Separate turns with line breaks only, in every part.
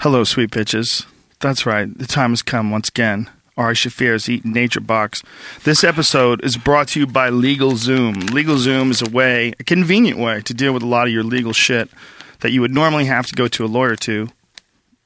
Hello, sweet bitches. That's right, the time has come once again. Ari Shafir's Eating Nature Box. This episode is brought to you by Legal Zoom. Legal Zoom is a way, a convenient way, to deal with a lot of your legal shit that you would normally have to go to a lawyer to.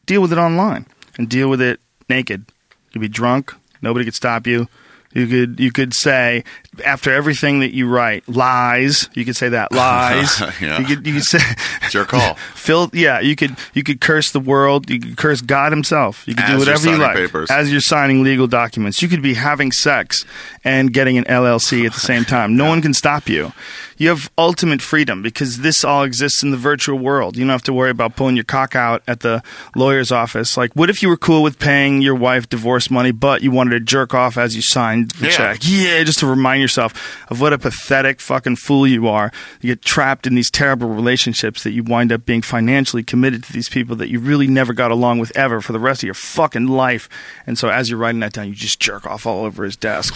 Deal with it online and deal with it naked. You could be drunk, nobody could stop you. You could you could say after everything that you write lies. You could say that lies.
Yeah.
You could you could say
It's your call.
Phil, yeah, you could you could curse the world, you could curse God Himself, you could do
As you're
whatever you
signing
like
papers.
as you're signing legal documents. You could be having sex and getting an LLC at the same time. No one can stop you. You have ultimate freedom because this all exists in the virtual world. You don't have to worry about pulling your cock out at the lawyer's office. Like, what if you were cool with paying your wife divorce money, but you wanted to jerk off as you signed the
Yeah.
check? Yeah, just to remind yourself of what a pathetic fucking fool you are. You get trapped in these terrible relationships that you wind up being financially committed to these people that you really never got along with ever for the rest of your fucking life. And so as you're writing that down, you just jerk off all over his desk.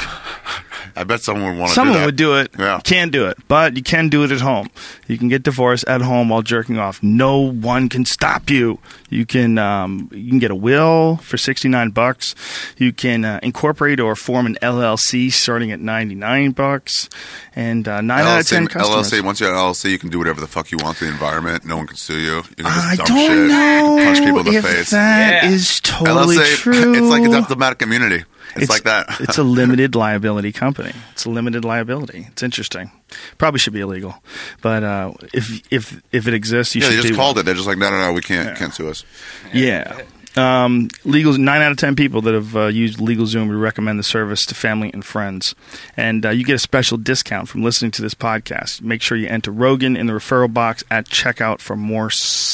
I bet someone would want to
Someone
do that.
would do it.
Yeah.
Can do it. But you can do it at home. You can get divorced at home while jerking off. No one can stop you. You can um, you can get a will for 69 bucks. You can uh, incorporate or form an LLC starting at 99 bucks and uh, 9 out of 10
LLC,
customers.
LLC, once you're an LLC, you can do whatever the fuck you want to the environment. No one can sue you. You can just
I
dump
don't
shit.
know
punch people in the
if
face.
that
Yeah.
is totally
LLC,
true.
it's like a diplomatic immunity. It's, like that.
it's a limited liability company. It's a limited liability. It's interesting. Probably should be illegal, but uh, if if if it exists, you
yeah,
should
they just
do
called it. They're just like, no, no, no, we can't, can't sue us.
yeah. Um, legal nine out of ten people that have uh, used LegalZoom would recommend the service to family and friends, and uh, you get a special discount from listening to this podcast. Make sure you enter Rogan in the referral box at checkout for more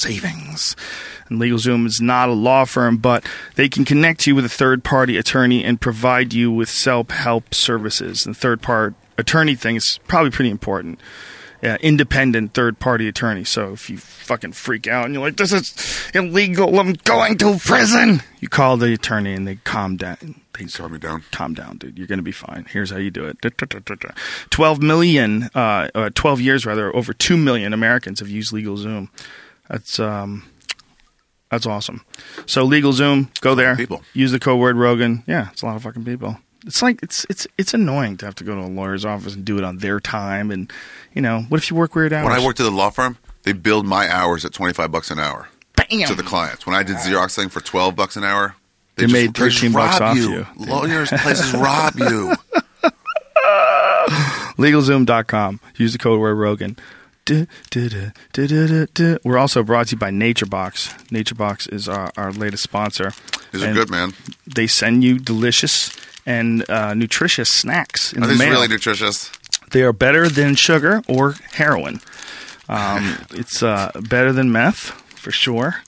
savings. And LegalZoom is not a law firm, but they can connect you with a third party attorney and provide you with self help services. And third part attorney thing is probably pretty important uh, independent third party attorney. So if you fucking freak out and you're like, this is illegal, I'm going to prison, you call the attorney and they calm down. They
Calm me down.
calm down, dude. You're going to be fine. Here's how you do it. Da, da, da, da, da. 12 million, uh, uh, 12 years rather, over 2 million Americans have used LegalZoom. That's, um, that's awesome. So LegalZoom, go there.
people.
Use the code word Rogan. Yeah, it's a lot of fucking people. It's like it's it's it's annoying to have to go to a lawyer's office and do it on their time and you know what if you work weird hours?
When I worked at the law firm, they billed my hours at 25 bucks an hour
Bam!
to the clients. When I did Xeroxing for 12 bucks an hour,
They
just-
made
just
13 bucks
rob
off you.
you. Lawyers, places rob you.
LegalZoom.com. Use the code word Rogan. Du- du- du- du- du- du- du. We're also brought to you by NatureBox. NatureBox is our, our latest sponsor.
These are
And
good, man.
They send you delicious and uh, nutritious snacks in
Are
the
these
mail.
really nutritious?
they are better than sugar or heroin. Um, it's uh, better than meth for sure.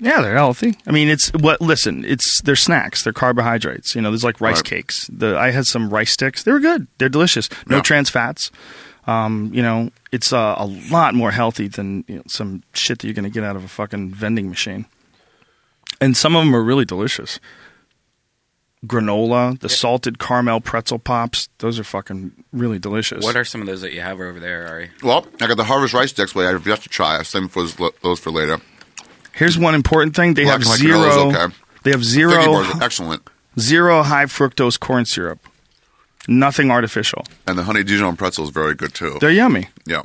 Yeah, they're healthy. I mean, it's what? Listen, it's they're snacks. They're carbohydrates. You know, there's like rice
Right.
cakes. The I had some rice sticks. They were good. They're delicious. No
Yeah.
trans fats. Um, you know, it's uh, a lot more healthy than you know, some shit that you're going to get out of a fucking vending machine. And some of them are really delicious. Granola, the salted caramel pretzel pops. Those are fucking really delicious.
What are some of those that you have over there, Ari?
Well, I got the harvest rice sticks. Wait, I have yet to try. I saved for those- those for later.
Here's one important thing: they
Black
have
and white granola is
zero.
okay.
They have
Cookie
zero
bars are excellent,
zero high fructose corn syrup. Nothing artificial.
and the honey Dijon pretzel is very good too.
They're yummy,
yeah,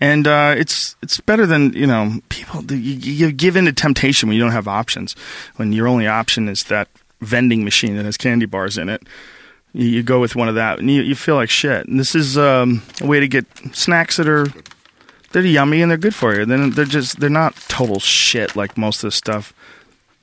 and uh, it's it's better than you know. People you, you give in to temptation when you don't have options. When your only option is that vending machine that has candy bars in it. You- You go with one of that, and you, you feel like shit. And this is um, a way to get snacks that are they're yummy and they're good for you. Then they're just they're not total shit like most of the stuff,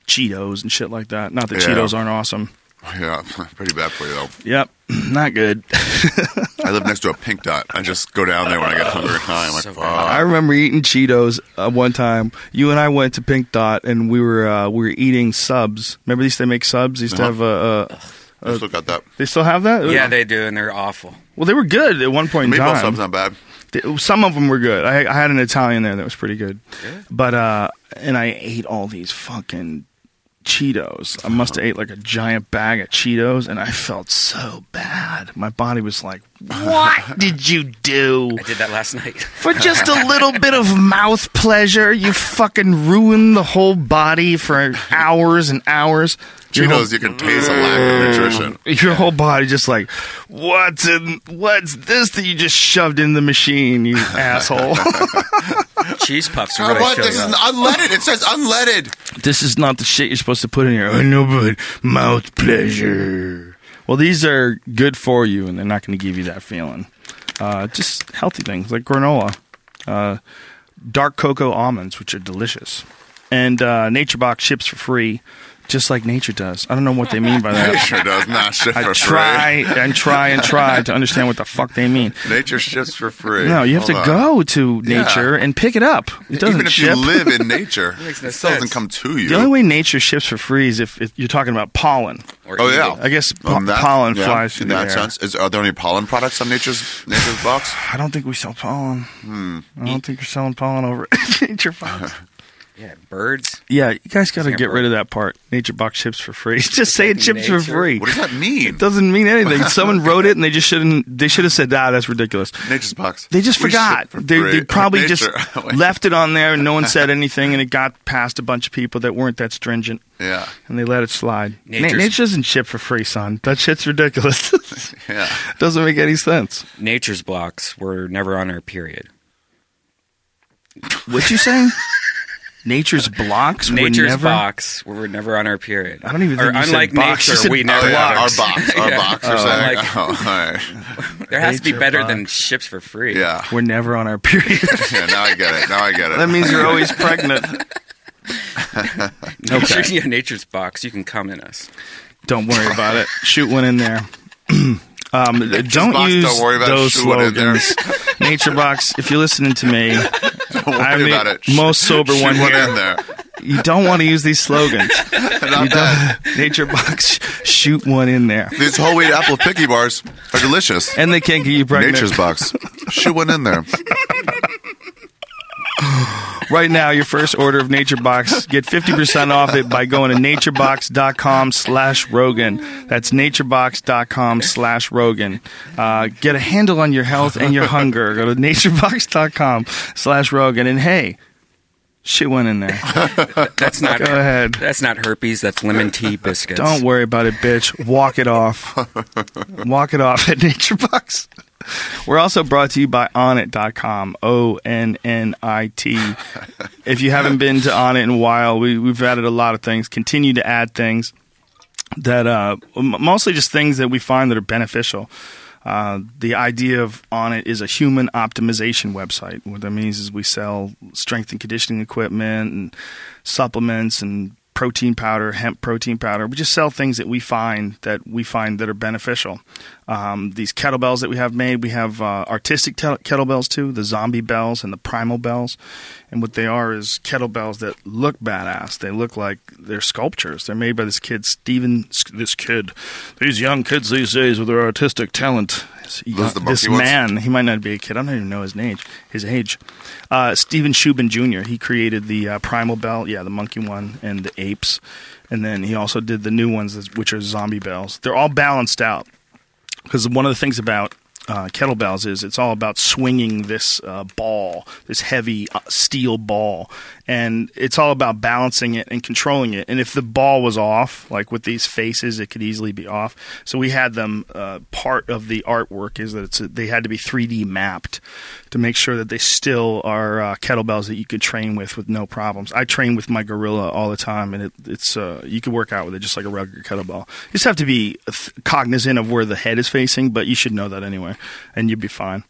Cheetos and shit like that. Not that
Yeah.
Cheetos aren't awesome.
yeah, pretty bad for you though.
Yep, not good.
I live next to a pink dot. I just go down there when I get hungry. and high. I'm like,
So
fuck.
good.
I remember eating Cheetos uh, one time. You and I went to Pink Dot and we were uh, we were eating subs. Remember these? They make subs. They used to
Uh-huh.
have a. Uh,
I still got that.
they still have that.
Yeah, they do, and they're awful.
well, they were good at one point in
Meatball
time.
sub's not bad.
They- Some of them were good. I, I had an Italian there that was pretty good, but uh, and I ate all these fucking Cheetos. I must
Uh-huh.
have ate like a giant bag of Cheetos, and I felt so bad. My body was like, "What did you do?"
I did that last night.
For just a little bit of mouth pleasure, you fucking ruin the whole body for hours and hours. Your whole-
Cheetos, you can taste a lack of
Mm.
nutrition.
your whole body just like what's in what's this that you just shoved in the machine you asshole
Cheese puffs
How
are really
about
showing
this is
up.
unleaded? It says unleaded.
this is not the shit you're supposed to put in here oh no but mouth pleasure well these are good for you and they're not going to give you that feeling uh, just healthy things like granola uh, dark cocoa almonds which are delicious and uh, nature box ships for free just like nature does i don't know what they mean by
It
that
sure does not ship
I
for
try and try and try to understand what the fuck they mean.
free. Nature ships for free.
No, you have
Hold
to
on.
go to nature and pick it up. It doesn't
Even if
ship.
you live in nature, it
makes no
still doesn't
sense.
come to you.
the only way nature ships for free is if, if you're talking about pollen.
Or
oh
eat
yeah,
it.
I guess po-
On that-
pollen
yeah,
flies through
in
the
that
air.
sense. Is, are there any pollen products on nature's nature's box?
I don't think we sell pollen.
Hmm.
I don't think we're selling pollen over at nature box.
Yeah, birds.
yeah, you guys got to
Can't
get
work.
rid of that part. Nature box ships for free. Just say it ships for
Nature.
free.
What does that mean?
It doesn't mean anything. Someone wrote it and they just shouldn't. They should have said, "Ah, that's ridiculous."
Nature's box.
They just
We ship
forgot.
for
they,
free.
they probably just
Nature. Oh,
left it on there and no one said anything, and it got past a bunch of people that weren't that stringent,
Yeah,
and they let it slide. Na-
Nature's-
Nature doesn't ship for free, son. That shit's ridiculous.
yeah.
doesn't make any sense.
Nature's blocks were never on our period.
What you saying? Nature's blocks were
Nature's
never-
box were never on our period.
I don't even think
or
you said
unlike
box, you
nature,
said
we never
Oh, yeah, our
had
box, our
Yeah.
box. Or
Oh.
something.
Like-
oh, all right.
There has to be
Nature
better
box.
than ships for free.
Yeah.
We're never on our period.
yeah, now I get it. Now I get it.
that means you're always pregnant.
Nature, yeah, nature's box. You can come in us.
Don't worry about it. Shoot one in there. um, don't
box,
use
don't worry about it.
those
Shoot one in there.
slogans. Nature box. If you're listening to me,
Don't worry
I'm the
about it. Sh-
most sober
shoot
one here.
in there.
You don't want to use these slogans.
Not bad.
Nature box. Shoot one in there,
These whole wheat apple picky bars are delicious.
and they can't get you pregnant.
Nature's box. Shoot one in there.
Right now, your first order of Nature Box, get 50% off it by going to naturebox.com slash Rogan. That's naturebox.com slash Rogan. Uh, get a handle on your health and your hunger. Go to naturebox.com slash Rogan. And hey, shit went in there.
That's not.
Go ahead.
That's not herpes. That's lemon tea biscuits.
Don't worry about it, bitch. Walk it off. Walk it off at Nature Box. We're also brought to you by Onnit.com. O N N I T. If you haven't been to Onnit in a while, we, we've added a lot of things, continue to add things that uh, m- mostly just things that we find that are beneficial. Uh, the idea of on it is a human optimization website. What that means is we sell strength and conditioning equipment and supplements and protein powder, hemp protein powder. We just sell things that we find that we find that are beneficial. Um, these kettlebells that we have made, we have uh, artistic tel- kettlebells too, the zombie bells and the primal bells. And what they are is kettlebells that look badass. They look like they're sculptures. They're made by this kid Steven. This kid, these young kids these days with their artistic talent. This-
Those the
this
monkey ones?
man, he might not be a kid. I don't even know his age. His age, uh, Steven Shubin Jr. He created the uh, primal bell, yeah, the monkey one, and the apes, and then he also did the new ones, which are zombie bells. They're all balanced out because one of the things about uh, kettlebells is it's all about swinging this uh, ball, this heavy uh, steel ball, and it's all about balancing it and controlling it. And if the ball was off, like with these faces, it could easily be off. So we had them. Uh, part of the artwork is that it's they had to be 3D mapped to make sure that they still are uh, kettlebells that you could train with with no problems. I train with my gorilla all the time, and it, it's uh, you can work out with it just like a regular kettlebell. You just have to be th- cognizant of where the head is facing, but you should know that anyway, and you'd be fine.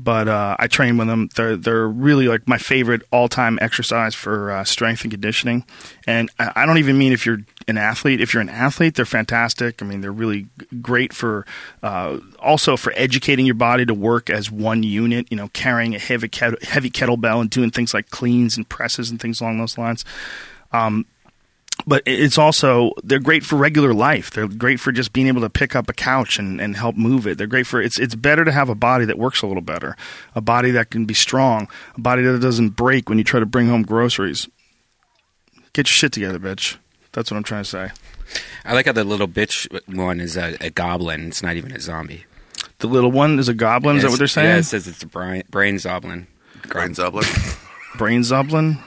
But uh, I train with them. They're they're really like my favorite all time exercise for uh, strength and conditioning. And I, I don't even mean if you're an athlete. If you're an athlete, they're fantastic. I mean, they're really g- great for uh, also for educating your body to work as one unit. You know, carrying a heavy ket- heavy kettlebell and doing things like cleans and presses and things along those lines but it- it's also they're great for regular life. They're great for just being able to pick up a couch and, and help move it. They're great for it's it's better to have a body that works a little better, a body that can be strong, a body that doesn't break when you try to bring home groceries. Get your shit together, bitch. That's what I'm trying to say.
I like how the little bitch one is a, a goblin. It's not even a zombie.
The little one is a goblin. Is that
Yes,
what they're saying?
Yeah, it says it's a brain, brain zoblin.
Brian Zobler.
Brain Zoblin.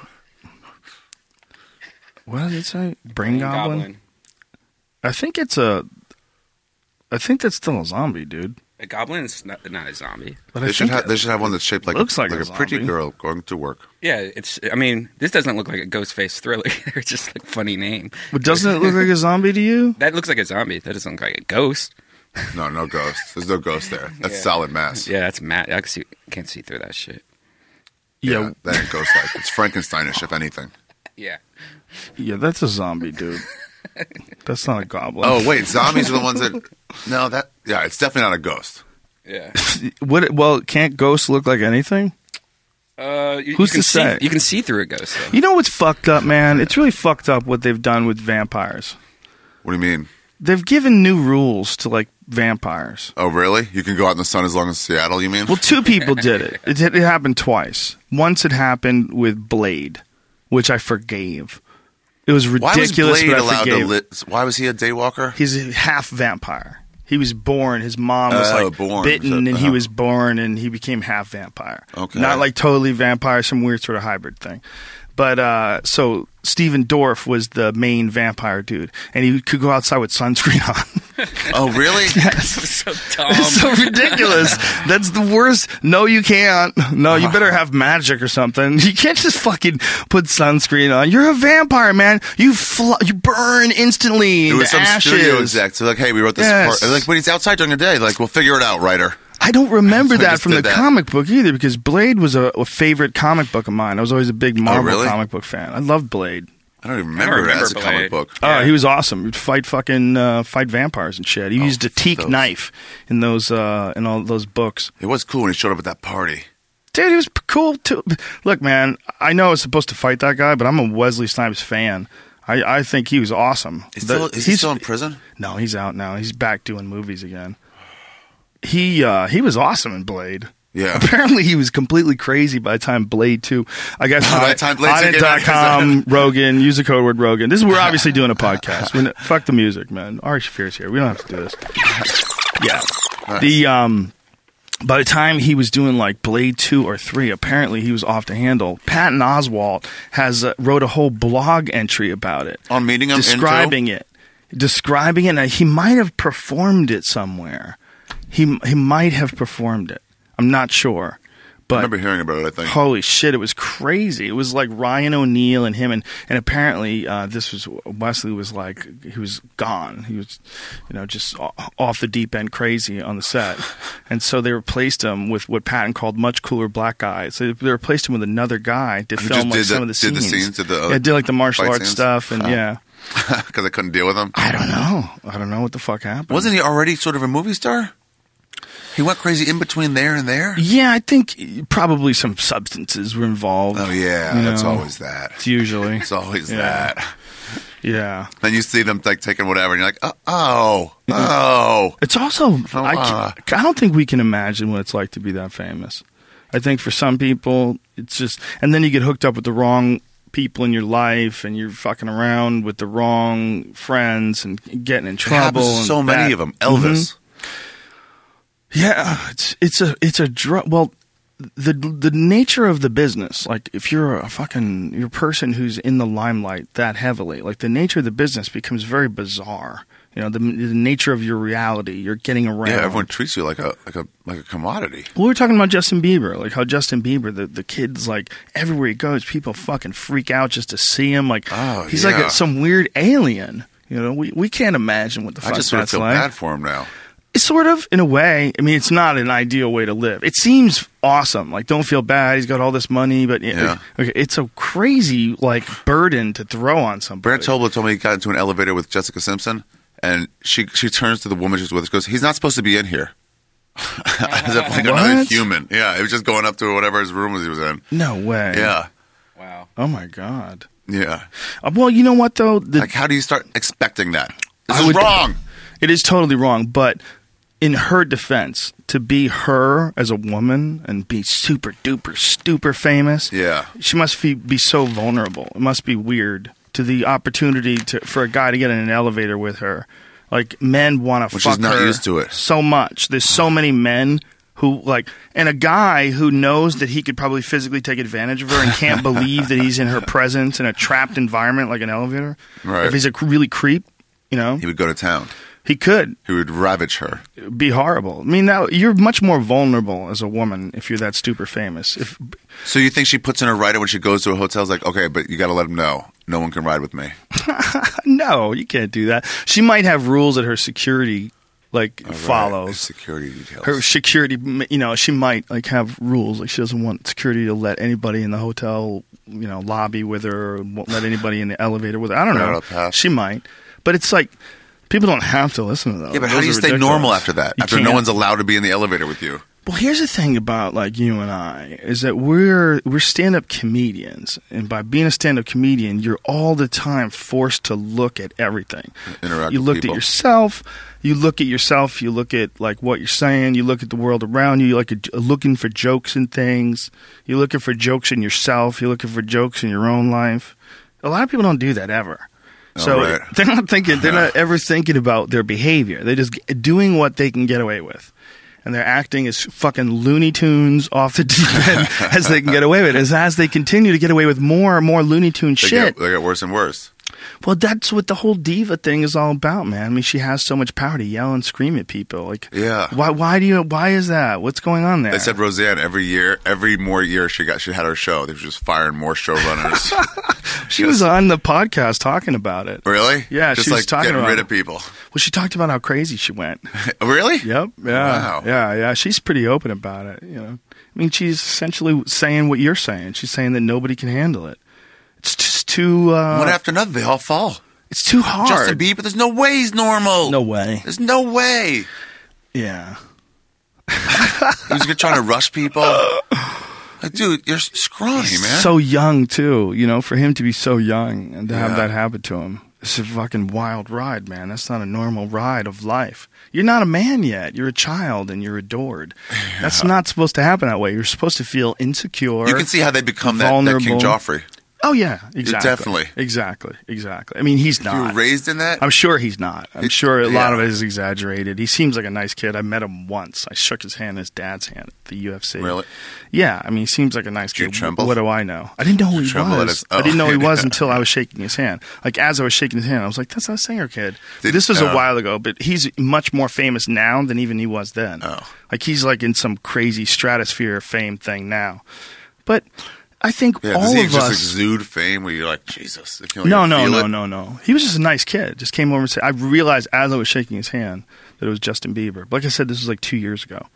What does it say? Brain goblin? I think it's a. I think that's still a zombie, dude.
A goblin is not, not a zombie.
But I
They should
think
have. They should have one that's shaped like
Looks like
like
a
a, pretty
zombie.
girl going to work.
Yeah, it's. I mean, this doesn't look like a ghost face thriller. either. it's just like funny name.
But doesn't it look like a zombie to you?
That looks like a zombie. That doesn't look like a ghost.
No, no ghost. There's no ghost there. That's
Yeah.
solid mass.
Yeah, that's Matt. I can see, can't see through that shit.
Yeah, yeah,
that ain't ghost-like. It's Frankensteinish, if anything.
Yeah.
that's a zombie, dude. that's not a goblin.
Oh wait, zombies are the ones that. No, that yeah, it's definitely not a ghost.
Yeah.
what? Well, can't ghosts look like anything?
Uh, you,
Who's
you can
to say?
See, you can see through a ghost, though.
You know what's fucked up, man? It's really fucked up what they've done with vampires.
What do you mean?
They've given new rules to like vampires.
Oh really? You can go out in the sun as long as Seattle. You mean?
Well, two people did it. It, it happened twice. Once it happened with Blade, which I forgave. It was
Why
ridiculous.
was Blade
but I
allowed to
forgave.
live? Why was he a daywalker?
He's a half vampire. He was born. His mom was
Oh,
like
born.
bitten,
So-
and he
uh-huh.
was born, and he became half vampire.
Okay.
not like totally vampire, some weird sort of hybrid thing. But uh, so Stephen Dorff was the main vampire dude, and he could go outside with sunscreen on.
Oh really?
so dumb.
It's so ridiculous. That's the worst. No, you can't. No, you better have magic or something. You can't just fucking put sunscreen on. You're a vampire, man. You fl- you burn instantly
It
into
was some
ashes.
studio exec. So like, hey, we wrote this
Yes.
part. And Like, but he's outside during the day. Like, we'll figure it out, writer.
I don't remember
I
that
just
from the
did that.
comic book either because Blade was a, a favorite comic book of mine. I was always a big Marvel
Oh, really?
comic book fan. I loved Blade.
I don't even remember, it
remember
as a comic
Blade.
book.
Oh, he was awesome. He'd fight fucking uh, fight vampires and shit. He used a teak
Oh, those.
knife in those uh, in all those books.
It was cool when he showed up at that party.
Dude, he was p- cool too. Look, man, I know I was supposed to fight that guy, but I'm a Wesley Snipes fan. I, I think he was awesome.
Is,
The-
still, is he still in prison?
No, he's out now. He's back doing movies again. He uh, he was awesome in Blade.
Yeah.
Apparently, he was completely crazy by the time Blade 2. I guess
By the
on-
time Blade
on
2
it
came out,
dot com, Rogan, use the code word Rogan. This is we're obviously doing a podcast. We're not, fuck the music, man. Ari Shafir's here. We don't have to do this. Yeah. The um by the time he was doing like Blade 2 or 3, apparently he was off the handle. Patton Oswalt has uh, wrote a whole blog entry about it
On meeting him,
describing it, describing it. Now, he might have performed it somewhere. He he might have performed it. I'm not sure,
I
but
remember hearing about it. I think.
holy shit, it was crazy. It was like Ryan O'Neal and him, and and apparently uh, this was Wesley was like he was gone. He was, you know, just o- off the deep end, crazy on the set, and so they replaced him with what Patton called much cooler black guys. They, they replaced him with another guy to
Who
film
just
like
did
some
the-
of the
did the
scenes.
scenes, did the, uh,
yeah, did like the martial
fight
arts
scenes?
stuff, and
Ah.
yeah.
because I couldn't deal with him.
I don't know. I don't know what the fuck happened.
Wasn't he already sort of a movie star? He went crazy in between there and there.
Yeah, I think probably some substances were involved.
Oh yeah,
You
that's
know,
always that.
It's usually.
It's always
Yeah.
that.
yeah.
Then you see them like taking whatever, and you're like, oh, oh,
Mm-hmm.
oh.
It's also. I,
uh.
ca- I don't think we can imagine what it's like to be that famous. I think for some people, it's just. And then you get hooked up with the wrong people in your life, and you're fucking around with the wrong friends and getting in
It happens
trouble.
to
and Mm-hmm.
so many
that-
of them. Elvis.
Yeah, it's it's a it's a drug. Well, the the nature of the business, like if you're a fucking you're a person who's in the limelight that heavily, like the nature of the business becomes very bizarre. You know, the, the nature of your reality, you're getting around.
Yeah, everyone treats you like a like a like a commodity.
Well, we were talking about Justin Bieber, like how Justin Bieber, the, the kid's like everywhere he goes, people fucking freak out just to see him. Like
Oh,
he's like
yeah.
a, some weird alien. You know, we, we can't imagine what the fuck
I just sort of
that's
feel
like.
bad for him now.
It's sort of in a way i mean it's not an ideal way to live it seems awesome like don't feel bad he's got all this money but it-
Yeah.
okay, it's a crazy like burden to throw on somebody
Brad Tobler told me he got into an elevator with Jessica Simpson, and she she turns to the woman she's with. She goes, "He's not supposed to be in here." As if like another
What?
human. Yeah, he was just going up to whatever his room was he was in.
no way
Yeah,
wow.
oh my god
yeah.
Uh, well you know what though the,
Like, how do you start expecting that? This
I
is
would-
wrong.
it is totally wrong but in her defense to be her as a woman and be super duper super famous
Yeah.
she must be, be so vulnerable it must be weird to the opportunity to, for a guy to get in an elevator with her. Like men want to
Which
fuck
is not
her
used to it.
so much. There's so many men who like and a guy who knows that he could probably physically take advantage of her and can't believe that he's in her presence in a trapped environment like an elevator.
Right.
If he's a really creep, you know,
He would go to town.
he could
He would ravage her.
be horrible. I mean, now you're much more vulnerable as a woman if you're that super famous. If
So you think she puts in a rider when she goes to a hotel? It's like, okay, but you got to let him know. No one can ride with me.
no, you can't do that. She might have rules that her security like
All right.
follows.
Security details.
Her security, you know, she might like have rules. Like she doesn't want security to let anybody in the hotel, you know, lobby with her, or won't let anybody in the elevator with her. I don't
Right
know.
up top.
she might, but it's like people don't have to listen to those.
yeah, but how
Those
do you
are
stay
ridiculous.
normal after that?
You
after no
can't.
one's allowed to be in the elevator with you.
Well, here's the thing about like you and I is that we're we're stand-up comedians, and by being a stand-up comedian, you're all the time forced to look at everything.
Interact
you
with
look
people.
at yourself. You look at yourself. You look at like what you're saying. You look at the world around you. You're like a- looking for jokes and things. You're looking for jokes in yourself. You're looking for jokes in your own life. A lot of people don't do that ever. So
Oh, right.
they're not thinking. They're not ever thinking about their behavior. They're just g- doing what they can get away with, and they're acting as fucking Looney Tunes off the deep end as they can get away with. it. As as they continue to get away with more and more Looney Tune
They
shit,
Get, they get worse and worse.
well, that's what the whole diva thing is all about, man. I mean, she has so much power to yell and scream at people. Like,
Yeah.
why? Why do you? Why is that? What's going on there?
They said Roseanne every year, every more year she got she had her show. They were just firing more showrunners.
she was on the podcast talking about it.
really?
Yeah,
just
she was
like
talking
getting
about
rid
it.
of people.
Well, she talked about how crazy she went.
really?
Yep. Yeah.
Wow.
Yeah. Yeah. She's pretty open about it. You know, I mean, she's essentially saying what you're saying. She's saying that nobody can handle it. It's just too. Uh,
One after another, they all fall.
It's too hard.
Justin Bieber, there's no way he's normal.
No way.
There's no way.
Yeah.
He was trying to rush people. Like, dude, you're scrawny, man.
so young too. You know, for him to be so young and to
Yeah.
have that happen to him, it's a fucking wild ride, man. That's not a normal ride of life. You're not a man yet. You're a child, and you're adored. That's not supposed to happen that way. You're supposed to feel insecure.
you can see how they become that, that
vulnerable.
King Joffrey.
Oh yeah, exactly.
definitely.
Exactly. Exactly. I mean, he's
You were
not.
raised in that?
I'm sure he's not. I'm sure a lot
yeah.
of it is exaggerated. He seems like a nice kid. I met him once. I shook his hand, his dad's hand at the UFC.
Really?
Yeah. I mean, he seems like a nice
Did you
kid.
tremble?
What do I know? I didn't know who he
tremble at
was.
his- oh.
I didn't know who he was until I was shaking his hand. Like as I was shaking his hand, I was like, "That's not a singer kid."
Did-
this was
oh.
a while ago, but he's much more famous now than even he was then.
Oh.
Like he's like in some crazy stratosphere of fame thing now, but. I think
yeah,
all
does he
of us
just exude fame where you're like, Jesus? If you
no,
you
no,
feel
no,
it?
no, no. He was just a nice kid. Just came over and said, I realized as I was shaking his hand that it was Justin Bieber. But like I said, this was like two years ago.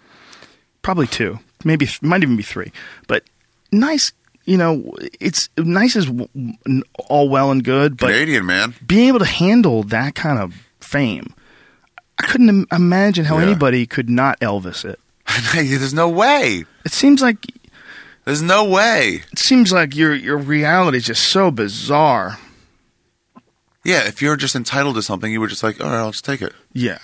Probably two. Maybe, might even be three. But nice, you know, it's nice is w- w- all well and good, but
Canadian, man.
being able to handle that kind of fame, I couldn't im- imagine how
Yeah.
anybody could not Elvis it.
There's no way.
It seems like
There's no way.
it seems like your your reality is just so bizarre.
Yeah, if you're just entitled to something, you were just like, all right, I'll just take it.
Yeah.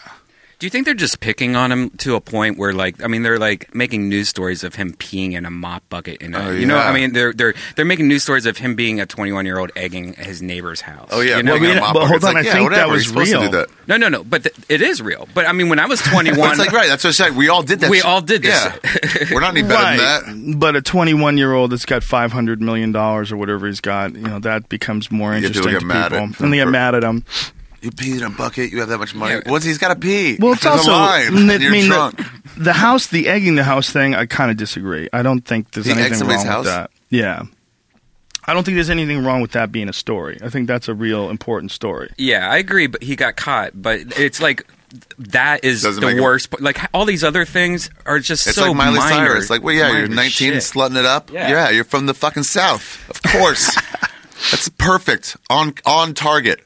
Do you think they're just picking on him to a point where, like, I mean, they're like making news stories of him peeing in a mop bucket in a,
Oh,
you know,
yeah.
I mean, they're they're they're making news stories of him being a 21 year old egging his neighbor's house.
Oh yeah,
you know?
picking
we-
him up.
but hold
It's
on,
like,
I
yeah,
think
whatever.
that was
You're supposed To
real.
do that.
no, no, no, but th- it is real. But I mean, when I was
But
21,
it's like right. That's what I said. We all did this.
We all did this.
Yeah. We're not any better than that.
But a 21 year old that's got 500 million dollars or whatever he's got, you know, that becomes more
people
interesting
get
to
mad
people,
at them
and they get
for-
mad at him.
You pee in a bucket. You have that much money.
Yeah.
What's he's got to pee?
Well, it's
There's
also
a line.
n-
and you're
mean,
drunk.
The, the house, the egging the house thing. I kind of disagree. I don't think there's
He egged
anything
somebody's
wrong
house?
with that. Yeah, I don't think there's anything wrong with that being a story. I think that's a real important story.
Yeah, I agree, but he got caught. But it's like that is
Doesn't make
the
him-
worst. part. Like all these other things are just
It's
so
like Miley
minor,
Cyrus. Like, well, yeah, you're
minor
19,
shit.
slutting it up. Yeah.
Yeah.
you're from the fucking south. Of course. That's perfect. On on target.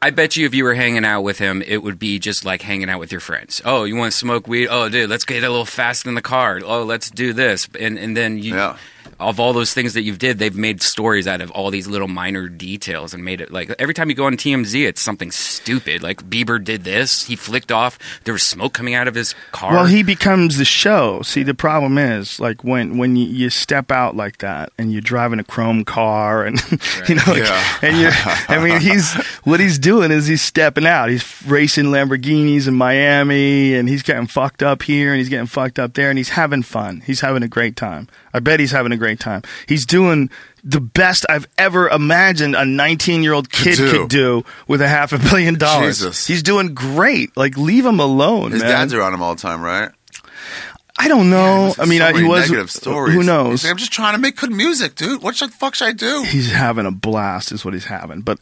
I bet you, if you were hanging out with him, it would be just like hanging out with your friends. Oh, you want to smoke weed? Oh, dude, let's get a little fast in the car. Oh, let's do this, and and then you.
Yeah.
of all those things that you've did, they've made stories out of all these little minor details and made it like every time you go on TMZ, it's something stupid. Like Bieber did this, he flicked off. There was smoke coming out of his car.
Well, he becomes the show. See, the problem is like when when you, you step out like that and you're driving a chrome car and you know, like,
Yeah.
and you I mean, he's what he's doing is he's stepping out. He's racing Lamborghinis in Miami and he's getting fucked up here and he's getting fucked up there and he's having fun. He's having a great time. I bet he's having a great time. He's doing the best I've ever imagined a 19 year old kid
do.
could do with a half a billion dollars.
Jesus.
He's doing great. Like, leave him alone.
His
man.
dad's around him all the time, right?
I don't know. Oh, I mean,
so
I, he
many
was.
negative stories.
Who
He's
knows?
like, I'm just trying to make good music, dude. What the fuck should I do?
He's having a blast, is what he's having. But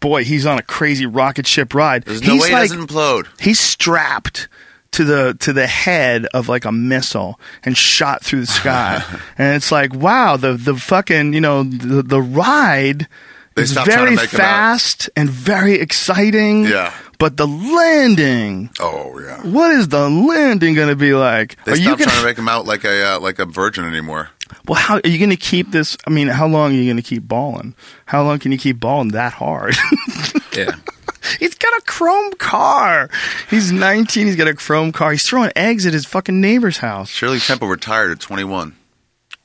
boy, he's on a crazy rocket ship ride.
There's no
he's
way
like
he doesn't implode.
he's strapped to the to the head of like a missile and shot through the sky. and it's like, wow, the the fucking you know the the ride
They
is
stopped trying to
very
make him out.
fast and very exciting.
Yeah.
But the landing,
Oh yeah.
what is the landing going to be like?
They
Are you
stopped
gonna-
trying to make him out like a uh, like a virgin anymore.
Well, how are you going to keep this? I mean, how long are you going to keep balling? How long can you keep balling that hard?
yeah.
he's got a chrome car. He's 19. He's got a chrome car. He's throwing eggs at his fucking neighbor's house.
Shirley Temple retired at 21.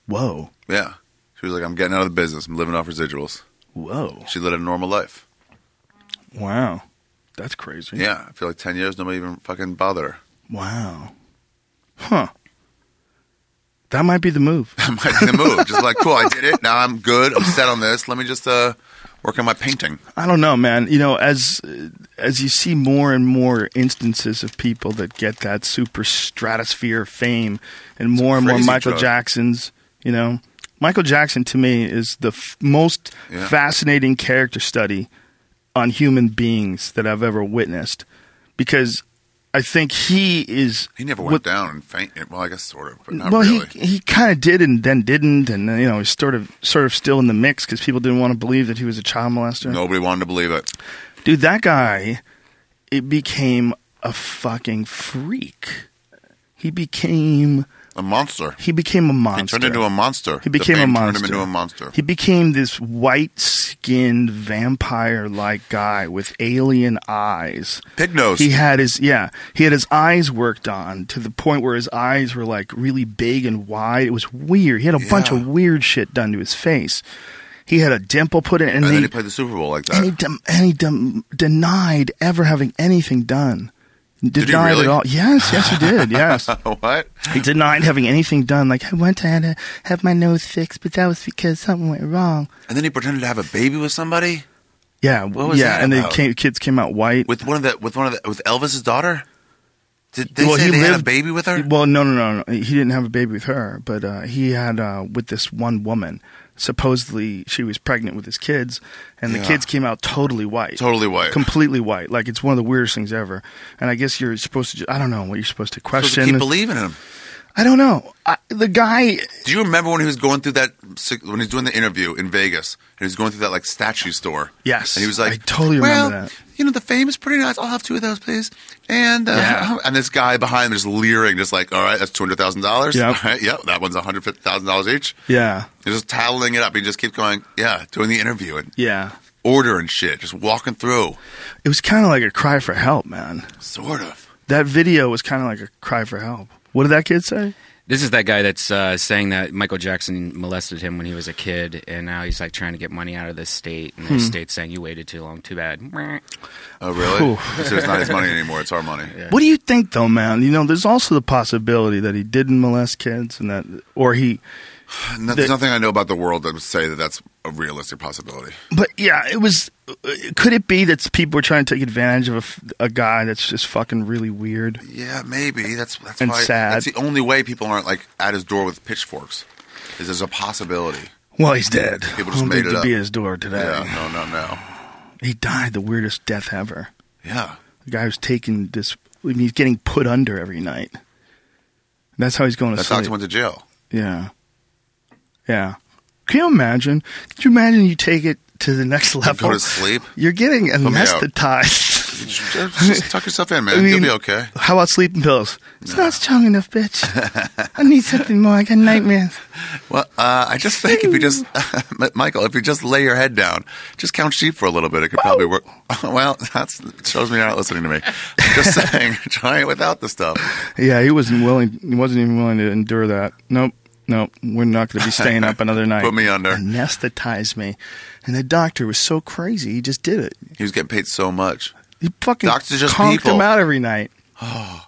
Whoa.
Yeah, she was like, I'm getting out of the business. I'm living off residuals.
Whoa.
She led a normal life.
Wow. That's crazy.
Yeah, I feel like 10 years nobody even fucking bothered her.
Wow. Huh. That might be the move.
That might be the move. just like, cool, I did it. Now I'm good. I'm set on this. Let me just uh, work on my painting.
I don't know, man. You know, as as you see more and more instances of people that get that super stratosphere of fame, and more and more
crazy
Michael
drug.
Jacksons, you know, Michael Jackson to me is the f- most
Yeah.
fascinating character study on human beings that I've ever witnessed, because I think he is
He never
what-
went down and fainted. Well, I guess sort of, but not
well,
really.
he he kind of did and then didn't, and you know, he's sort of sort of still in the mix because people didn't want to believe that he was a child molester.
Nobody wanted to believe it.
Dude, that guy, it became a fucking freak. He became
A monster.
he became a
He
monster.
turned into a monster.
He became a monster.
Turned him into a monster.
He became this white-skinned vampire-like guy with alien eyes.
Pig nose.
He had his yeah, he had his eyes worked on to the point where his eyes were like really big and wide. It was weird. He had a bunch
Yeah.
of weird shit done to his face. He had a dimple put in, and,
and
they-
then he played the Super Bowl like
and he,
that.
dem- and he dem- denied ever having anything done.
he
Denied
really?
it all. Yes, yes, he did. Yes,
what?
he denied having anything done. Like I once had to have my nose fixed, but that was because something went wrong.
And then he pretended to have a baby with somebody
Yeah,
What was
yeah,
that
and the
about?
came, kids came out white.
with one of the with one of the with Elvis's daughter. Did they say they had a baby with her?
Well, no, no, no, no. He didn't have a baby with her, but uh, he had uh, with this one woman. Supposedly, she was pregnant with his kids, and the
Yeah.
kids came out totally white.
Totally white.
Completely white. Like, it's one of the weirdest things ever. And I guess you're supposed to, ju- I don't know what you're supposed to
Supposed to
question.
keep believing in him.
I don't know. I, the guy,
Do you remember when he was going through that when he's doing the interview in Vegas and he was going through that like statue store?
Yes.
and he was like,
I totally
well,
remember that."
You know, the fame is pretty nice. I'll have two of those, please. And uh,
Yeah.
and this guy behind him just leering, just like, all right, that's two hundred thousand dollars.
Yep.
All right, yep, that one's one hundred fifty thousand dollars each.
yeah,
He's just tattling it up. He just keeps going, yeah, doing the interview and
yeah.
order and shit, just walking through,
It was kind of like a cry for help, man.
sort of.
That video was kind of like a cry for help. What did that kid say?
This is that guy that's uh, saying that Michael Jackson molested him when he was a kid, and now he's like trying to get money out of the state,
Hmm.
and the state's saying you waited too long. Too bad. Meh.
Oh, really?
Whew.
so it's not his money anymore. It's our money.
What do you think, though, man? You know, there's also the possibility that he didn't molest kids, and that, or he,
No, there's nothing I know about the world that would say that that's a realistic possibility.
but yeah, it was. Could it be that people were trying to take advantage of a f- a, guy that's just fucking really weird?
Yeah, maybe that's that's
And
why,
sad.
That's the only way people aren't like at his door with pitchforks. Is there's a possibility?
Well, he's dead.
People just
I don't
made
think
it
to
up.
be at his door today.
Yeah, no, no, no.
He died the weirdest death ever.
Yeah,
The guy who's taking this. I mean, he's getting put under every night. That's how he's going to
that
sleep.
doctor went to jail.
Yeah. Yeah. Can you imagine? Could you imagine you take it to the next level.
go to sleep?
You're getting
me out.
anesthetized.
Just, just tuck yourself in, man.
I
You'll
mean,
be okay.
How about sleeping pills? It's not strong enough, bitch. I need something more. I got nightmares.
Well, uh, I just think if you just, Michael, if you just lay your head down, just count sheep for a little bit, it could probably work. Well, that shows me you're not listening to me. I'm just saying, try it without the stuff.
Yeah, he wasn't willing. He wasn't even willing to endure that. Nope. Nope, we're not going to be staying up another night.
Put me under.
Anesthetized me. And the doctor was so crazy, he just did it.
He was getting paid so much.
He fucking
Doctors are just
conked
people.
him out every night. Oh.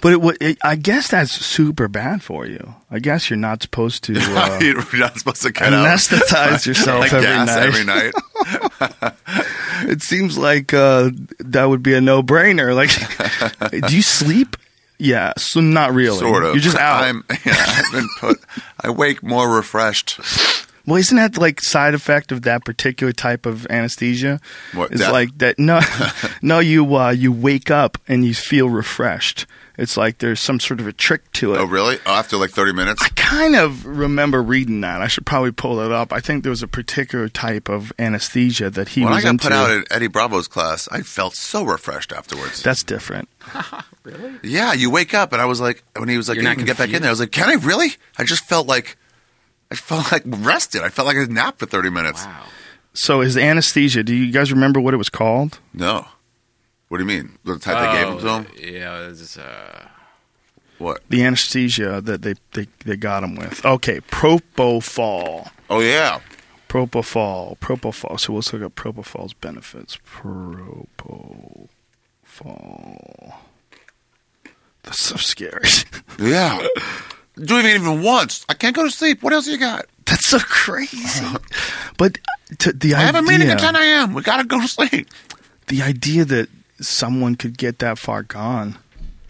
But it, wa- it, I guess that's super bad for you. I guess you're not supposed to uh,
you're not supposed to cut out.
anesthetize yourself
Like
every,
gas
night.
every night.
It seems like uh, that would be a no-brainer. Like, do you sleep? Yeah, so not really.
Sort of.
You're just out.
I'm, yeah, I've been put. I wake more refreshed.
Well, isn't that like side effect of that particular type of anesthesia?
What,
it's
death?
like that. No, no, you uh, you wake up and you feel refreshed. It's like there's some sort of a trick to it.
Oh, really? Oh, after like 30 minutes?
I kind of remember reading that. I should probably pull that up. I think there was a particular type of anesthesia that he
When I
was
got
into.
put out in Eddie Bravo's class, I felt so refreshed afterwards.
That's different.
Yeah, you wake up, and I was like, when he was like,
You're
you
not
can get back in
confused?
there. I was like, can I really? I just felt like, I felt like rested. I felt like I napped for thirty minutes.
Wow.
So his anesthesia. Do you guys remember what it was called?
No, what do you mean? The type they
Oh.
gave him to him?
Um, Yeah, it was, uh,
What?
The anesthesia that they they, they got him with. Okay, propofol.
Oh yeah,
Propofol, propofol. So let's look at propofol's benefits. Propofol. That's so scary.
yeah. Doing it even once. I can't go to sleep. What else you got?
That's so crazy. But uh, to, the
Uh-huh. I have a meeting
idea,
at ten a.m. We gotta go to sleep.
the idea that someone could get that far gone,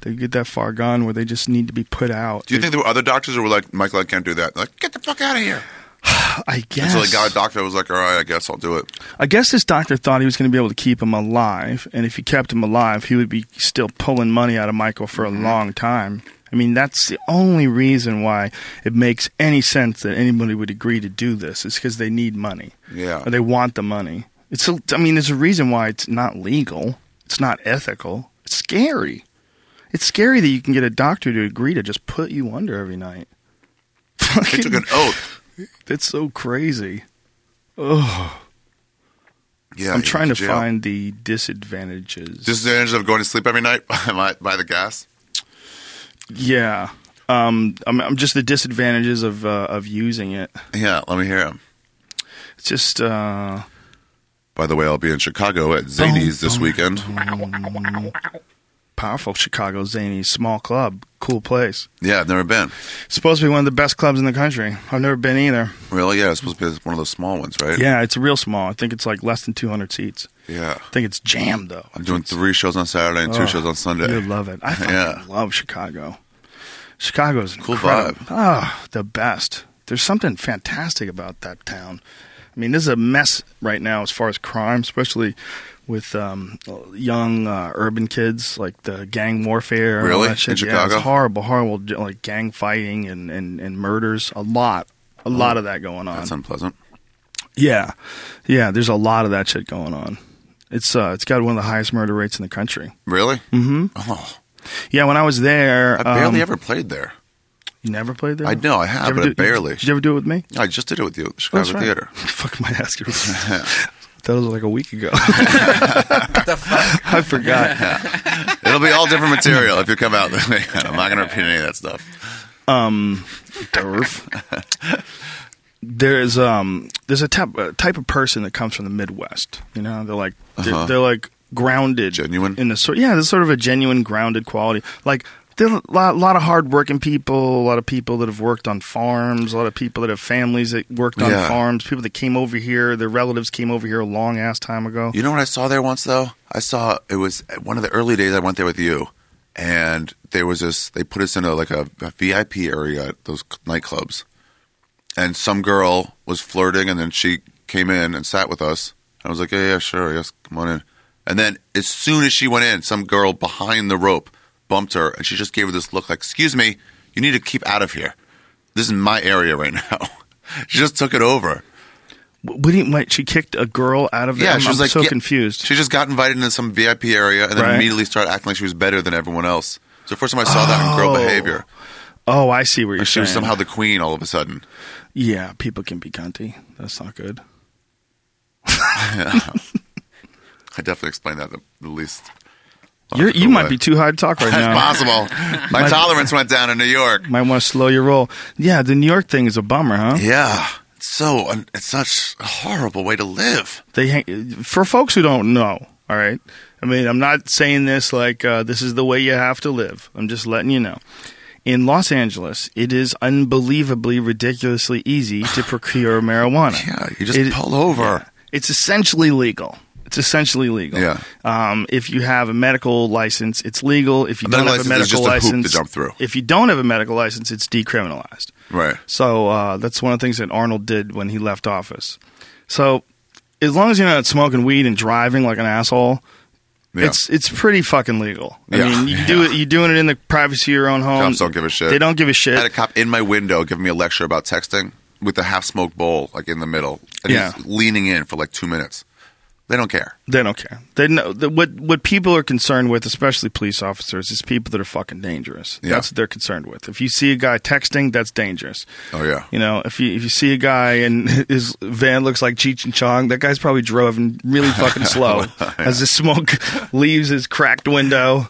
they could get that far gone where they just need to be put out.
Do you think there were other doctors who were like, Michael, I can't do that? Like, get the fuck out of here.
I guess.
Until they got a doctor that was like, all right, I guess I'll do it.
I guess this doctor thought he was going to be able to keep him alive, and if he kept him alive, he would be still pulling money out of Michael for
Mm-hmm.
a long time. I mean, that's the only reason why it makes any sense that anybody would agree to do this is because they need money.
Yeah.
Or they want the money. It's a, I mean, there's a reason why it's not legal. It's not ethical. It's scary. It's scary that you can get a doctor to agree to just put you under every night.
They took an oath.
That's so crazy.
Yeah,
I'm
you
trying to
went jail.
find the disadvantages.
disadvantage of going to sleep every night by, by the gas.
Yeah. Um, I'm, I'm just the disadvantages of uh, of using it.
Yeah, let me hear him.
It's just uh,
By the way, I'll be in Chicago at Zany's this weekend.
powerful. Chicago Zany, small club, cool place.
Yeah, I've never been.
Supposed to be one of the best clubs in the country. I've never been either.
Really? Yeah, it's supposed to be one of those small ones, right?
Yeah, it's real small. I think it's like less than 200 seats.
Yeah.
I think it's jammed though.
I'm doing three shows on Saturday and two
Oh,
shows on Sunday.
You love it. I fucking
Yeah.
love Chicago. Chicago's
Cool
incredible.
vibe.
Ah, the best. There's something fantastic about that town. I mean, this is a mess right now as far as crime, especially with um, young uh, urban kids, like the gang warfare. and all
Really?
that shit.
In
Yeah, it's
Chicago?
horrible, horrible, like gang fighting and, and, and murders. A lot, a lot of that going on.
Oh, That's unpleasant.
Yeah, yeah. There's a lot of that shit going on. It's uh, it's got one of the highest murder rates in the country.
Really? Mm-hmm. Oh,
Yeah, when I was there,
I
um,
barely ever played there.
You never played there?
I know I have,
Did you
but
ever
I
do-
barely.
Did you ever do it with me?
I just did it with you at the
Oh,
Chicago
that's right.
Theater.
Fuck my ass. that was like a week ago.
the fuck?
I forgot.
It'll be all different material if you come out. I'm not going to repeat any of that stuff.
Derf. There's um there's a type a type of person that comes from the Midwest. You know, they're like they're, they're like grounded,
Uh-huh. Genuine?
in the sort. Yeah, there's sort of a genuine grounded quality. Like there's a lot, lot of hardworking people, a lot of people that have worked on farms, a lot of people that have families that worked on
Yeah.
farms, people that came over here, their relatives came over here a long ass time ago.
You know what I saw there once though? I saw it was one of the early days I went there with you, and there was this. They put us in a like a, a VIP area at those nightclubs, and some girl was flirting, and then she came in and sat with us. I was like, yeah, yeah, sure, yes, come on in. And then as soon as she went in, some girl behind the rope bumped her, and she just gave her this look like, "Excuse me, you need to keep out of here. This is my area right now." she just took it over.
What do you, what, she kicked a girl out of the.
Yeah,
I'm,
she was
I'm
like
so
yeah.
confused.
She just got invited into some VIP area and then
Right.
immediately started acting like she was better than everyone else. So the first time I saw that in girl
Oh.
behavior,
oh, I see what you're
she
saying.
was somehow the queen all of a sudden.
yeah, people can be cunty. That's not good.
I definitely explained that the, the least.
You're, you might
way.
be too high to talk right
That's
now.
possible. My tolerance went down in New York.
Might want to slow your roll. Yeah, the New York thing is a bummer, huh?
Yeah, it's so un- it's such a horrible way to live.
They hang, for folks who don't know. All right, I mean, I'm not saying this like uh, this is the way you have to live. I'm just letting you know. In Los Angeles, it is unbelievably, ridiculously easy to procure marijuana.
Yeah, you just
It-
pull over.
It's essentially legal. It's essentially legal.
Yeah.
Um, if you have a medical license, it's legal. If you
A medical
don't have a medical
license is just a hoop to
license,
jump through.
If you don't have a medical license, it's decriminalized.
Right.
So uh, that's one of the things that Arnold did when he left office. So as long as you're not smoking weed and driving like an asshole,
Yeah.
it's it's pretty fucking legal. I
Yeah.
mean, you do it. You're doing it in the privacy of your own home.
Cops don't give a shit.
They don't give a shit.
I had a cop in my window giving me a lecture about texting with a half smoked bowl like in the middle, and
Yeah.
he's leaning in for like two minutes. They don't care.
They don't care. They know the, what what people are concerned with, especially police officers, is people that are fucking dangerous.
Yeah.
That's what they're concerned with. If you see a guy texting, that's dangerous.
Oh yeah,
You know, if you if you see a guy and his van looks like Cheech and Chong, that guy's probably driving really fucking slow. As the smoke leaves his cracked window,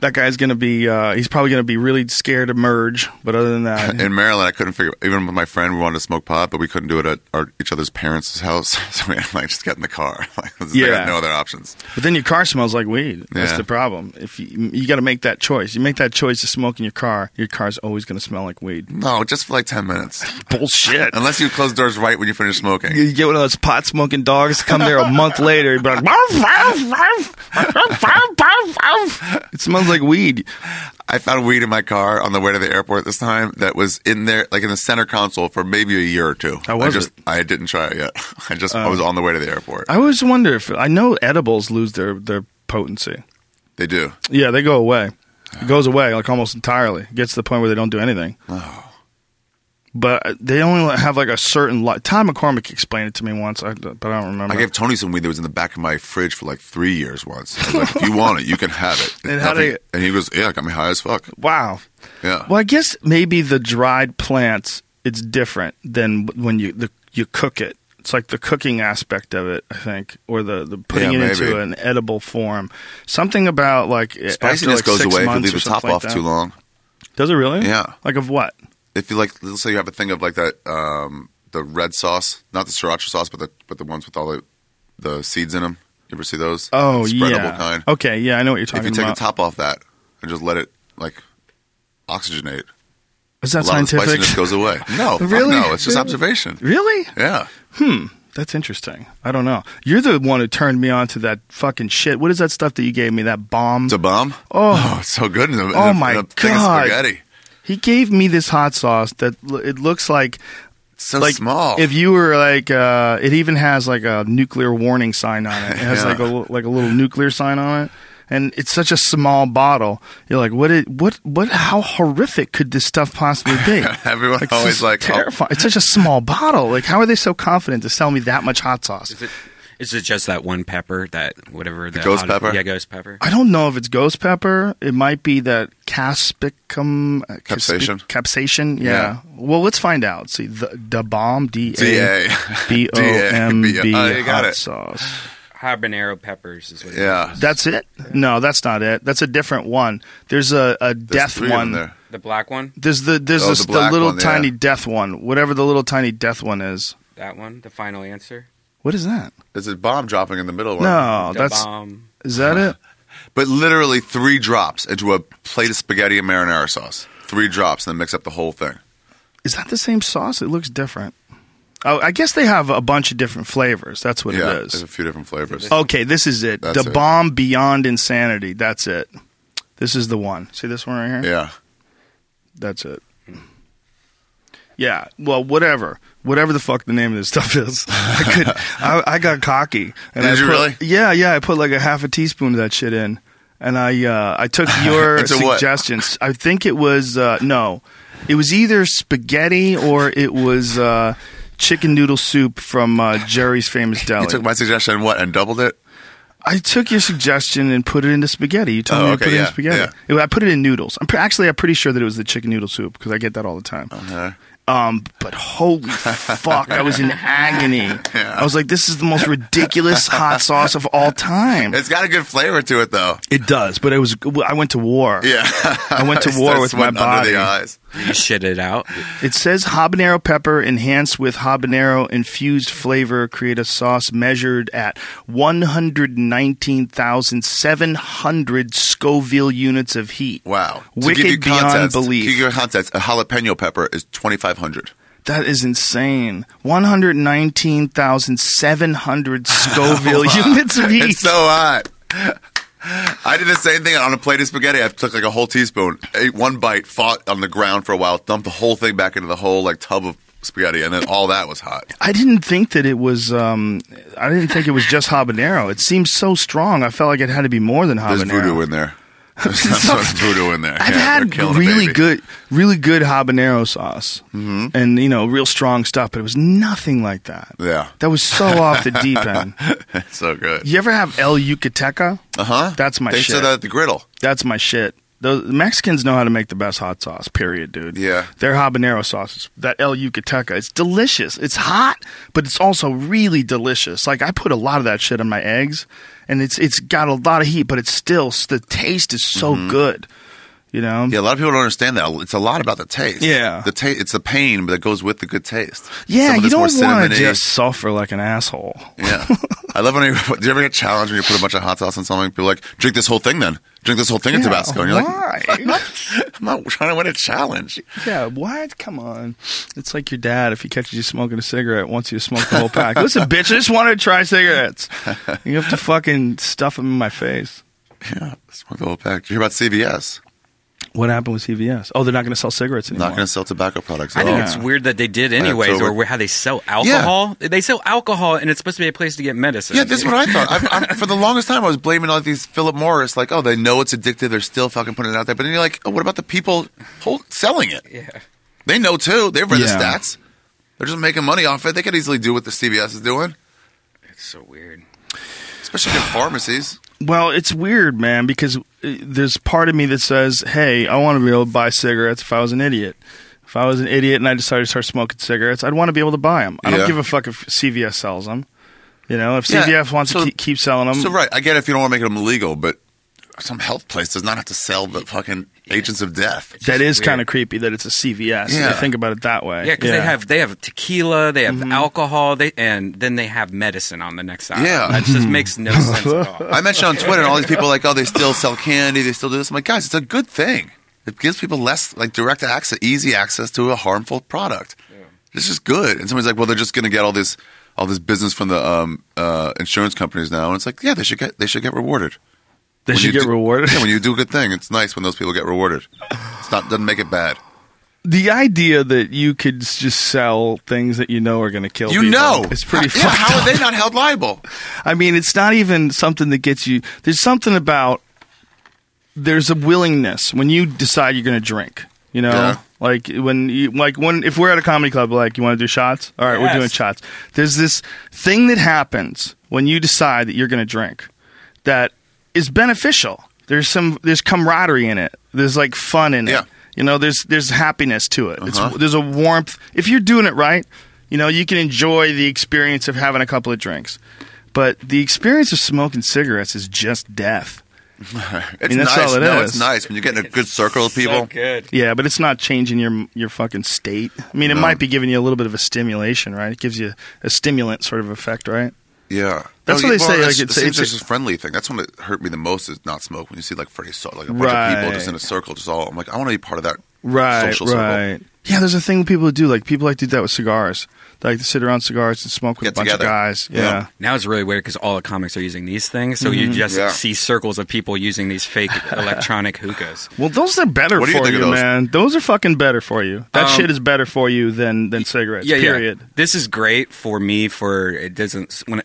that guy's gonna be uh, he's probably gonna be really scared to merge. But other than that,
in Maryland, I couldn't figure. Even with my friend, we wanted to smoke pot, but we couldn't do it at our, each other's parents' house, so we had to, like just get in the car. Like, I
Yeah.
got no other options.
But then your car smells like weed. That's
Yeah.
the problem. If you you got to make that choice, you make that choice to smoke in your car. Your car's always going to smell like weed.
No, just for like ten minutes,
Bullshit.
unless you close doors right when you finish smoking.
You get one of those pot smoking dogs. Come there a month later, you'd be like, "Barf, barf, barf, barf, barf, barf, barf." it smells like weed.
I found weed in my car on the way to the airport this time that was in there, like in the center console for maybe a year or two.
How was
I just,
it? Oh.
I didn't try it yet. I just, I was on the way to the airport.
I always wonder if I know edibles lose their their potency.
they do.
Yeah, they go away. It goes away like almost entirely. It gets to the point where they don't do anything.
Oh.
But they only have like a certain li Tom McCormick explained it to me once, I, but I don't remember.
I gave Tony some weed that was in the back of my fridge for like three years once. I was like, if you want it, you can have it.
And how do
Nothing-
you-
and he goes, yeah, I got me high as fuck.
wow.
Yeah.
Well, I guess maybe the dried plants it's different than when you the, you cook it. It's like the cooking aspect of it, I think, or the, the putting
Yeah,
it into
maybe.
an edible form. Something about like after,
Spiciness
like,
goes
six
away if you
months
leave
or
the top
something like
off
that.
too long.
Does it really?
Yeah.
Like of what?
If you like, let's say you have a thing of like that, um, the red sauce, not the sriracha sauce, but the, but the ones with all the, the seeds in them. You ever see those?
Oh
the spreadable
yeah.
kind.
Okay, yeah, I know what you're talking
if you take
about.
the top off that and just let it like oxygenate,
Is that
a lot of the
scientific?
spiciness goes away. No, fuck
Really?
no, it's just observation.
really?
Yeah,
That's interesting. I don't know. You're the one who turned me on to that fucking shit. What is that stuff that you gave me? That bomb?
it's a bomb.
Oh.
it's so good. In the, in
Oh,
the-
my
in the thing of
God.
spaghetti.
he gave me this hot sauce that l- it looks like
It's so
like
small.
If you were like, uh, it even has like a nuclear warning sign on it. It has
Yeah.
like a li- like a little nuclear sign on it, and it's such a small bottle. You're like, what? It, what? What? How horrific could this stuff possibly be?
Everyone
Like,
always
this is
like, oh,
terrifying. It's such a small bottle. Like, how are they so confident to sell me that much hot sauce?
Is it, is it just that one pepper, that whatever the
ghost pepper?
Yeah, ghost pepper.
I don't know if it's ghost pepper. It might be that caspicum uh,
Capsation.
caspic- capsation. Yeah.
Yeah.
Well, let's find out. See the the bomb D A
D.A..
B O M B
Oh, you got
hot
it.
sauce.
Habanero peppers is what. It
yeah,
is.
That's it? No, that's not it. That's a different one. There's a, a
There's
death
three of them
one.
there.
the black one,
There's the there's
Oh,
this,
the
the,
black
little
one, yeah.
tiny death one. Whatever the little tiny death one is.
that one, the final answer.
What is that?
There's a bomb dropping in the middle. One.
No,
the
that's
bomb.
is that it?
but literally three drops into a plate of spaghetti and marinara sauce. Three drops and then mix up the whole thing.
Is that the same sauce? It looks different. Oh, I guess they have a bunch of different flavors. That's what
yeah,
it
there's
is.
a few different flavors.
Okay, this is it.
That's
the
it.
bomb beyond insanity. That's it. This is the one. See this one right here?
Yeah,
That's it. Yeah. Well, whatever. Whatever the fuck the name of this stuff is, I could. I, I got cocky. And
Did
I
you
put-
really?
Yeah, yeah. I put like a half a teaspoon of that shit in, and I uh, I took your
Into what?
suggestions. I think it was uh, no, it was either spaghetti or it was uh, chicken noodle soup from uh, Jerry's Famous Deli.
You took my suggestion and what and doubled it.
I took your suggestion and put it into spaghetti. You told
Oh,
me
okay,
to put it
yeah,
in spaghetti. It- I put it in noodles. I'm pre- actually I'm pretty sure that it was the chicken noodle soup because I get that all the time.
Uh,
Um, but holy fuck, I was in agony. I was like, this is the most ridiculous hot sauce of all time.
it's got a good flavor to it though.
It does, but it was. I went to war.
Yeah,
I went to
It
war with
starts
my
sweating under
body.
the eyes.
You shit it out.
It says habanero pepper enhanced with habanero infused flavor create a sauce measured at 119,700 Scoville units of heat.
Wow,
Wicked beyond
context,
belief.
To give you context, a jalapeno pepper is twenty five hundred.
That is insane. 119,700 Scoville units of heat.
It's so hot. I did the same thing on a plate of spaghetti. I took like a whole teaspoon, ate one bite, fought on the ground for a while, dumped the whole thing back into the whole like tub of spaghetti, and then all that was hot.
I didn't think that it was. Um, I didn't think it was just habanero. It seemed so strong. I felt like it had to be more than habanero.
There's voodoo in there. There's some sort of voodoo in there.
I've
Yeah, they're
had
killing a
really
baby. Mm-hmm.
good, really good habanero sauce, and you know, real strong stuff. But it was nothing like that.
Yeah,
That was so off the deep end.
so good.
You ever have El Yucateca?
Uh huh.
That's my
They
shit.
said that at the griddle.
That's my shit. Those Mexicans know how to make the best hot sauce. Period, dude.
Yeah.
their habanero sauces, that El Yucateca, it's delicious. It's hot, but it's also really delicious. Like I put a lot of that shit on my eggs, and it's it's got a lot of heat, but it's still the taste is so good. You know,
Mm-hmm. Yeah, a lot of people don't understand that. It's a lot about the taste.
Yeah.
the taste. It's the pain that goes with the good taste.
Yeah,
Some of
you
it's more
don't want
cinnamony.
to just suffer like an asshole.
Yeah. I love when you, do you ever get challenged when you put a bunch of hot sauce on something? People are like, drink this whole thing then. Drink this whole thing of Tabasco. And you're like,
why?
I'm not trying to win a challenge.
yeah, what? Come on. It's like your dad if he catches you smoking a cigarette, wants you to smoke the whole pack. Listen, bitch, I just wanted to try cigarettes. You have to fucking stuff them in my face.
Yeah. Smoke the whole pack. Did you hear about CVS?
What happened with CVS? Oh, they're not going to sell cigarettes anymore.
Not going to sell tobacco products
I
at
think
all.
it's weird that they did anyways,
October.
or how they sell alcohol. They sell alcohol, and it's supposed to be a place to get medicine.
Yeah, this is what I thought. I've, I'm, for the longest time, I was blaming all these Philip Morris, like, oh, they know it's addictive. They're still fucking putting it out there. But then you're like, oh, what about the people hold, selling it?
Yeah.
They know too. They've read
Yeah.
the stats. They're just making money off it. They could easily do what the CVS is doing,
It's so weird.
especially in pharmacies.
Well, it's weird, man, because uh, there's part of me that says, "Hey, I want to be able to buy cigarettes if I was an idiot. If I was an idiot and I decided to start smoking cigarettes, I'd want to be able to buy them. I don't
Yeah.
give a fuck if CVS sells them. You know, if
Yeah,
CVS wants
so-
to keep, keep selling them,
So right, I get it if you don't want to make them illegal, but some health place does not have to sell the fucking agents of death.
that is
weird.
kind of creepy that it's a CVS. Yeah.
Yeah.
think about it that way.
Yeah, because they have they have tequila, they have
Mm-hmm.
alcohol, they and then they have medicine on the next aisle.
Yeah.
that just makes no sense at all.
I mentioned on Twitter, and all these people are like, oh, they still sell candy, they still do this. I'm like, guys, it's a good thing. It gives people less like direct access, easy access to a harmful product. This is good. And somebody's like, well, they're just going to get all this, all this business from the um, uh, insurance companies now. And it's like, yeah, they should get, they should get rewarded.
They
When
should
you
get
do-
rewarded.
Yeah, when you do a good thing, it's nice when those people get rewarded. It's not doesn't make it bad.
the idea that you could s- just sell things that you know are going to kill
You
people,
know,
it's pretty
Yeah,
fucked
how
up.
are they not held liable?
I mean, it's not even something that gets you. There's something about there's a willingness when you decide you're going to drink. You know,
Yeah.
like when you like when if we're at a comedy club, like you want to do shots. All right,
Yes.
we're doing shots. There's this thing that happens when you decide that you're going to drink that is beneficial. There's some there's camaraderie in it. There's like fun in
Yeah.
it. You know, there's there's happiness to it.
Uh-huh.
It's, there's a warmth. If you're doing it right, you know you can enjoy the experience of having a couple of drinks. But the experience of smoking cigarettes is just death.
It's
mean, that's
nice.
all it
no,
is.
it's nice when you get in a good circle of people.
So good.
Yeah, but it's not changing your your fucking state. I mean, it
No.
might be giving you a little bit of a stimulation, right? It gives you a stimulant sort of effect, right?
Yeah,
That's what they say,
that's-
like,
it
it's-
seems
it's-
just a friendly thing. That's when it hurt me the most is not smoke. When you see like Freddie, so, like a bunch of
Right.
people just in a circle, just all. I'm like, I want to be part of that.
Right,
Social circle.
right. Yeah, there's a thing people do. Like people like to do that with cigars. They like to sit around cigars and smoke with
Get
a bunch
together.
of guys.
Yeah.
yeah.
Now it's really weird because all the comics are using these things, so you just
Mm-hmm. Yeah.
see circles of people using these fake electronic hookahs.
Well, those are better
What do you
for
think
you,
of those?
man. Those are fucking better for you. That
Um,
shit is better for you than than cigarettes. period.
This is great for me. For it doesn't when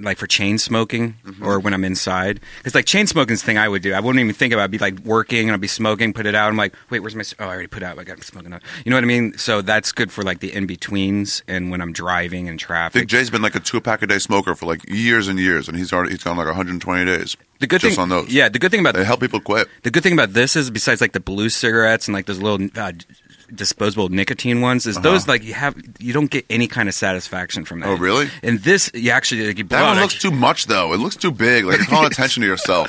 like for chain smoking
Mm-hmm.
or when I'm inside. Because like chain smoking's the thing I would do. I wouldn't even think about. it. I'd be like working and I'd be smoking, put it out. I'm like, wait, where's my? c- Oh, I already put it out. I got smoking out. You know what I mean? So that's good for like the in betweens and when I'm driving and traffic.
Big Jay's been like a two pack a day smoker for like years and years, and he's already he's gone like 120 days.
the good
just
thing
on those.
Yeah, the good thing about
they help people quit.
The good thing about this is, besides like the blue cigarettes and like those little uh, d- disposable nicotine ones, is those like you have you don't get any kind of satisfaction from that.
Uh-huh. Oh, really?
And this, you actually like, you blow
That one
out,
looks too much though. It looks too big. Like you're calling attention to yourself.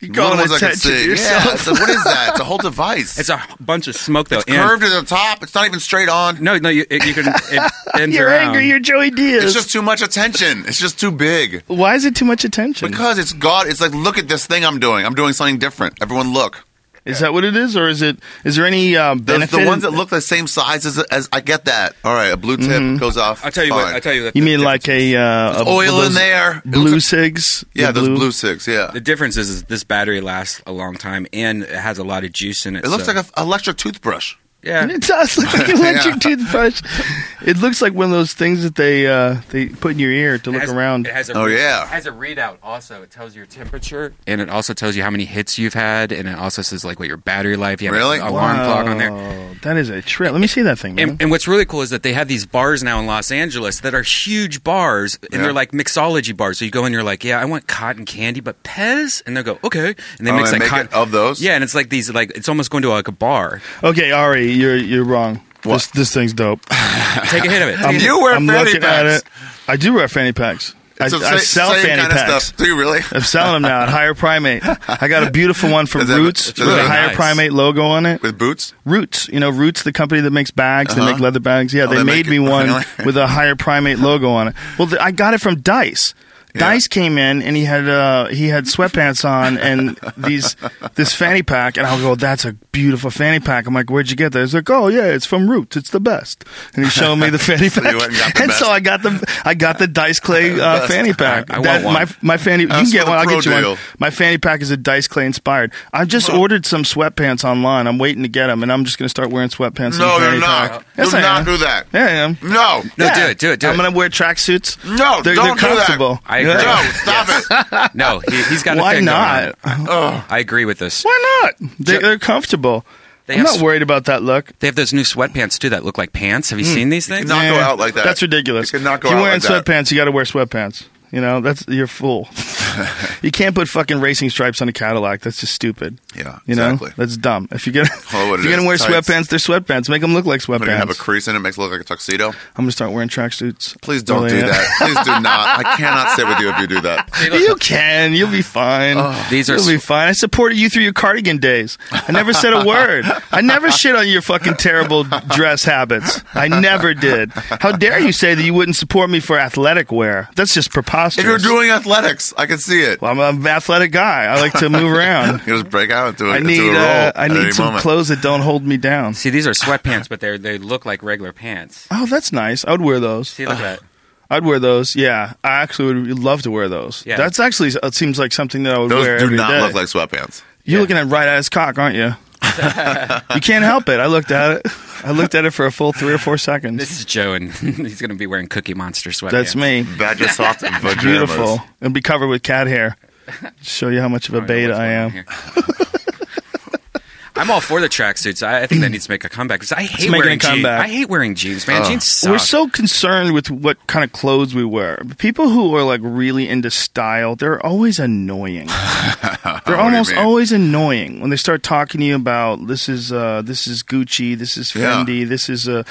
You
One of
call
the ones I can
attention to
see.
yourself.
Yeah, it's like, what is that? It's a whole device.
It's a bunch of smoke though. and-
curved at the top. It's not even straight on.
No, no, you, it, you can. It ends
You're
around.
angry. You're Joey Diaz.
It's just too much attention. It's just too big.
Why is it too much attention?
Because it's God. It's like, look at this thing I'm doing. I'm doing something different. Everyone, look.
is that what it is, or is it? Is there any um,
The,
benefit?
the ones
in-
that look the same size as, as I get that. All right, a blue tip goes off.
I'll tell you
fine.
what. I'll tell you. What
you
the
mean like
difference
a uh, Mm-hmm. a-
Oil in
those
there. It
Blue
looks
cigs.
like- yeah,
the
those blue six. Yeah,
is? The difference is, is this battery lasts a long time and it has a lot of juice in it.
it looks
so-
like an electric toothbrush.
yeah.
It does look like an electric
Yeah.
toothbrush. It looks like one of those things that they uh, they put in your ear to
It
look
has-
around.
It has a
Oh, yeah.
It has a readout also. It tells your temperature and it also tells you how many hits you've had and it also says like what your battery life. You have
Really?
an alarm clock on there.
Wow, That is a trip. Let me see that thing, man.
And, and what's really cool is that they have these bars now in Los Angeles that are huge bars, and
Yeah.
they're like mixology bars. So you go and you're like, "Yeah, I want cotton candy, but Pez," and they'll go, "Okay," and they
Oh,
mix
they
like
make
cotton
it of those?
Yeah, and it's like these, like it's almost going to like a bar.
okay, Ari, you're you're wrong. This, this thing's dope.
Take a hit of it. Take a hit.
You wear
I'm
fanny
looking at
packs.
it. I do wear fanny packs. I,
It's the
I
sa-
sell
same
fanny
kinda
packs.
Stuff. Do you really?
I'm selling them now at Higher Primate. I got a beautiful one from
Is that-
Roots
it's
with a
really
Higher
nice.
Primate logo on it.
With boots?
Roots, you know, Roots, the company that makes bags, they
Uh-huh.
make leather bags. Yeah,
Oh,
they,
they
made
make
me
it-
one
really?
with a Higher Primate logo on it. Well, th- I got it from Dice. Dice came in and he had uh, he had sweatpants on and these this fanny pack and I go that's a beautiful fanny pack I'm like where'd you get that he's like oh yeah it's from Roots it's the best and he showed me the fanny pack
you went and got the best.
so I got the I got the Dice Clay uh, fanny pack
I- I
That-
want one.
my my fanny you can
Ask
get
for the
one I'll
pro
get you one
deal.
my fanny pack is a Dice Clay inspired. I've just ordered some sweatpants online. I'm waiting to get them, and I'm just going to start wearing sweatpants.
No,
and fanny
you're not.
pack.
Do
Yes, I
not
am.
do that.
Yeah, I am.
No.
No,
Yeah.
do it, do it, do
I'm
it.
going to wear tracksuits.
No,
they're,
don't
they're
do that.
comfortable.
I agree.
No, stop it.
No, he, he's got. a
Why
thing going on.
not?
I agree with this.
Why not? They, they're comfortable.
They
I'm
have
not
s-
worried about that look.
They have those new sweatpants too that look like pants.
Hmm.
Have you seen these things?
Not go
Yeah.
out like that.
That's ridiculous.
You cannot go
if you're
out
wearing
like that.
sweatpants, you got to wear sweatpants. You know, that's you're a fool. you can't put fucking racing stripes on a Cadillac. That's just stupid.
Yeah,
you know,
exactly.
that's dumb. If you're gonna,
Call it
if
what it
you're gonna
is,
wear
tights.
sweatpants, they're sweatpants. Make them look like sweatpants.
But you have a crease in it, makes it look like a tuxedo.
I'm gonna start wearing tracksuits.
Please don't
Really,
do
yeah.
that. Please do not. I cannot sit with you if you do that.
You can. You'll be fine.
Oh,
These are
You'll be fine. I supported you through your cardigan days. I never said a word. I never shit on your fucking terrible dress habits. I never did. How dare you say that you wouldn't support me for athletic wear? That's just
If
preposterous.
you're doing athletics, I can see it.
well, I'm an athletic guy. I like to move around.
You just break out into a,
I
into a
need.
roll.
Uh, I
at any
need some
moment.
clothes that don't hold me down.
See, these are sweatpants, but they they look like regular pants.
Oh, that's nice. I would wear those.
See, look at that.
I'd wear those. Yeah, I actually would love to wear those.
Yeah.
That's actually it seems like something that I would wear.
Those do
every
not
day.
look like sweatpants.
You're
Yeah.
looking at right at his cock, aren't you? you can't help it. I looked at it. I looked at it for a full three or four seconds.
This is Joe, and he's going to be wearing Cookie Monster sweatpants.
That's me.
Badger soft and pajamas.
Beautiful. And be covered with cat hair. Show you how much of a
I don't know
beta
what's
I
going on
am.
here. I'm all for the tracksuits. I, I think that needs to make a comeback because I
making
hate
a
wearing jeans.
comeback.
I hate wearing jeans, man. jeans suck.
We're so concerned with what kind of clothes we wear. People who are like really into style, they're always annoying. They're
What do you
almost
mean?
always annoying when they start talking to you about this is uh, this is Gucci, this is
Yeah.
Fendi, this is a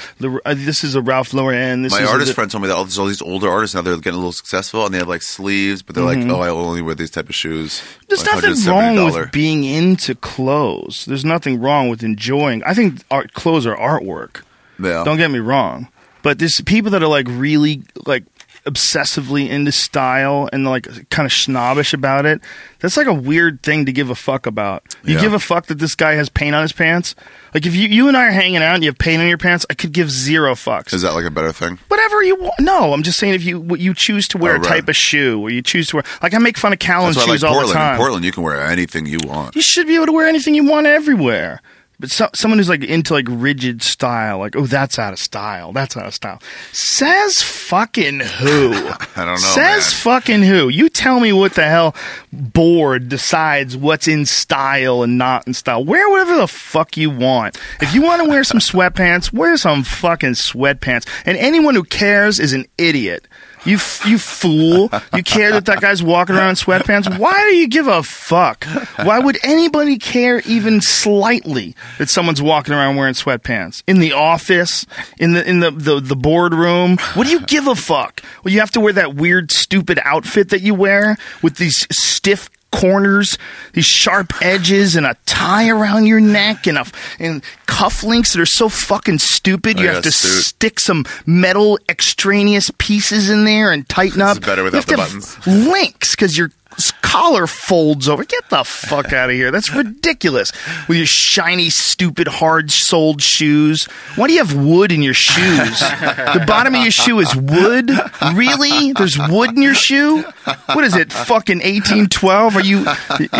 uh, this is a Ralph Lauren. This
My
is a-
artist friend told me that all, there's all these older artists now they're getting a little successful and they have like sleeves, but they're like, oh, I only wear these type of shoes.
Mm-hmm. There's
like
nothing wrong
$170.
with being into clothes. There's nothing wrong with enjoying. I think art clothes are artwork.
Yeah.
Don't get me wrong, but there's people that are like really like obsessively into style and like kind of snobbish about it. That's like a weird thing to give a fuck about. You
Yeah.
give a fuck that this guy has paint on his pants. Like if you you and I are hanging out and you have paint on your pants, I could give zero fucks
Is that like a better thing?
whatever you want. No, I'm just saying if you what you choose to wear
Oh,
a
right.
type of shoe or you choose to wear like I make fun of Callan
That's why I like
shoes all the
Portland. In
time.
Portland, you can wear anything you want.
You should be able to wear anything you want everywhere. But so, someone who's like into like rigid style, like oh that's out of style, that's out of style. Says fucking who?
I don't know,
Says
man.
fucking who? You tell me what the hell board decides what's in style and not in style. Wear whatever the fuck you want. If you want to wear some sweatpants, wear some fucking sweatpants. And anyone who cares is an idiot. You f- you fool! You care that that guy's walking around in sweatpants? Why do you give a fuck? Why would anybody care even slightly that someone's walking around wearing sweatpants in the office, in the in the the, the boardroom? What do you give a fuck? Well, you have to wear that weird, stupid outfit that you wear with these stiff corners, these sharp edges, and a tie around your neck, and a, and cufflinks that are so fucking stupid. You
Oh, yeah,
have to
suit.
stick some metal extraneous pieces in there and tighten up.
better
You
without
have to
the
have Links because your s- collar folds over. Get the fuck out of here. That's ridiculous. With your shiny, stupid, hard-soled shoes. Why do you have wood in your shoes? the bottom of your shoe is wood. Really? There's wood in your shoe? What is it? Fucking 1812? Are you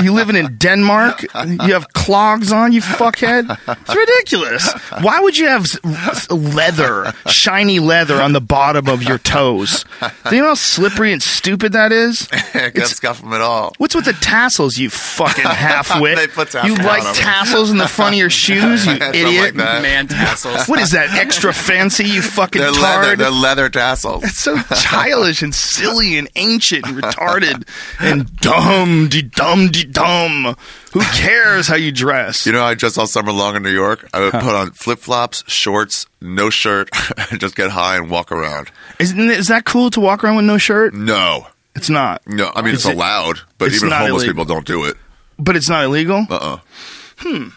you living in Denmark? You have clogs on? You fuckhead. It's ridiculous. Why would you have s- s- leather, shiny leather on the bottom of your toes? Do you know how slippery and stupid that is?
Can't scuff them at all.
What's with the tassels, you fucking halfwit?
They put
you
tassels
like
on 'em.
tassels in the front of your shoes, you
Something
idiot?
like that.
Man tassels.
What is that extra fancy, you fucking
They're leather.
tard?
They're leather tassels.
It's so childish and silly and ancient and retarded and dumb de dum de dumb. Who cares how you dress?
You know, how I dress all summer long in New York. I would put on flip flops, shorts, no shirt, and just get high and walk around.
Isn't it- is that cool to walk around with no shirt?
No,
It's not,
no. I mean,
Is
it's
it-
allowed, but
it's
even
not
homeless
illegal.
people don't do it.
but it's not illegal.
Uh uh I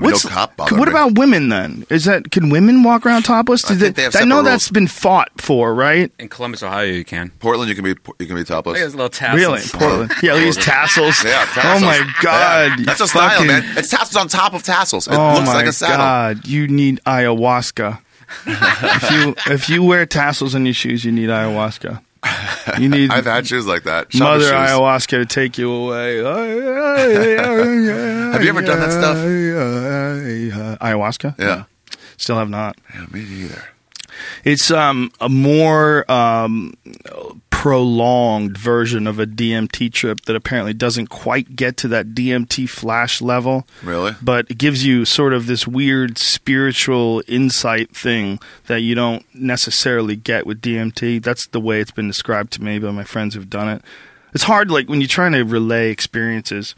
mean, no cop bother.
what
me.
about women then? Is that can women walk around topless?
I think they have
I know
separate
that's
rules.
been fought for, right?
In Columbus, Ohio, you can.
Portland? You can be you can be
Look at those
topless.
little tassels.
Really? Portland. Yeah, these tassels.
Yeah,
Oh
tassels.
my god.
Yeah, that's
you
a style,
fucking-
man. It's tassels on top of tassels. It
Oh
looks
my
like a saddle.
god. You need ayahuasca. if you if you wear tassels on your shoes, you need ayahuasca. You need
I've had shoes like that. Shopping
mother
shoes.
ayahuasca to take you away. Have
you ever done that stuff?
Ayahuasca?
Yeah.
Still have not.
yeah, me neither.
It's um, a more um, prolonged version of a DMT trip that apparently doesn't quite get to that DMT flash level.
Really?
But it gives you sort of this weird spiritual insight thing that you don't necessarily get with DMT. That's the way it's been described to me by my friends who've done it. It's hard, like, when you're trying to relay experiences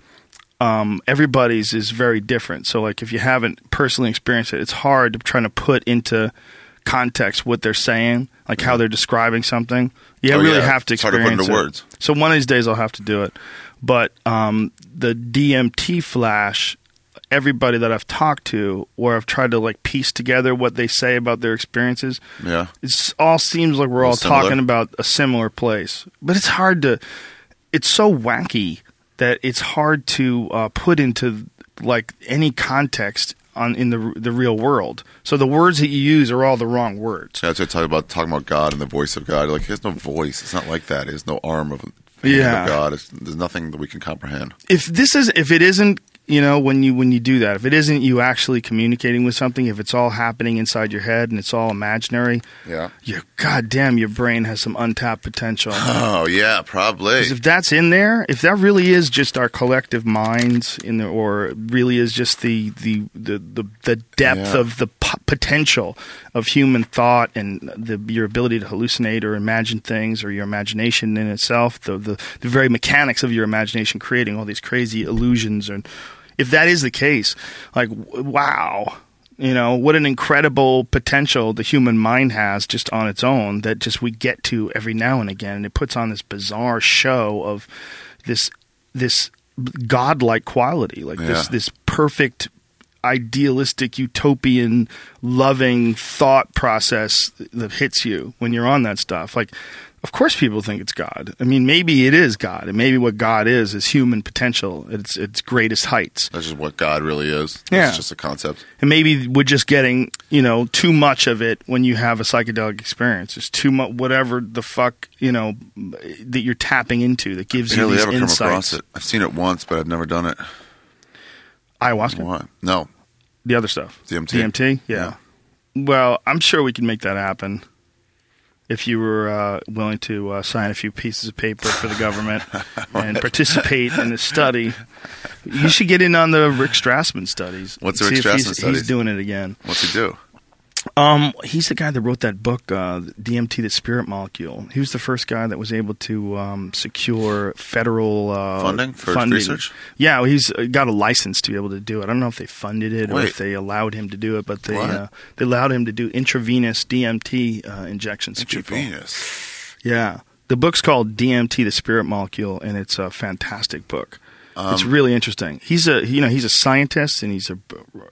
um, everybody's is very different. So, like, if you haven't personally experienced it, it's hard to trying to put into context what they're saying, like how they're describing something. You
Mm-hmm. Oh,
really
yeah.
have to
It's hard to put
experience
into
it.
words.
So one of these days I'll have to do it. But um, the DMT flash, everybody that I've talked to, or I've tried to like piece together what they say about their experiences,
Yeah.
it's all seems like we're all
similar.
talking about a similar place, but it's hard to. It's so wacky that it's hard to uh, put into like any context on in the r- the real world. So the words that you use are all the wrong words.
Yeah, that's what I talk about talking about God and the voice of God. Like, he has no voice. It's not like that. He has no arm of, hand
Yeah.
of God. It's, there's nothing that we can comprehend.
If this is if it isn't you know when you when you do that if it isn't you actually communicating with something if it's all happening inside your head and it's all imaginary
Yeah.
your goddamn your brain has some untapped potential
Oh yeah, probably.
'Cause if that's in there, if that really is just our collective minds in there, or really is just the the the the, the depth
Yeah.
of the p- potential of human thought and the, your ability to hallucinate or imagine things, or your imagination in itself, the, the the very mechanics of your imagination creating all these crazy illusions, and if that is the case, like w- wow. You know what an incredible potential the human mind has just on its own that just we get to every now and again, and it puts on this bizarre show of this this godlike quality, like this
Yeah.
this perfect idealistic utopian loving thought process that hits you when you're on that stuff like of course people think it's god i mean maybe it is god and maybe what god is is human potential at its its greatest heights
That's just what God really is.
Yeah.
It's just a concept.
and maybe we're just getting you know too much of it when you have a psychedelic experience. It's too much, whatever the fuck you know that you're tapping into that gives
I
you
nearly
these
ever come across
insights.
it. I've seen it once, but I've never done it.
Ayahuasca.
Why? No.
The other stuff.
DMT.
DMT. Yeah. Well, I'm sure we could make that happen if you were uh, willing to uh, sign a few pieces of paper for the government and participate in the study. You should get in on the Rick Strassman studies.
What's the
See
Rick
if he's-
Strassman studies?
He's doing it again.
What's he do?
Um, he's the guy that wrote that book, uh, DMT, the Spirit Molecule. He was the first guy that was able to um, secure federal uh,
Funding for research?
Yeah, he's uh, got a license to be able to do it. I don't know if they funded it or
Wait.
if they allowed him to do it, but they
What?
uh, they allowed him to do intravenous DMT uh, injections. to people.
Intravenous.
Yeah. The book's called DMT, the Spirit Molecule, and it's a fantastic book. it's
Um,
really interesting. He's a you know he's a scientist and he's a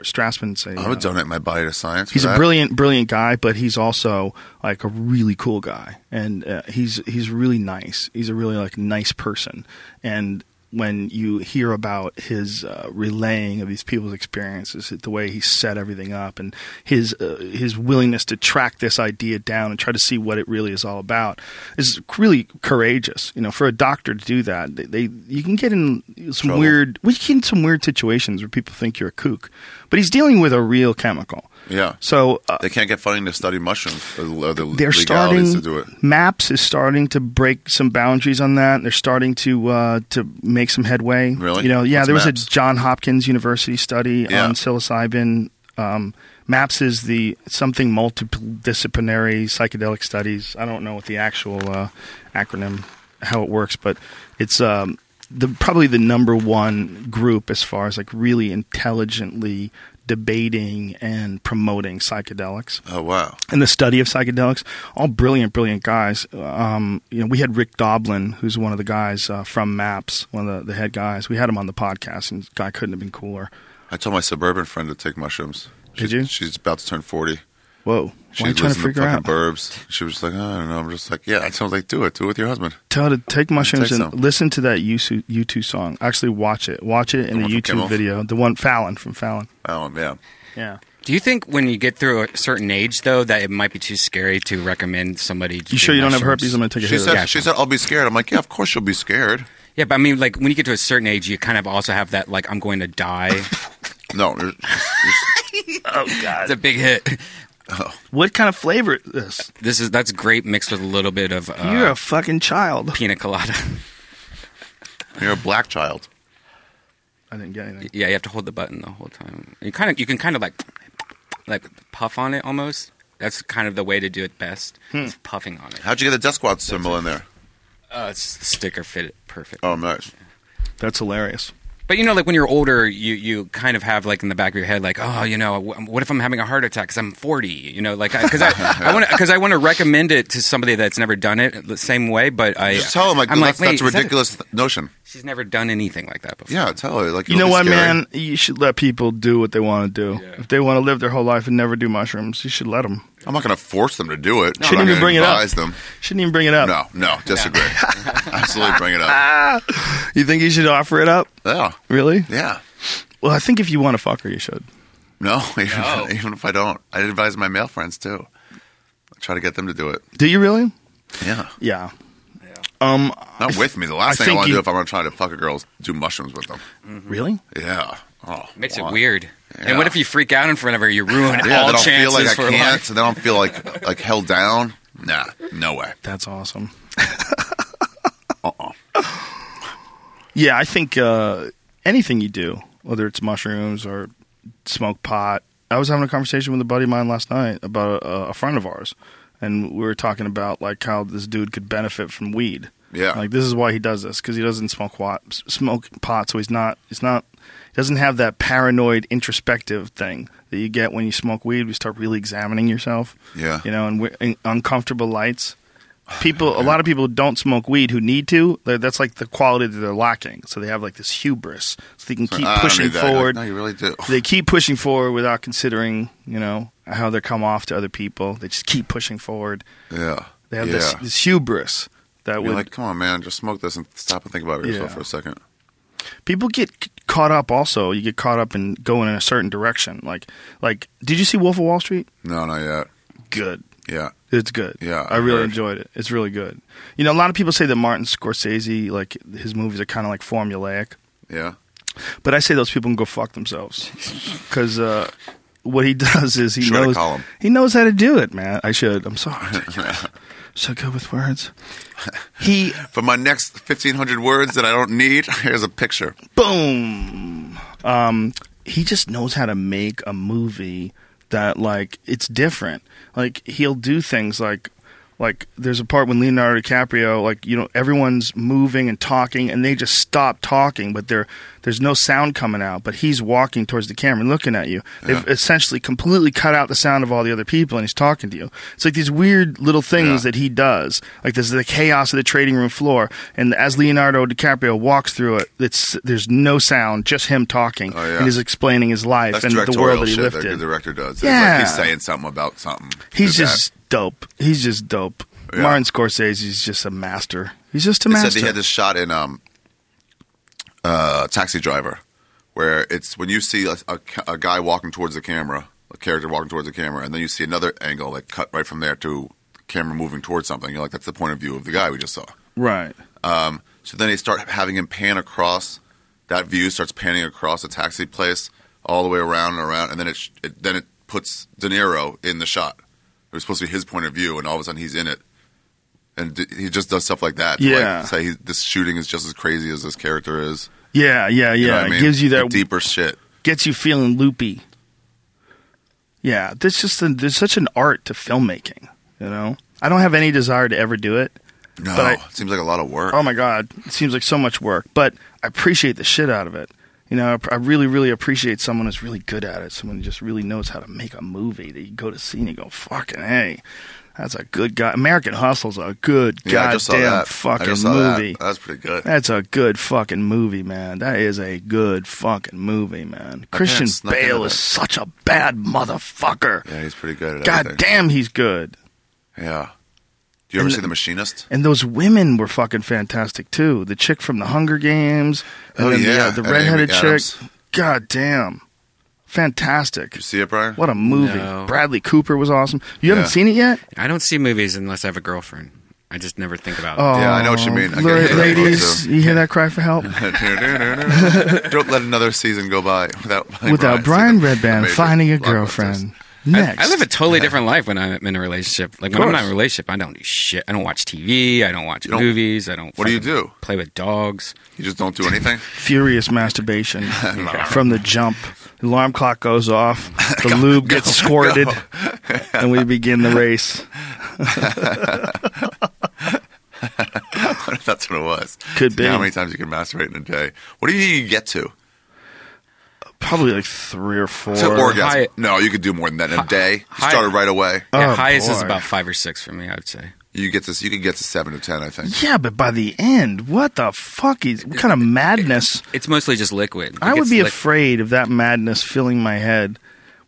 Strassman's a
I
uh,
would donate my body to science. for
He's a
that.
brilliant, brilliant guy, but he's also like a really cool guy, and uh, he's he's really nice. He's a really like nice person, and when you hear about his uh, relaying of these people's experiences, the way he set everything up, and his uh, his willingness to track this idea down and try to see what it really is all about, is really courageous. You know, for a doctor to do that, they, they you can get in some
Trouble.
weird weird- we get in some weird situations where people think you're a kook, but he's dealing with a real chemical.
Yeah.
So uh,
They can't get funding to study mushrooms or, or the
they're
legalities
starting
to do it.
maps is starting to break some boundaries on that. They're starting to uh, to make some headway.
Really?
You know, yeah.
What's
there was
MAPS?
a John Hopkins University study
Yeah.
on psilocybin. Um, MAPS is the something multidisciplinary psychedelic studies. I don't know what the actual uh, acronym how it works, but it's um, the probably the number one group as far as like really intelligently debating and promoting psychedelics
Oh wow.
and the study of psychedelics. All brilliant, brilliant guys. Um, you know, we had Rick Doblin, who's one of the guys uh, from MAPS, one of the, the head guys. We had him on the podcast, and this guy couldn't have been cooler.
I told my suburban friend to take mushrooms. She,
Did you?
She's about to turn forty.
Whoa,
She
why are you trying
lives
to
in the
figure out?
fucking burbs. She was just like, oh, I don't know. I'm just like, yeah. I told her, like, do it. Do it with your husband.
Tell her to take mushrooms
Take
and
some.
listen to that U2, U2 song. Actually, watch it. Watch it in the,
one from
YouTube
Kimmel?
video. The one Fallon from Fallon.
Oh yeah.
Yeah.
Do you think when you get through a certain age, though, that it might be too scary to recommend somebody?
You sure you don't have herpes? I'm gonna take a
She
hit. of
said,
that.
she said, I'll be scared. I'm like, yeah, of course you'll be scared.
Yeah, but I mean, like when you get to a certain age, you kind of also have that like I'm going to die.
No, you're- you're- "Oh,
That's a big hit.
What kind of flavor is this?
This is that's grape mixed with a little bit of uh,
You're a fucking child.
pina colada.
you're a black child.
I didn't get anything.
yeah, you have to hold the button the whole time. You kind of you can kind of like like puff on it almost. That's kind of the way to do it best.
Hmm.
Is puffing on it.
How'd you get the death squad symbol in there?
Uh, it's the sticker fit it perfect.
Oh, nice.
That's hilarious.
But you know, like when you're older, you you kind of have like in the back of your head, like, oh, you know, wh- what if I'm having a heart attack because I'm 40? You know, like because I I want because I want to recommend it to somebody that's never done it the same way. But I
Just tell him like,
I'm
that's, that's a
"Wait, is that
ridiculous notion.
she's never done anything like that before.
Yeah, tell her like
You
it'll
know
be
what,
scary.
man? You should let people do what they want to do.
Yeah.
If they want to live their whole life and never do mushrooms, you should let them.
I'm not going to force them to do it.
Shouldn't
I'm not
even
gonna
bring it up.
advise them.
Shouldn't even bring it up.
No, no, disagree. Absolutely, bring it up.
You think you should offer it up?
Yeah,
Really?
yeah.
Well, I think if you want to fuck her, you should.
No, even,
No.
even if I don't, I advise my male friends too. I try to get them to do it.
Do you really?
Yeah,
Yeah. Um.
not with me. The last
I
thing I
think
want to
you-
do if I'm going to try to fuck a girl is do mushrooms with them.
Really?
Yeah. Oh,
makes it
wow.
weird.
Yeah.
And what if you freak out in front of her? You ruin
Yeah,
all
then I'll
chances
feel like I
for
can't.
life.
So then I'll feel like like held down. Nah, no way.
That's awesome. Uh-uh. Yeah, I think uh, anything you do, whether it's mushrooms or smoke pot. I was having a conversation with a buddy of mine last night about a, a friend of ours, and we were talking about like how this dude could benefit from weed.
Yeah.
like this is why he does this because he doesn't smoke pot, smoke pot, so he's not he's not he doesn't have that paranoid introspective thing that you get when you smoke weed. We start really examining yourself.
Yeah. Oh,
you know, and, we and uncomfortable lights people a lot of people don't smoke weed who need to They're- that's like the quality that they're lacking so they have like this hubris so they can keep
I don't
pushing
need that. Like,
forward
no, you really do.
they keep pushing forward without considering you know how they come off to other people they just keep pushing forward
Yeah.
they have
yeah.
this, this hubris that
You're
would
like, come on, man, just smoke this and stop and think about yourself
Yeah.
for a second.
people get c- caught up also you get caught up in going in a certain direction like like did you see wolf of wall street
No, not yet.
good
Yeah.
It's good.
Yeah,
I
I
really
heard.
enjoyed it. It's really good. You know, a lot of people say that Martin Scorsese, like his movies are kind of like formulaic.
Yeah.
But I say those people can go fuck themselves because uh, what he does is he
Should I
knows
call him?
he knows how to do it, man. I should. I'm so articulate. so good with words. He
For my next 1,500 words that I don't need, here's a picture.
boom. Um, he just knows how to make a movie that like it's different. Like he'll do things like like there's a part when Leonardo DiCaprio like you know everyone's moving and talking and they just stop talking but there there's no sound coming out but he's walking towards the camera and looking at you. They've essentially completely cut out the sound of all the other people and he's talking to you. It's like these weird little things that he does. Like there's the chaos of the trading room floor and as Leonardo DiCaprio walks through it it's there's no sound just him talking
Oh, yeah.
and he's explaining his life
That's
and the
directorial
world that he
shit
lived
that the
in.
director does.
Yeah.
It's like he's saying something about something.
He's
Do that.
just dope. He's just dope.
Yeah.
Martin Scorsese is just a master. He's just a
They
master.
said they had this shot in um, uh, Taxi Driver, where it's when you see a, a ca- a guy walking towards the camera, a character walking towards the camera, and then you see another angle like cut right from there to the camera moving towards something. You're like, that's the point of view of the guy we just saw.
right.
Um, so then they start having him pan across. That view starts panning across the taxi place all the way around and around, and then it, sh- it then it puts De Niro in the shot. It was supposed to be his point of view, and all of a sudden he's in it, and d- he just does stuff like that. to,
Yeah.
like, say he, this shooting is just as crazy as this character is.
Yeah, yeah, yeah.
You know what I
It
mean?
gives you that
The deeper shit.
gets you feeling loopy. Yeah, there's just a, there's such an art to filmmaking, you know. I don't have any desire to ever do it.
No,
But I-
it seems like a lot of work.
Oh my god, it seems like so much work, but I appreciate the shit out of it. You know, I- I really, really appreciate someone who's really good at it. Someone who just really knows how to make a movie that you go to see and you go, "Fucking hey, that's a good guy." American Hustle's a good
yeah, I just saw
goddamn
that. I
fucking
just saw
movie.
That. Oh, That's pretty good.
That's a good fucking movie, man. That is a good fucking movie, man. Christian
snuck into
Bale is
that.
such a bad motherfucker.
Yeah, he's pretty good at
God
everything.
damn, he's good.
Yeah. Do you ever
And-
see The Machinist?
And those women were fucking fantastic too. The chick from the Hunger Games, and
Oh,
then the,
yeah,
uh, the
and
redheaded
Amy
chick.
Adams.
God damn, fantastic!
You see it, Brian?
What a movie.
No.
Bradley Cooper was awesome. You
Yeah.
haven't seen it yet?
I don't see movies unless I have a girlfriend. I just never think about it.
Oh,
Yeah, I know what you mean. I get
la-
it.
ladies, you hear that cry for help?
Don't let another season go by without
Without Brian Redband
Amazing.
finding a
Blockbusters.
girlfriend.
I-
Next,
I, live a totally different life when I'm in a relationship. Like when I'm
course.
not in a relationship, I don't do shit. I don't watch TV. I don't watch
don't-
movies. I don't.
What do you
fucking
do?
Play with dogs.
You just don't do anything.
furious masturbation from the jump. The alarm clock goes off. The lube gets squirted, and we begin the race.
That's what it was.
Could
See
be.
How many times you can masturbate in a day? What do you think you get to?
Probably like three or four.
To orgasm?
high-
no, you could do more than that in a day. You
high-
started right away.
Oh,
yeah, highest is
boy.
about five or six for me. I would say.
You get to. You could get to seven to ten. I think.
Yeah, but by the end, what the fuck is what kind of madness?
It's mostly just liquid. It
I would
gets
be
lick-
afraid of that madness filling my head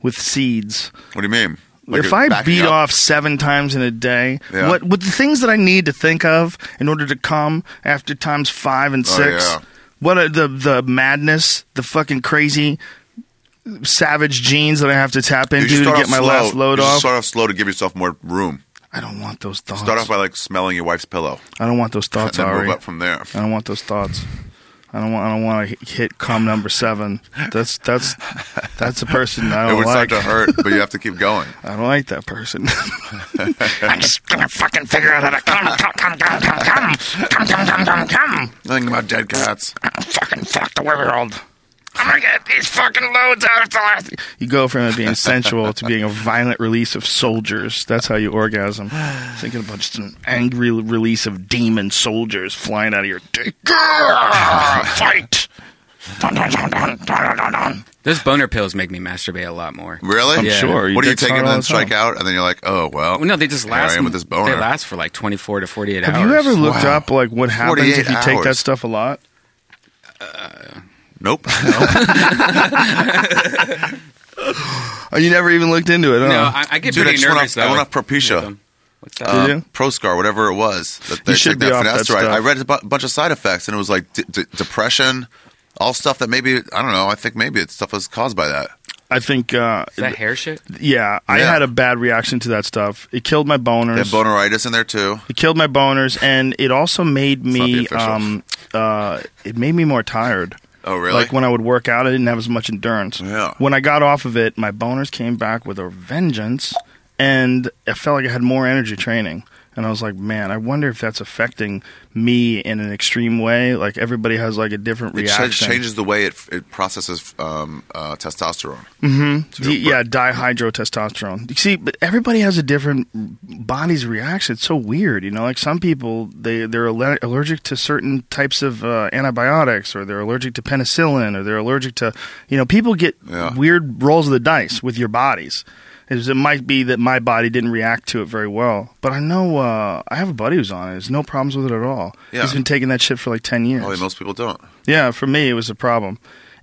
with seeds.
What do you mean? Like
if
you're
I
backing
beat
up?
off seven times in a day,
Yeah.
what with the things that I need to think of in order to come after times five and
Oh,
six,
yeah.
what are the the madness, the fucking crazy, savage genes that I have to tap
you
into
should
to
start
get
off
my
slow.
last load
you should
off?
Start off slow to give yourself more room.
I don't want those thoughts.
Start off by like smelling your wife's pillow,
I don't want those
and
thoughts,
then
Ari.
move up from there.
I don't want those thoughts. I don't want. I don't want to hit cum number seven. That's that's that's a person I
It
don't
would
like.
start to hurt, but you have to keep going.
I don't like that person.
I'm just gonna fucking figure out how to come, come, come, come, come, come, come, come, come, come, come.
Think about dead cats.
Fucking fuck the world. I'm gonna get these fucking loads out of the last.
you go from it being sensual to being a violent release of soldiers. That's how you orgasm. Thinking about just an angry release of demon soldiers flying out of your dick.
Grrr, fight. Dun, dun, dun, dun, dun, dun, dun.
Those boner pills make me masturbate a lot more.
Really?
I'm
Yeah.
sure.
What do you
dick's
take
hard
and
all
then
the time.
strike out, and then you're like, oh well.
Well, no, they just
here I
last.
am with this boner.
They last for like 24 to 48
Have
hours.
you ever looked
Wow.
up like what happens if
48
you take that
hours.
stuff a lot?
Nope.
Oh, you never even looked into it. Huh?
No, I, I get
Uh, Dude, I
pretty
just went
nervous
off, I
though.
went off Propecia,
What's that?
Did
uh,
you?
Proscar, whatever it was. That they
You should
take
be
that
off that
finasteride.
stuff.
I read a bu- bunch of side effects, and it was like d- d- depression, all stuff that maybe I don't know. I think maybe it's stuff was caused by that.
I think. Uh,
Is that hair shit?
yeah, I
Yeah.
had a bad reaction to that stuff. It killed my boners.
They have boneritis in there too.
It killed my boners, and it also made
not the
me.
official.
Um, uh, it made me more tired.
Oh, really?
Like when I would work out, I didn't have as much endurance.
Yeah.
When I got off of it, my boners came back with a vengeance, and I felt like I had more energy training. And I was like, man, I wonder if that's affecting me in an extreme way. Like everybody has like a different
It
reaction.
ch- changes the way it, it processes um, uh, testosterone.
D- yeah, dihydrotestosterone. You see, but everybody has a different body's reaction. It's so weird, you know. Like some people, they they're aller- allergic to certain types of uh, antibiotics, or they're allergic to penicillin, or they're allergic to, you know, people get
Yeah.
weird rolls of the dice with your bodies. It's- It might be that my body didn't react to it very well, but I know uh, I have a buddy who's on it. There's no problems with it at all.
Yeah.
He's been taking that shit for like ten years.
Probably most people don't.
Yeah, for me it was a problem,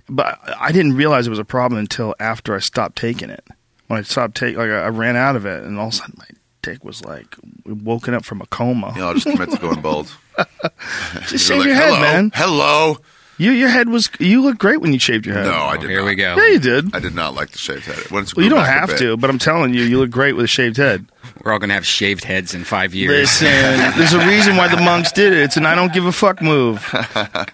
but I didn't realize it was a problem until after I stopped taking it. When I stopped taking, like I I ran out of it, and all of a sudden my dick was like woken up from a coma.
You know, I'll just commit to going bald.
Just
You're
shave
like,
your head,
hello,
man.
Hello.
You, your head was. You looked great when you shaved your head.
No, I
Oh,
did
here
not.
we go.
yeah, you did.
I did not like the shaved head. Once it
well, you
grew
don't
back a
have
bit-
to, but I'm telling you, you look great with a shaved head.
We're all gonna have shaved heads in five years.
Listen, there's a reason why the monks did it. It's an I don't give a fuck move.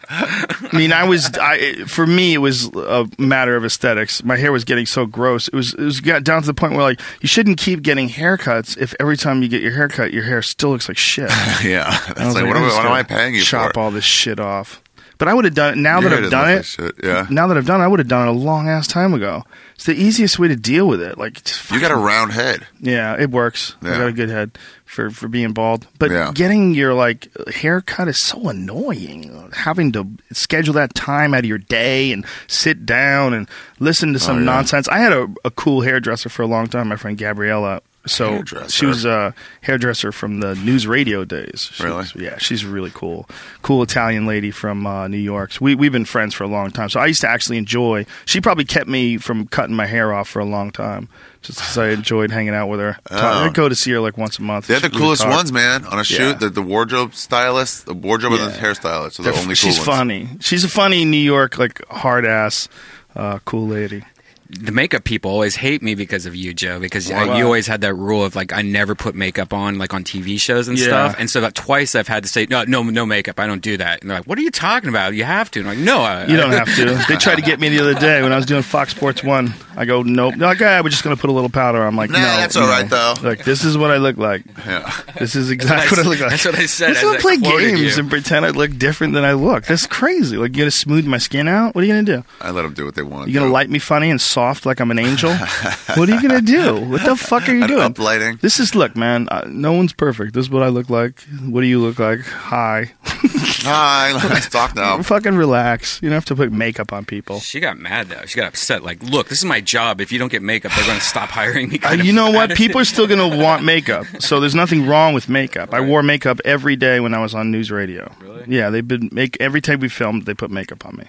I mean, I was I for me it was a matter of aesthetics. My hair was getting so gross. It was it was got down to the point where like you shouldn't keep getting haircuts if every time you get your haircut your hair still looks like shit. I
Yeah.
was
That's like,
I'm
what, am I-
just
what am
gonna
I paying you
chop
for?
all this shit off. But I would have done it now that
Your hair
I've
doesn't
done
look
it.
like shit, yeah.
Now that I've done, it, I would have done it a long ass time ago. It's the easiest way to deal with it. Like just
You got a round head.
yeah, it works. I
Yeah.
got a good head for for being bald. But
Yeah.
getting your like haircut is so annoying. Having to schedule that time out of your day and sit down and listen to some
Oh, yeah.
nonsense. I had a, a cool hairdresser for a long time. My friend Gabriella. So
Hairdresser.
she was a uh, hairdresser from the news radio days. She
Really?
was- yeah, she's really cool. Cool Italian lady from uh, New York. So we, we've been friends for a long time. So I used to actually enjoy, she probably kept me from cutting my hair off for a long time just because I enjoyed hanging out with her. Talk- I'd go to see her like once a month.
Oh. They're the
We would
coolest
talk.
ones, man. On a shoot,
Yeah.
the, the wardrobe stylist, the wardrobe and the
Yeah.
hairstylist are the
They're-
only cool
she's
ones.
funny. She's a funny New York, like hard ass, uh, cool lady.
the makeup people always hate me because of you, Joe, because uh,
Wow.
you always had that rule of like I never put makeup on like on TV shows and
Yeah.
stuff. And so that twice I've had to say no, no, no makeup. I don't do that. And they're like, "What are you talking about? You have to." And I'm like, "No, I,
You don't have to. They tried to get me the other day when I was doing Fox Sports One. I go, nope. They're like, ah, we're just gonna put a little powder. on." I'm like,
Nah,
no,
that's
no.
all right, though.
Like, this is what I look like.
Yeah.
This is exactly what I look like.
That's what I said.
Let's
I
not
said-
play
quoted
games
you.
and pretend I look different than I look. That's crazy. Like, you gonna smooth my skin out? What are you gonna do?
I let them do what they want.
You gonna light me funny and soft like I'm an angel? what are you gonna do? What the fuck are you
An
doing?
uplighting.
This is look, man. Uh, no one's perfect. This is what I look like. What do you look like? Hi.
Hi, let's talk now.
Fucking relax. You don't have to put makeup on people.
She got mad though. She got upset. Like, look, this is my job. If you don't get makeup, they're going to stop hiring me.
Uh,
kind
you
of
know what?
attitude.
People are still going to want makeup, so there's nothing wrong with makeup. I wore makeup every day when I was on news radio. Really? Yeah, they've been make every time we filmed, they put makeup on me.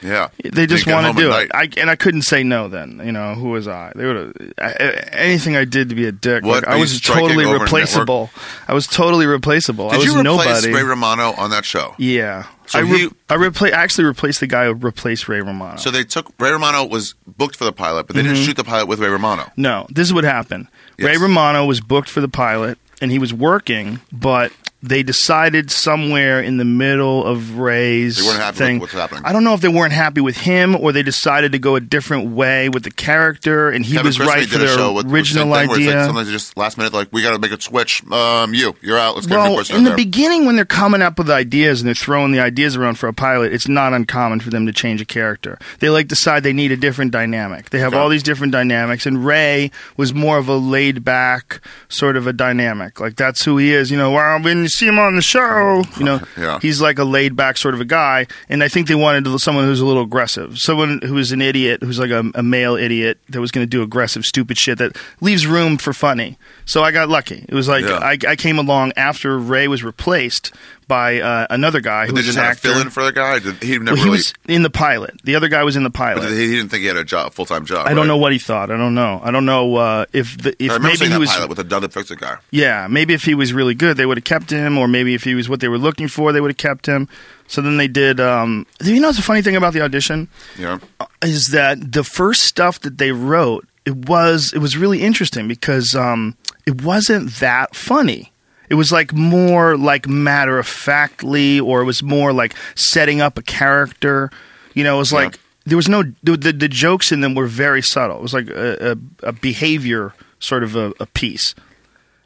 Yeah.
They just
Then get
want
home
to do
at
it,
night.
I, and I couldn't say no. Then you know who was I? They would anything I did to be a dick.
What,
like, I
are you
was
striking
totally
over network?
replaceable. I was totally replaceable. I
Did
was
you replace
nobody.
Ray Romano on that show?
yeah,
So
I re-
he-
I repla- I actually replaced the guy who replaced Ray Romano.
So they took Ray Romano was booked for the pilot, but they
Mm-hmm.
didn't shoot the pilot with Ray Romano.
No, this is what happened. Ray
Yes.
Romano was booked for the pilot, and he was working, but they decided somewhere in the middle of Ray's
They weren't happy with
thing.
what's happening.
I don't know if they weren't happy with him, or they decided to go a different way with the character, and he
Kevin
was
Christie
right for
did a
their
show with,
original
with same thing Where it's like
idea.
sometimes just last minute, like we got to make a switch. Um, you, you're out. Let's get a new
well,
person
in the
out there.
beginning, when they're coming up with ideas and they're throwing the ideas around for a pilot, it's not uncommon for them to change a character. They like decide they need a different dynamic. They have
Okay.
all these different dynamics, and Ray was more of a laid back sort of a dynamic. Like that's who he is. You know, well, when you see him on the show, you know,
Yeah.
he's like a laid back sort of a guy. And I think they wanted someone who's a little aggressive, someone who is an idiot, who's like a, a male idiot that was going to do aggressive, stupid shit that leaves room for funny. So I got lucky. It was like
Yeah.
I, I came along after Ray was replaced by uh, another guy who
They
was
just
an
had a
actor.
fill in for the guy. Did, he never
well, he
really.
was in the pilot. The other guy was in the pilot.
he didn't think he had a job, full time job.
I don't
right?
know what he thought. I don't know. I don't know uh, if the,
I
if
remember
maybe
seeing
he
that
was
pilot with another fixer guy.
yeah, maybe if he was really good, they would have kept him, or maybe if he was what they were looking for, they would have kept him. So then they did. Um, you know, what's the funny thing about the audition
You know,
is that the first stuff that they wrote it was it was really interesting because um, it wasn't that funny. It was like more like matter of factly, or it was more like setting up a character. You know, it was
Yeah.
like there was no the, the the jokes in them were very subtle. It was like a, a, a behavior sort of a, a piece.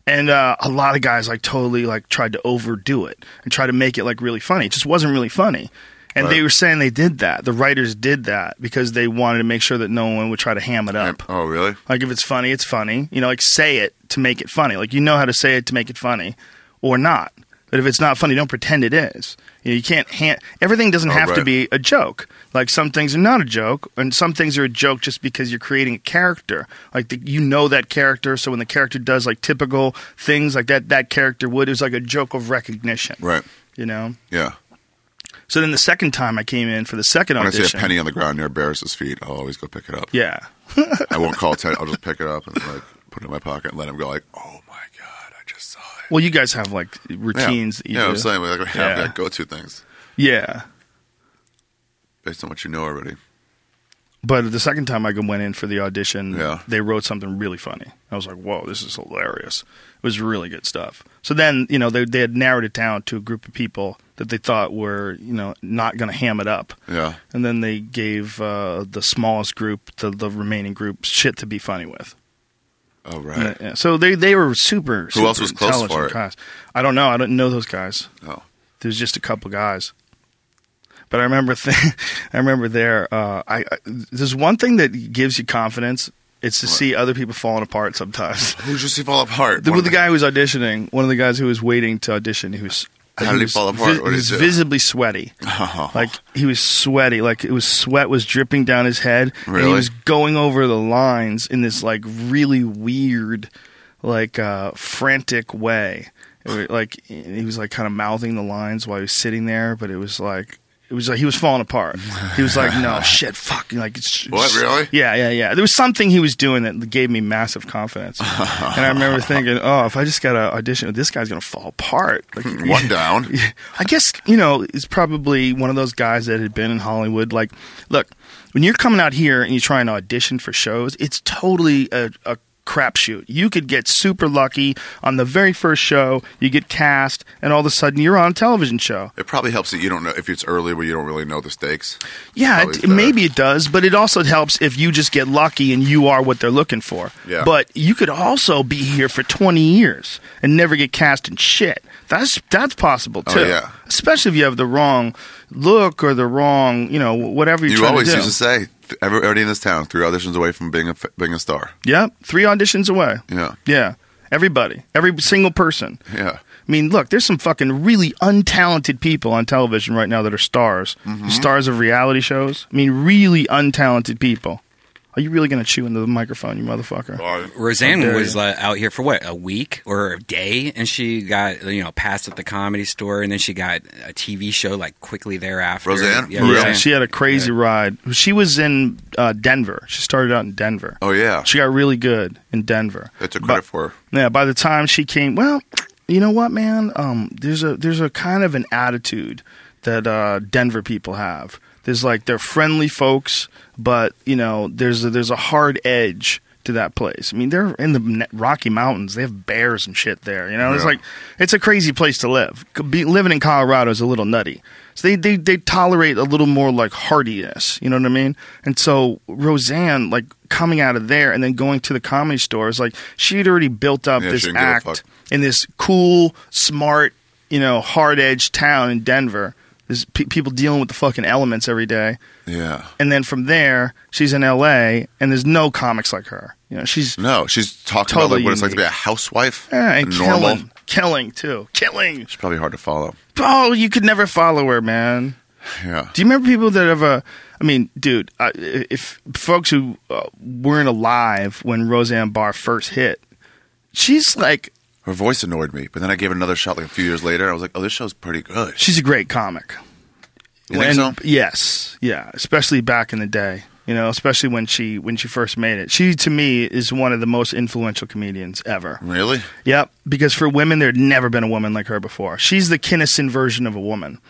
And uh, a lot of guys like totally like tried to overdo it and try to make it like really funny. It just wasn't really funny. And they
Right.
were saying they did that. The writers did that because they wanted to make sure that no one would try to ham it up.
Oh, really?
Like if it's funny, it's funny. You know, like say it to make it funny. Like you know how to say it to make it funny, or not. But if it's not funny, don't pretend it is. You, know, you can't. Han- Everything doesn't
Oh,
have to
right.
be a joke. Like some things are not a joke, and some things are a joke just because you're creating a character. Like the, you know that character, so when the character does like typical things like that, that character would is like a joke of recognition.
Right.
You know.
Yeah.
So then the second time I came in for the second
When I
audition.
see a penny on the ground near Barris's feet, I'll always go pick it up.
Yeah.
I won't call ten. I'll just pick it up and like put it in my pocket and let him go. Like, oh my god, I just saw it.
Well, you guys have like
Yeah.
routines. that you
Yeah,
do.
I'm saying we like we have
Yeah.
that go-to things
Yeah.
based on what you know already.
But the second time I went in for the audition,
Yeah.
they wrote something really funny. I was like, "Whoa, this is hilarious!" It was really good stuff. So then, you know, they they had narrowed it down to a group of people that they thought were, you know, not going to ham it up.
Yeah.
And then they gave uh, the smallest group, the the remaining group, shit to be funny with.
Oh right.
Yeah, yeah. So they they were super.
Who else
super
was close for
intelligent
it?
Guys. I don't know. I didn't know those guys
Oh.
there's just a couple guys. But I remember, th- I remember there. Uh, I, I there's one thing that gives you confidence. It's to see other people falling apart sometimes.
Who just he fall apart?
The,
One
with the
of
guy who was auditioning, one of the guys who was waiting to audition, who was
How did he
was
fall apart? What did he
was
do?
visibly sweaty.
Oh.
Like he was sweaty. Like it was sweat was dripping down his head. And he
Really?
was going over the lines in this like really weird, like uh, frantic way. It wa- Like he was like kind of mouthing the lines while he was sitting there, but it was like. It was like he was falling apart. He was like, "No shit, fuck!" Like, it's,
What, really?
Yeah, yeah, yeah. There was something he was doing that gave me massive confidence, and I remember thinking, "Oh, if I just got to audition, this guy's gonna fall apart." Like,
one down.
I guess you know it's probably one of those guys that had been in Hollywood. Like, look, when you're coming out here and you try and audition for shows, it's totally a, a crapshoot. You could get super lucky on the very first show, you get cast, and all of a sudden you're on a television show.
It probably helps that you don't know if it's early where you don't really know the stakes.
Yeah,
Probably
it,
better.
maybe it does, but it also helps if you just get lucky and you are what they're looking for.
Yeah.
But you could also be here for 20 years and never get cast in shit. That's that's possible too.
Oh, yeah.
Especially if you have the wrong look or the wrong, you know, whatever you're
You
trying
always
to do.
used to say, th- everybody in this town, three auditions away from being a f- being a star.
yep, three auditions away.
Yeah.
Yeah. Everybody, every single person.
Yeah.
I mean, look, there's some fucking really untalented people on television right now that are stars,
Mm-hmm.
stars of reality shows. I mean, really untalented people. Are you really going to chew into the microphone, you motherfucker?
Oh,
How
Roseanne
dare
was
you.
like, out here for what a week or a day, and she got you know passed at the comedy store, and then she got a TV show like quickly thereafter.
Roseanne?
yeah,
For real?
Yeah, she had a crazy ride. She was in uh, Denver. She started out in Denver.
Oh yeah,
She got really good in Denver.
I took
But-
credit for her.
Yeah, by the time she came, well, you know what, man? Um, there's a there's a kind of an attitude that uh, Denver people have. There's like they're friendly folks, but you know, there's a, there's a hard edge to that place. I mean, they're in the Ne- Rocky Mountains. They have bears and shit there. You know, it's
Yeah.
like it's a crazy place to live. Could Be, living in Colorado is a little nutty. So they, they they tolerate a little more like hardiness. You know what I mean? And so Roseanne, like coming out of there and then going to the comedy store is like she had already built up
Yeah,
this
she didn't give a
act
fuck.
in this cool, smart, you know, hard edge town in Denver. There's pe- people dealing with the fucking elements every day.
Yeah.
And then from there, she's in L.A. and there's no comics like her. You know, she's
No, she's talking about
Totally
like what it's like to be
unique.
a housewife.
eh, and
normal.
killing, killing too, killing.
It's probably hard to follow.
Oh, you could never follow her, man.
Yeah.
Do you remember people that have a? I mean, dude, uh, if folks who uh, weren't alive when Roseanne Barr first hit, she's like
Her voice annoyed me, but then I gave it another shot like a few years later. And I was like, oh, this show's pretty good.
she's a great comic.
You think so?
And- Yes, yeah, especially back in the day. You know, especially when she when she first made it. She to me is one of the most influential comedians ever.
Really?
Yep, because for women, there had never been a woman like her before. She's the Kinnison version of a woman.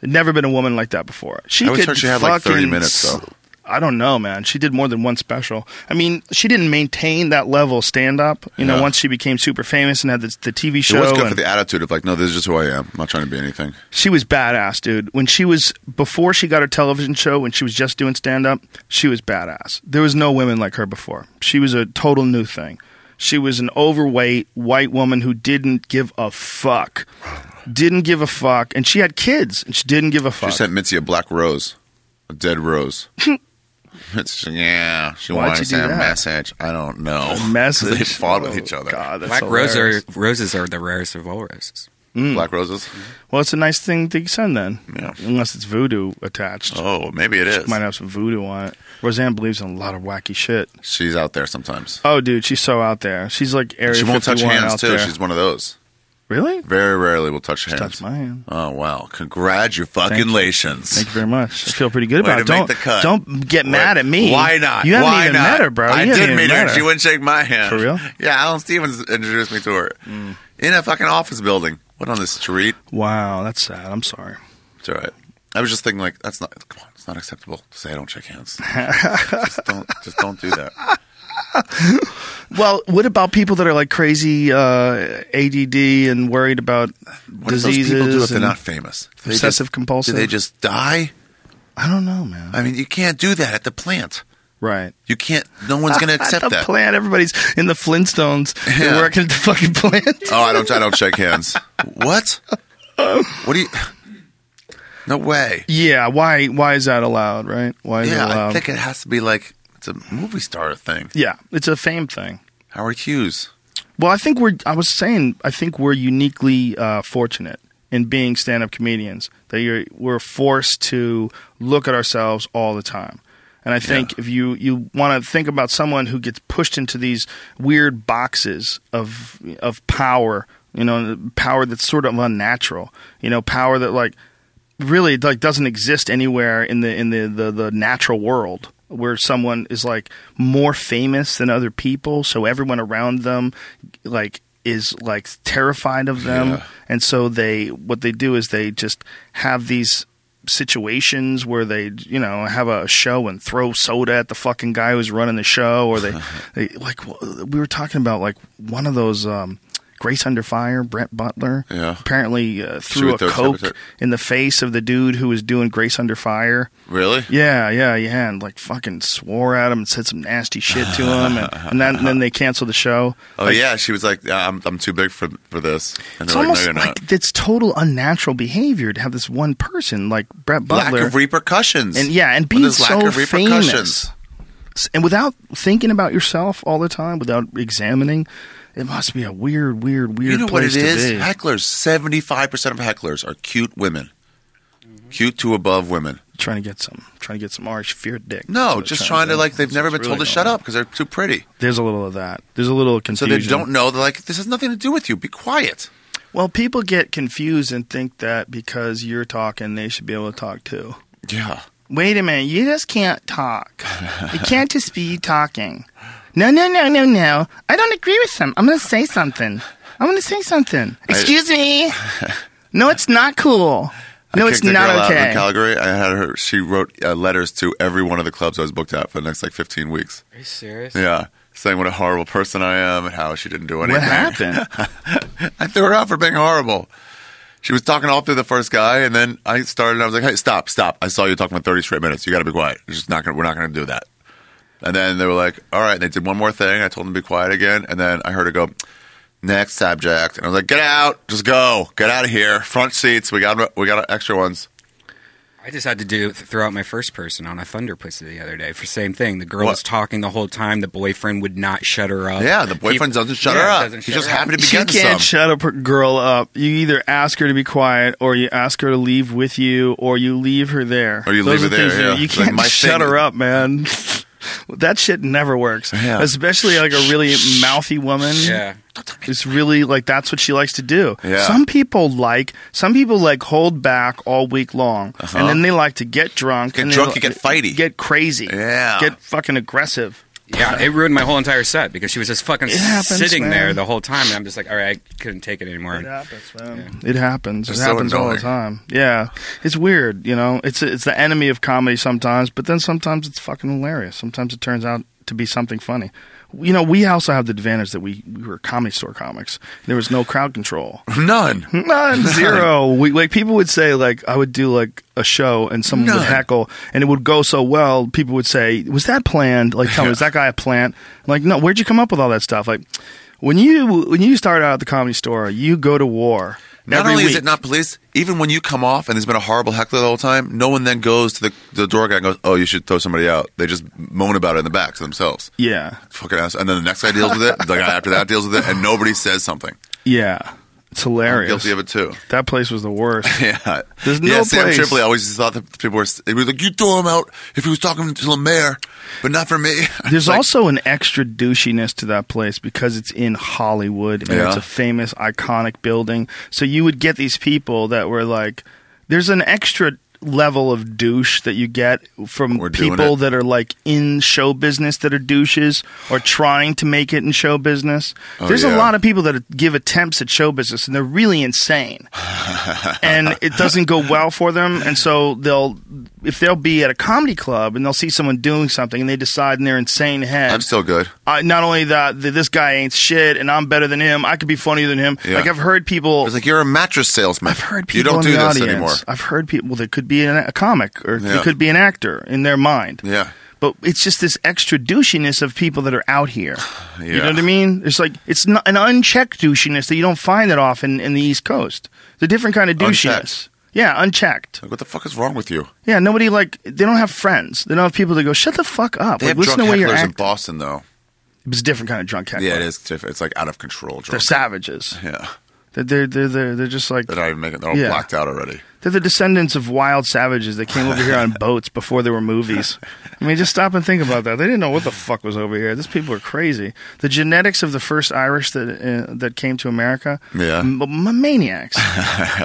There'd never been a woman like that before. She
I always
could
heard she had, like, 30
fucking
minutes,
s-
though.
I don't know, man. She did more than one special. I mean, she didn't maintain that level stand up. You know,
Yeah.
once she became super famous and had the, the TV show.
It was good
and-
for the attitude of like, no, this is just who I am. I'm not trying to be anything.
She was badass, dude. When she was before she got her television show, when she was just doing stand up, she was badass. There was no women like her before. She was a total new thing. She was an overweight white woman who didn't give a fuck. Didn't give a fuck. And she had kids and she didn't give a fuck.
She sent Mitzi a black rose, a dead rose. it's yeah. She
Why'd you do
wanted to have a
that?
message. I don't know.
message.
they fought with
Oh,
each other.
God, that's
Black
hilarious.
roses are, roses are the rarest of all roses.
Black roses.
Well, it's a nice thing to send then.
Yeah.
Unless it's voodoo attached.
Oh, maybe it is.
Might have some voodoo on it. Roseanne believes in a lot of wacky shit.
She's out there sometimes.
Oh, dude, she's so out there. She's like Area
she won't touch
51
hands
out
too.
there.
She's one of those.
really?
Very rarely will touch hands.
Touch my hand.
Oh wow! Congratulations.
Thank you very much. I feel pretty good
Way
about it.
to make
Don't
the cut.
don't get mad
Wait,
at me.
Why not?
You haven't
Why
even
not?
met her, bro.
I
you haven't
did
even
meet her.
met
and She wouldn't shake my hand.
For real? Mm.
Yeah, Alan Stevens introduced me to her in a fucking office building. What on the street?
Wow, that's sad. I'm sorry.
It's all right. I was just thinking, like, that's not. Come on, it's not acceptable to say I don't shake hands. just don't, just don't do that.
Well, what about people that are like crazy uh, ADD and worried about
What do those
diseases?
people do if they're
and-
not famous? Do they just-
obsessive compulsive?
Do they just die?
I don't know, man.
I mean, you can't do that at the plant.
right.
You can't. No one's going to
At
accept
the
that.
plant, everybody's in the Flintstones. They're
Yeah.
working at the fucking plant.
Oh, I don't. I don't shake hands. What? What do you? No way.
yeah. um, Why? Why is that allowed? Right? Why is
Yeah,
it allowed?
I think it has to be like it's a movie star thing.
yeah, it's a fame thing.
Howard Hughes.
Well, I think we're. I was saying. I think we're uniquely uh, fortunate in being stand-up comedians that you're. We're forced to look at ourselves all the time, and I think if you you want to think about someone who gets pushed into these weird boxes of of power, you know, power that's sort of unnatural, you know, power that like really like doesn't exist anywhere in the in the, the the natural world where someone is like more famous than other people so everyone around them like is like terrified of them
Yeah.
and so they what they do is they just have these situations where they you know have a show and throw soda at the fucking guy who's running the show or they, they like w- we were talking about like one of those um Grace Under Fire, Brent Butler.
Yeah.
Apparently uh, threw a
would throw
coke
soda-
in the face of the dude who was doing Grace Under Fire.
Really?
Yeah, yeah, yeah, and like fucking swore at him and said some nasty shit to him, and, and, then, and then they canceled the show.
Oh
Like,
yeah, she was like, "Yeah, I'm, I'm too big for for this. And
It's
they're like, no,
almost
you're not.
like it's total unnatural behavior to have this one person like Brett
lack
Butler,
of repercussions.
and yeah, and
But
being
there's
so famous, S- and without thinking about yourself all the time, without examining, it must be a weird, weird, weird
You know what
place
it
to
is?
be.
Hecklers. Seventy five percent of hecklers are cute women, cute to above women.
trying to get some, trying to get some Irish fear dick. That's
No,
what
just
they're
trying to
do.
like they've
That's
never
what's
been told
really
to shut
going
up because they're too pretty.
on. There's a little of that. There's a little
So
confusion.
they don't know. They're like, this has nothing to do with you. Be quiet.
Well, people get confused and think that because you're talking, they should be able to talk too.
Yeah.
Wait a minute, you just can't talk. you can't just be talking. No, no, no, no, no. I don't agree with them. I'm going to say something. I'm going to say something. Excuse me. No, it's not cool. No,
I
it's
kicked a girl
not
out in
okay.
Calgary, I had her. She wrote uh, letters to every one of the clubs I was booked at for the next like 15 weeks.
Are you serious?
Yeah, saying what a horrible person I am and how she didn't do
What
anything.
happened?
I threw her out for being horrible. She was talking all through the first guy, and then I started. I was like, "Hey, stop, stop! I saw you talking for 30 straight minutes. You got to be quiet. It's just not gonna, we're not going to do that." And then they were like, "All right." And they did one more thing. I told them to be quiet again, and then I heard her go, "Next subject." And I was like, "Get out! Just go! Get out of here! Front seats. We got we got extra ones."
I just had to do throw out my first person on a thunder pussy the other day for same thing. The girl
What?
was talking the whole time. The boyfriend would not shut her up.
Yeah, the boyfriend
He-
doesn't shut
Yeah,
her up.
doesn't
He's
shut
just
her up.
happy to be
You
getting
can't
some.
shut a per- girl up. You either ask her to be quiet, or you ask her to leave with you, or you leave her there.
Or you
Those
leave her
are things
there,
that-
yeah.
You
It's like
can't
my
shut
thing-
her up, man. that shit never works.
Yeah.
Especially like a really mouthy woman.
Yeah.
It's really like that's what she likes to do.
Yeah.
Some people like some people like hold back all week long, and then they like to get drunk.
Uh-huh. Get
and they,
drunk, you get fighty.
get crazy,
Yeah.
get fucking aggressive.
Yeah, it ruined my whole entire set because she was just fucking
happens,
sitting
man.
there the whole time, and I'm just like, all right, I couldn't take it anymore.
It happens, man. It happens.
It's
it
so
happens all the
annoying.
time. Yeah, it's weird. You know, it's it's the enemy of comedy sometimes, but then sometimes it's fucking hilarious. Sometimes it turns out to be something funny. You know, we also have the advantage that we we were comedy store comics. There was no crowd control.
None.
None, zero. We, like people would say, like I would do like a show, and someone would
None.
heckle, and it would go so well. People would say, "Was that planned?" Like, tell me, was that guy a plant? I'm like, no. Where'd you come up with all that stuff? Like, when you when you start out at the comedy store, you go to war.
Not
every
only is
week.
it not policed, even when you come off and there's been a horrible heckler the whole time, no one then goes to the, the door guy and goes, "Oh, you should throw somebody out." They just moan about it in the back to themselves.
yeah,
Fucking ass. And then the next guy deals with it. The guy after that deals with it, and nobody says something.
yeah, it's hilarious.
Guilty of it too.
That place was the worst.
Yeah.
There's
yeah,
no
Sam
place.
Tripoli always thought that people were. He was like, "You throw him out if he was talking to the mayor, but not for me."
There's
Like,
also an extra douchiness to that place because it's in Hollywood and
Yeah.
it's a famous, iconic building. So you would get these people that were like, there's an extra level of douche that you get from
We're doing
people
it.
that are like in show business that are douches or trying to make it in show business. there's a
Oh, yeah.
lot of people that give attempts at show business and they're really insane and it doesn't go well for them and so they'll if they'll be at a comedy club and they'll see someone doing something and they decide in their insane head
I'm still good.
I, not only that, that this guy ain't shit and i'm better than him i could be funnier than him
Yeah.
like i've heard people
It's like you're a mattress salesman.
I've heard people
you don't
in
do
the
this
audience.
anymore.
I've heard people. Well, they could be an, a comic, or they
Yeah.
could be an actor in their mind.
Yeah.
But it's just this extra douchiness of people that are out here. You
Yeah.
know what I mean? It's like it's not an unchecked douchiness that you don't find that often in the East Coast. It's a different kind of douchiness.
Unchecked.
Yeah, unchecked.
Like, what the fuck is wrong with you?
Yeah, nobody like they don't have friends. They don't have people that go shut the fuck up.
They
like,
have
listen
drunk
to where you're
hecklers in
acting.
Boston, though.
it's a different kind of drunk heckler.
Yeah, it is different. It's like out of control.
They're
Drunk.
savages.
yeah,
They're they're they're they're, they're just like
they're not even making. They're all
Yeah.
blacked out already.
They're the descendants of wild savages that came over here on boats before there were movies. I mean, just stop and think about that. They didn't know what the fuck was over here. These people are crazy. The genetics of the first Irish that uh, that came to America,
Yeah.
m- m- maniacs,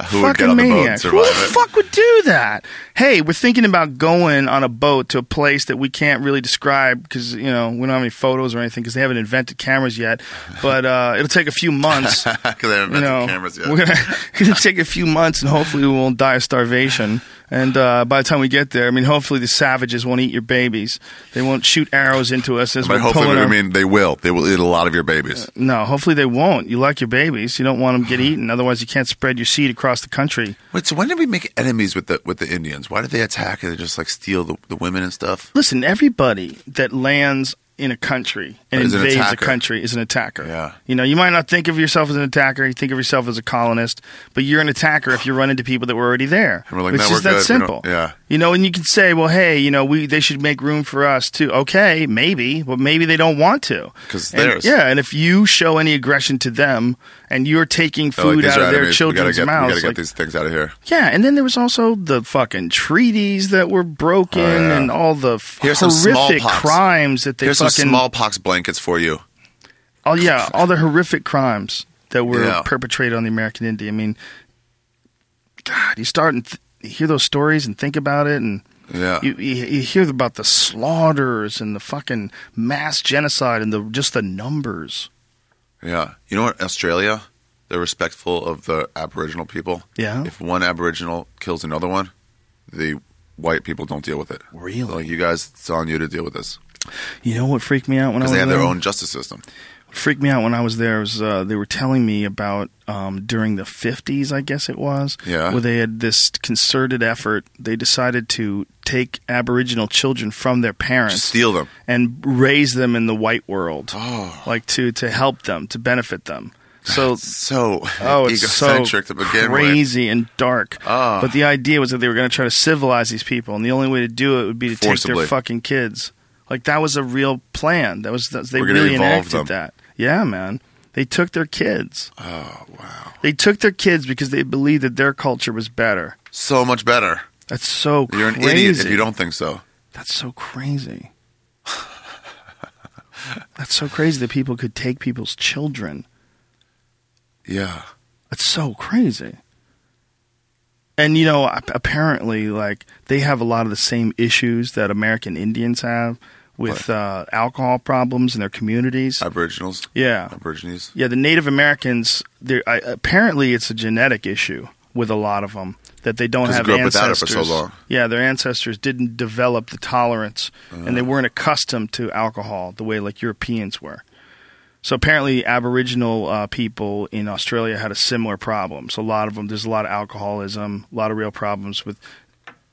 Who would
fucking
get on the boat and
maniacs. Who
survive
the
it?
fuck would do that? Hey, we're thinking about going on a boat to a place that we can't really describe because you know we don't have any photos or anything because they haven't invented cameras yet. But uh, it'll take a few months.
'Cause they haven't
you
invented
know,
cameras yet.
we're gonna, gonna take a few months, and hopefully we won't die of starvation. And uh, by the time we get there, I mean, hopefully the savages won't eat your babies. They won't shoot arrows into us as
but
we're
hopefully,
pulling.
I
Our,
mean, they will. They will eat a lot of your babies.
no, hopefully they won't. You like your babies. You don't want them to get eaten. Otherwise, you can't spread your seed across the country.
Wait, so when did we make enemies with the with the Indians? Why did they attack and they just like steal the, the women and stuff?
Listen, everybody that lands in a country and
Is an
invades a
attacker.
country is an attacker.
Yeah.
You know, you might not think of yourself as an attacker. You think of yourself as a colonist, but you're an attacker if you run into people that were already there.
And we're like,
it's
"No,
just that
we're good. We
simple.
don't- yeah.
You know, and you can say, well, hey, you know, we they should make room for us too. Okay, maybe, but maybe they don't want to
'Cause
And-
theirs.
Yeah, and if you show any aggression to them, and you're taking
They're like,
food
"These
out
are
of their
enemies.
children's
we gotta get, We
mouths,
gotta get
like,
these things out of here.
yeah, and then there was also the fucking treaties that were broken
Oh, yeah.
and all the f-
Here's some
horrific
smallpox.
crimes that they
Here's some
fucking
smallpox blankets for you.
oh yeah, all the horrific crimes that were
Yeah.
perpetrated on the American Indian. I mean, God, you start and th- hear those stories and think about it, and
Yeah.
you, you you hear about the slaughters and the fucking mass genocide and the just the numbers.
Yeah. You know what? Australia, they're respectful of the Aboriginal people.
Yeah.
If one Aboriginal kills another one, the white people don't deal with it.
Really?
Like, you guys, it's on you to deal with this.
You know what freaked me out when I was
Because they have
there?
their own justice system.
freaked me out when I was there was uh, they were telling me about um, during the 50s, I guess it was,
Yeah.
where they had this concerted effort. They decided to take Aboriginal children from their parents
Just steal Oh. them.
and raise them in the white world, like to, to help them, to benefit them. So
So
Oh, it's so
egocentric to begin with. Ah,
crazy and dark. But the idea was that they were going to try to civilize these people, and the only way to do it would be to take their
Forcibly.
fucking kids. Like that was a real plan. That was that, they
We're gonna
really
evolve
enacted
them.
that. Yeah, man. They took their kids.
Oh, wow.
They took their kids because they believed that their culture was better.
So much better.
That's so
You're an
crazy.
idiot if you don't think so.
That's so crazy. That's so crazy that people could take people's children.
Yeah.
That's so crazy. And you know, ap- apparently, like they have a lot of the same issues that American Indians have, with uh, alcohol problems in their
Uh,
communities.
Aboriginals.
yeah,
Aborigines.
yeah. The Native Americans. they're- I, apparently, it's a genetic issue with a lot of them that they don't
'Cause they
have
grew up without it for
ancestors.
so long.
Yeah, their ancestors didn't develop the tolerance, and
Ah.
they weren't accustomed to alcohol the way like Europeans were. So apparently, Aboriginal uh, people in Australia had a similar problem. So a lot of them, there's a lot of alcoholism, a lot of real problems with.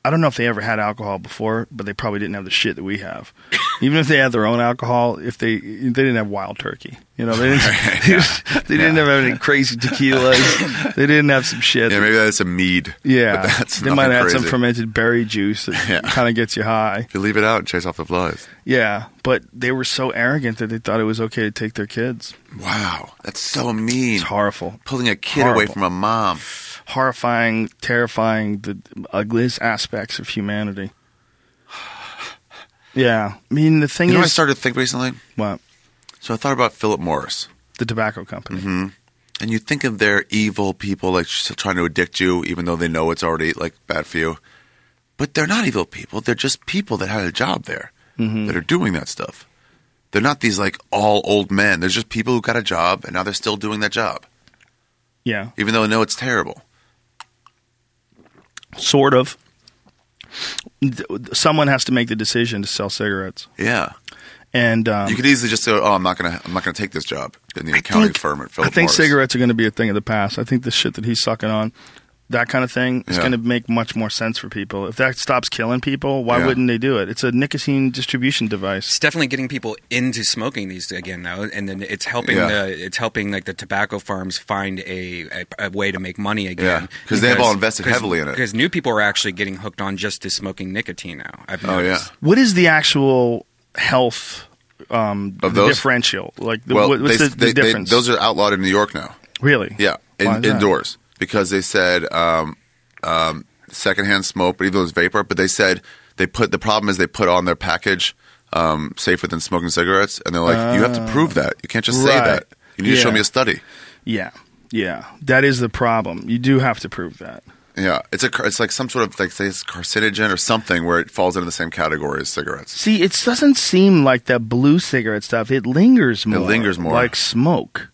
I don't know if they ever had alcohol before, but they probably didn't have the shit that we have. Even if they had their own alcohol, if they they didn't have wild turkey, you know, they didn't, they didn't have any crazy tequilas. they didn't have some shit.
Yeah, maybe that's a mead.
Yeah,
But that's
they might
nothing
add some
crazy.
fermented berry juice that
Yeah.
kind of gets you high.
If you leave it out, chase off the flies.
Yeah, but they were so arrogant that they thought it was okay to take their kids.
Wow, that's so mean.
It's horrible,
Pulling a kid away
Horrible.
from a mom.
horrifying, terrifying, the ugliest aspects of humanity. Yeah, I mean the thing
You know,
is,
what I started to think recently.
what
So I thought about Philip Morris,
the tobacco company.
Mm-hmm. and you think of their evil people, like s- trying to addict you, even though they know it's already like bad for you. But they're not evil people. They're just people that had a job there
Mm-hmm.
that are doing that stuff. They're not these like all old men. They're just people who got a job and now they're still doing that job,
Yeah,
even though they know it's terrible.
sort of. Th- Someone has to make the decision to sell cigarettes,
Yeah,
and um,
you could easily just say, "Oh, I'm not gonna, I'm not gonna take this job in the accounting firm at Philip
I think
Morris."
cigarettes are going to be a thing of the past. I think the shit that he's sucking on, that kind of thing, is
Yeah.
going to make much more sense for people. If that stops killing people, why
Yeah.
wouldn't they do it? It's a nicotine distribution
It's
device.
definitely getting people into smoking these again now, and then it's helping
Yeah.
the it's helping like the tobacco farms find a, a, a way to make money again.
Yeah, 'cause they've all invested heavily in it.
Because new people are actually getting hooked on just to smoking nicotine now. I've
Oh yeah,
noticed.
What is the actual health um,
Of
the
those?
differential? Like, the,
well,
what- what's
they-
the,
they-
the
they-
difference?
those are outlawed in New York now.
really,
Yeah,
Why is
in,
that?
indoors because they said um, um, secondhand smoke, but even though it was vapor. But they said they put the problem is they put on their package um, safer than smoking cigarettes, and they're like, you have to prove that. You can't just say
Oh. Right.
that. You need to show
Yeah.
me a study.
Yeah, yeah, that is the problem. You do have to prove that.
Yeah, it's a car- it's like some sort of like say it's carcinogen or something where it falls into the same category as cigarettes.
See, it doesn't seem like that blue cigarette stuff. It lingers more.
lingers more.
like smoke.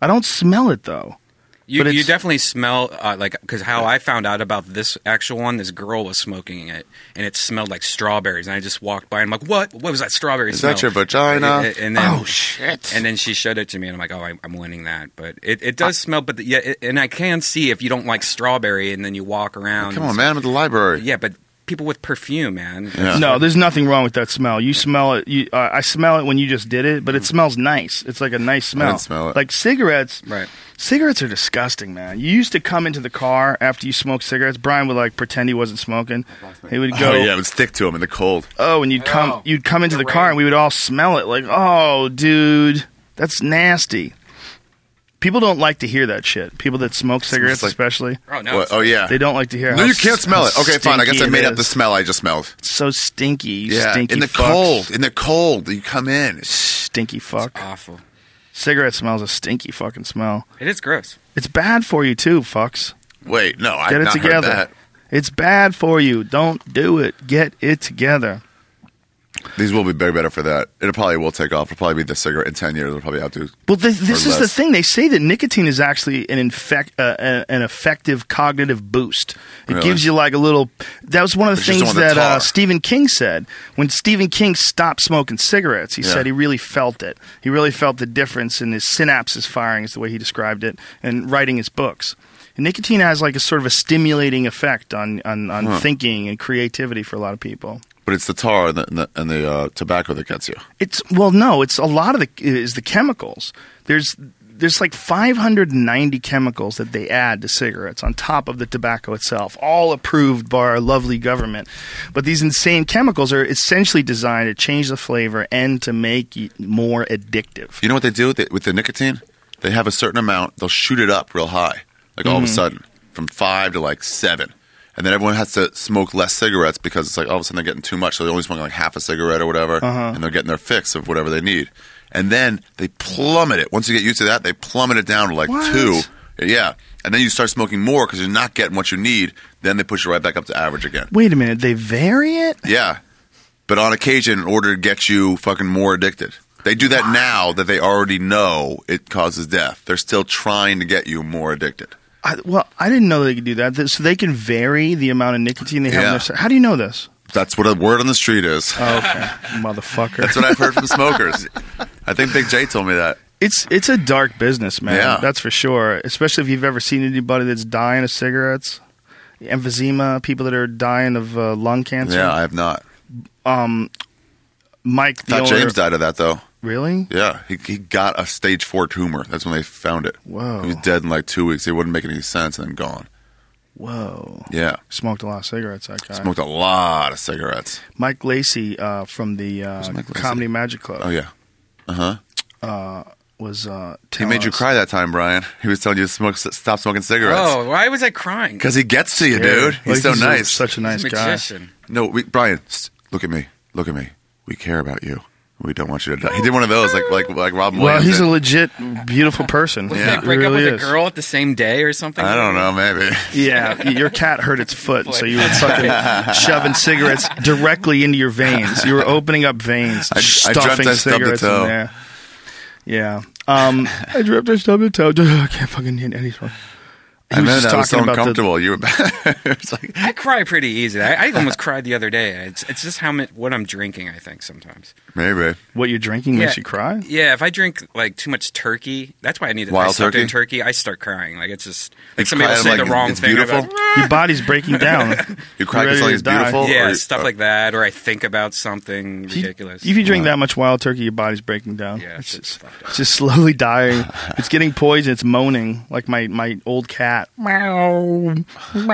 I don't smell it though.
You,
But
you
it's-
definitely smell uh, like because how I found out about this actual one, this girl was smoking it, and it smelled like strawberries. And I just walked by and I'm like, "What? What was that strawberry
Is
smell?"
that your vagina?
And, and then,
Oh, shit.
And then she showed it to me, and I'm like, "Oh, I, I'm winning that." But it, it does smell. But the, yeah, it, and I can see if you don't like strawberry, and then you walk around.
Come on, man, I'm at the library.
Yeah, but people with perfume, man.
Yeah.
No, there's nothing wrong with that smell. You smell it. You, uh, I smell it when you just did it, but it smells nice. It's like a nice smell.
Mm. didn't smell it.
Like cigarettes.
Right.
Cigarettes are disgusting, man. You used to come into the car after you smoked cigarettes. Brian would like pretend he wasn't smoking. He would go.
Oh yeah, it would stick to him in the cold.
"Oh," and you'd come.
know.
You'd come into the
The
car,
rain.
and we would all smell it. Like, oh, dude, that's nasty. People don't like to hear that shit. People that smoke cigarettes,
like-
especially,
Oh no.
What-
it's-
oh yeah,
they don't like to hear.
No,
how
you can't
s-
smell
how
it. Okay, fine. I guess
stinky
I
it
made up
is.
the smell I just smelled.
It's so stinky. You
Yeah,
stinky
in the
fucks.
cold, in the cold, you come in.
stinky fuck.
awful.
Cigarette smells a stinky fucking smell.
It is gross.
It's bad for you too, fucks.
Wait, no, I've
Get it
not
together.
heard
It's bad for you. Don't do it. Get it together.
that. These will be big better for that. It probably will take off. It'll probably be the cigarette in ten years. It'll probably outdo.
Well, this, this
Or
is the
less.
thing. They say that nicotine is actually an infect, uh, a- an effective cognitive boost. It
Really?
gives you like a little. That was one of the
It's just
things
on the
that uh,
tar.
Stephen King said. When Stephen King stopped smoking cigarettes, he
Yeah.
said he really felt it. He really felt the difference in his synapses firing, is the way he described it, and writing his books. And nicotine has like a sort of a stimulating effect on on, on thinking and creativity for a lot of people.
But it's the tar and the, and the, and the uh, tobacco that gets you.
It's well, no, it's a lot of the is the chemicals. There's there's like 590 chemicals that they add to cigarettes on top of the tobacco itself, all approved by our lovely government. But these insane chemicals are essentially designed to change the flavor and to make it more addictive.
You know what they do with the, with the nicotine? They have a certain amount. They'll shoot it up real high, like all of a sudden, from five to like seven, and then everyone has to smoke less cigarettes because it's like all of a sudden they're getting too much. So they're only smoking like half a cigarette or whatever, and they're getting their fix of whatever they need. And then they plummet it. Once you get used to that, they plummet it down to like
What?
two. Yeah, and then you start smoking more because you're not getting what you need. Then they push you right back up to average again.
Wait a minute, they vary it?
Yeah. but on occasion in order to get you fucking more addicted. They do that now that they already know it causes death. They're still trying to get you more addicted.
I, well, I didn't know they could do that. Th- So they can vary the amount of nicotine they have in
Yeah.
their. cir- How do you know this?
That's what a word on the street is.
Oh, okay, motherfucker.
That's what I've heard from smokers. I think Big J told me that.
It's it's a dark business, man.
Yeah.
That's for sure. Especially if you've ever seen anybody that's dying of cigarettes, emphysema, people that are dying of uh, lung cancer. Um,
Yeah, I have not.
Mike, the
Thought
owner-
James died of that though.
Really?
Yeah, he, he got a stage four tumor. That's when they found it.
Whoa.
He was dead in like two weeks. It wouldn't make any sense, and then gone.
Whoa.
Yeah,
Smoked a lot of cigarettes. That guy.
smoked a lot of cigarettes.
Mike Lacey uh, from the uh,
Mike Lacy?
Comedy Magic Club
Oh yeah, uh huh.
was. Uh,
He
telling
made you
us-
cry that time, Brian. He was telling you to smoke, stop smoking cigarettes
Oh, why was I crying?
because he gets to you, dude.
Like,
He's so
a-
nice.
such a nice
He's a
guy.
magician.
No, we, Brian, s- look at me. Look at me. We care about you. We don't want you to die. He did one of those, like like like Robin
Well,
Williams.
he's a
did.
legit beautiful person.
Did
Yeah.
they break
Really
up
is.
with a girl at the same day or something?
I don't know, maybe.
Yeah, y- your cat hurt its foot, so you were fucking shoving cigarettes directly into your veins. You were opening up veins,
I
stuffing
dreamt I stubbed a
cigarettes in
toe.
there. Yeah, um, I dreamt I stubbed a toe. I can't fucking hit anything.
I know
just
that was so
talking about the-
uncomfortable. You were it's like
I cry pretty easy. I, I almost cried the other day. It's, it's just how much what I'm drinking. I think sometimes.
maybe.
What you're drinking makes you cry.
Yeah, if I drink like too much turkey, that's why I need to
Wild
I stop doing
turkey?
turkey. I start crying. Like it's just like
It's
somebody will
crying
say
like
the wrong
it's
thing. I'm
beautiful?
like,
Your body's breaking down.
You cry
You're
because
ready to
something's
die.
beautiful.
yeah,
or uh, you-
stuff like that, or I think about something
You-
ridiculous.
If you drink that much wild turkey, your body's breaking down.
Yeah,
it's
shit's
just,
fucked up.
it's just slowly dying. It's getting poison. It's moaning like my, my old cat.
Meow.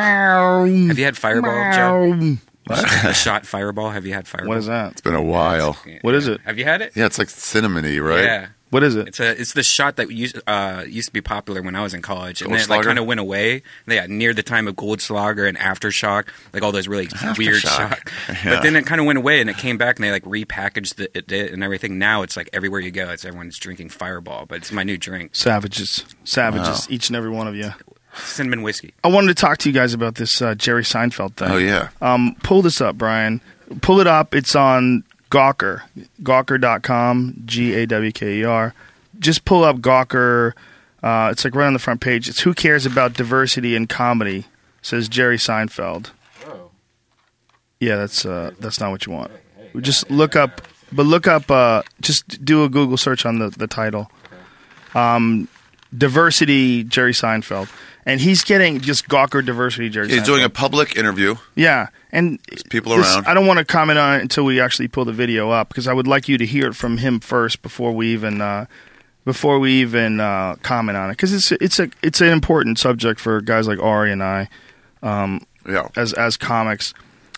Meow.
Have you had Fireball, Joe? I shot Fireball. Have you had Fireball?
What is that?
It's been a while.
What is it?
Have you had it?
Yeah, it's like cinnamony, right?
Yeah.
What is it?
It's a it's the shot that used uh, used to be popular when I was in college, and then it like
Goldschlager?
kind of went away. Yeah, near the time of Goldschlager and Aftershock, like all those really weird shots. But then it kind of went away, and it came back, and they like repackaged the, it, it and everything. Now it's like everywhere you go, it's everyone's drinking Fireball, but it's my new drink,
Savages. Savages, each and every one of you.
cinnamon whiskey.
I wanted to talk to you guys about this uh, Jerry Seinfeld thing.
Oh yeah.
Um, pull this up, Brian. Pull it up. It's on Gawker, gawker.com, G A W K E R. Just pull up Gawker. Uh, it's like right on the front page. It's Who Cares About Diversity in Comedy, says Jerry Seinfeld. Yeah, that's uh, that's not what you want. Just look up, but look up, uh, just do a Google search on the, the title Um, diversity Jerry Seinfeld, and he's getting just Gawker diversity Jerry.
He's
Seinfeld.
doing a public interview.
yeah, and
people around.
I don't want to comment on it until we actually pull the video up because I would like you to hear it from him first before we even uh, before we even uh, comment on it because it's it's a it's an important subject for guys like Ari and I
Yeah.
as as comics.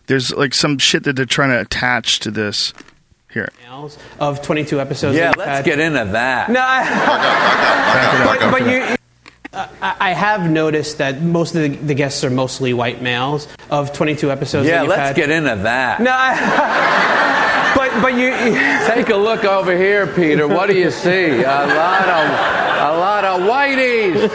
There's like some shit that they're trying to attach to this. Here,
finals of 22 episodes.
Yeah,
that we've
let's
had.
get into that.
No, I,
Back up,
but
back up.
you,
I I have noticed that most of the, the guests are mostly white males of 22 episodes. that
yeah,
you've
let's
had.
get into that.
No, I, but but you.
Take a look over here, Peter. What do you see? A lot of, a lot of whiteys.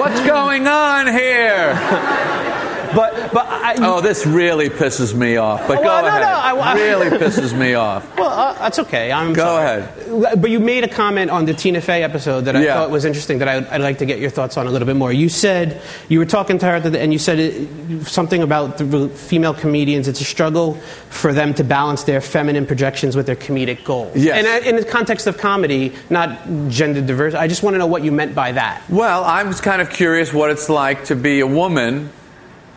What's going on here?
But but I.
Oh, this really pisses me off. But go
Well, no, no,
ahead.
I- I-
really pisses me off.
Well, uh, that's okay. I'm
Oh. Go
sorry.
ahead.
But you made a comment on the Tina Fey episode that I
Yeah.
thought was interesting. That I, would- I'd like to get your thoughts on a little bit more. You said you were talking to her, at the- and you said it, something about the female comedians. It's a struggle for them to balance their feminine projections with their comedic goals.
Yes.
And I, in the context of comedy, not gender diverse. I just want to know what you meant by that.
Well, I'm just kind of curious what it's like to be a woman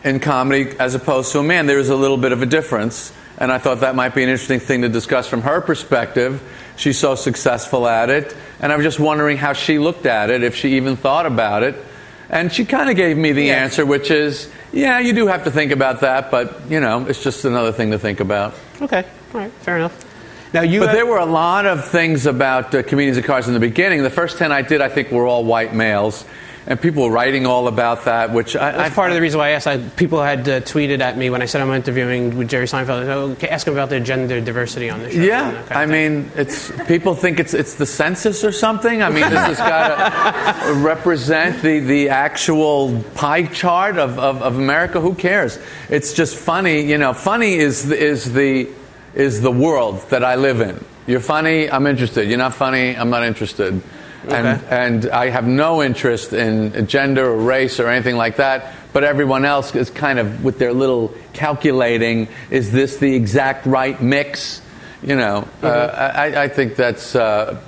in comedy as opposed to a man. There is a little bit of a difference, and I thought that might be an interesting thing to discuss from her perspective. She's so successful at it, and I was just wondering how she looked at it, if she even thought about it. And she kind of gave me the answer, which is, yeah, you do have to think about that, but you know, it's just another thing to think about.
Okay. All right. Fair enough. Now you.
But there were a lot of things about uh, comedians and cars in the beginning. The first ten I did, I think, were all white males, and people were writing all about that. Which I,
That's
I-
part of the reason why I asked. I, people had uh, tweeted at me when I said I'm interviewing with Jerry Seinfeld. Oh, okay, ask him about the gender diversity on the show. and
Yeah,
that kind
I
of thing.
mean, it's people think it's it's the census or something. I mean, this has got to represent the the actual pie chart of, of, of America. Who cares? It's just funny, you know. Funny is the, is the is the world that I live in. You're funny, I'm interested. You're not funny, I'm not interested.
Okay.
And, and I have no interest in gender or race or anything like that. But everyone else is kind of with their little calculating is this the exact right mix? You know, uh,
Mm-hmm.
I, I think that's, uh,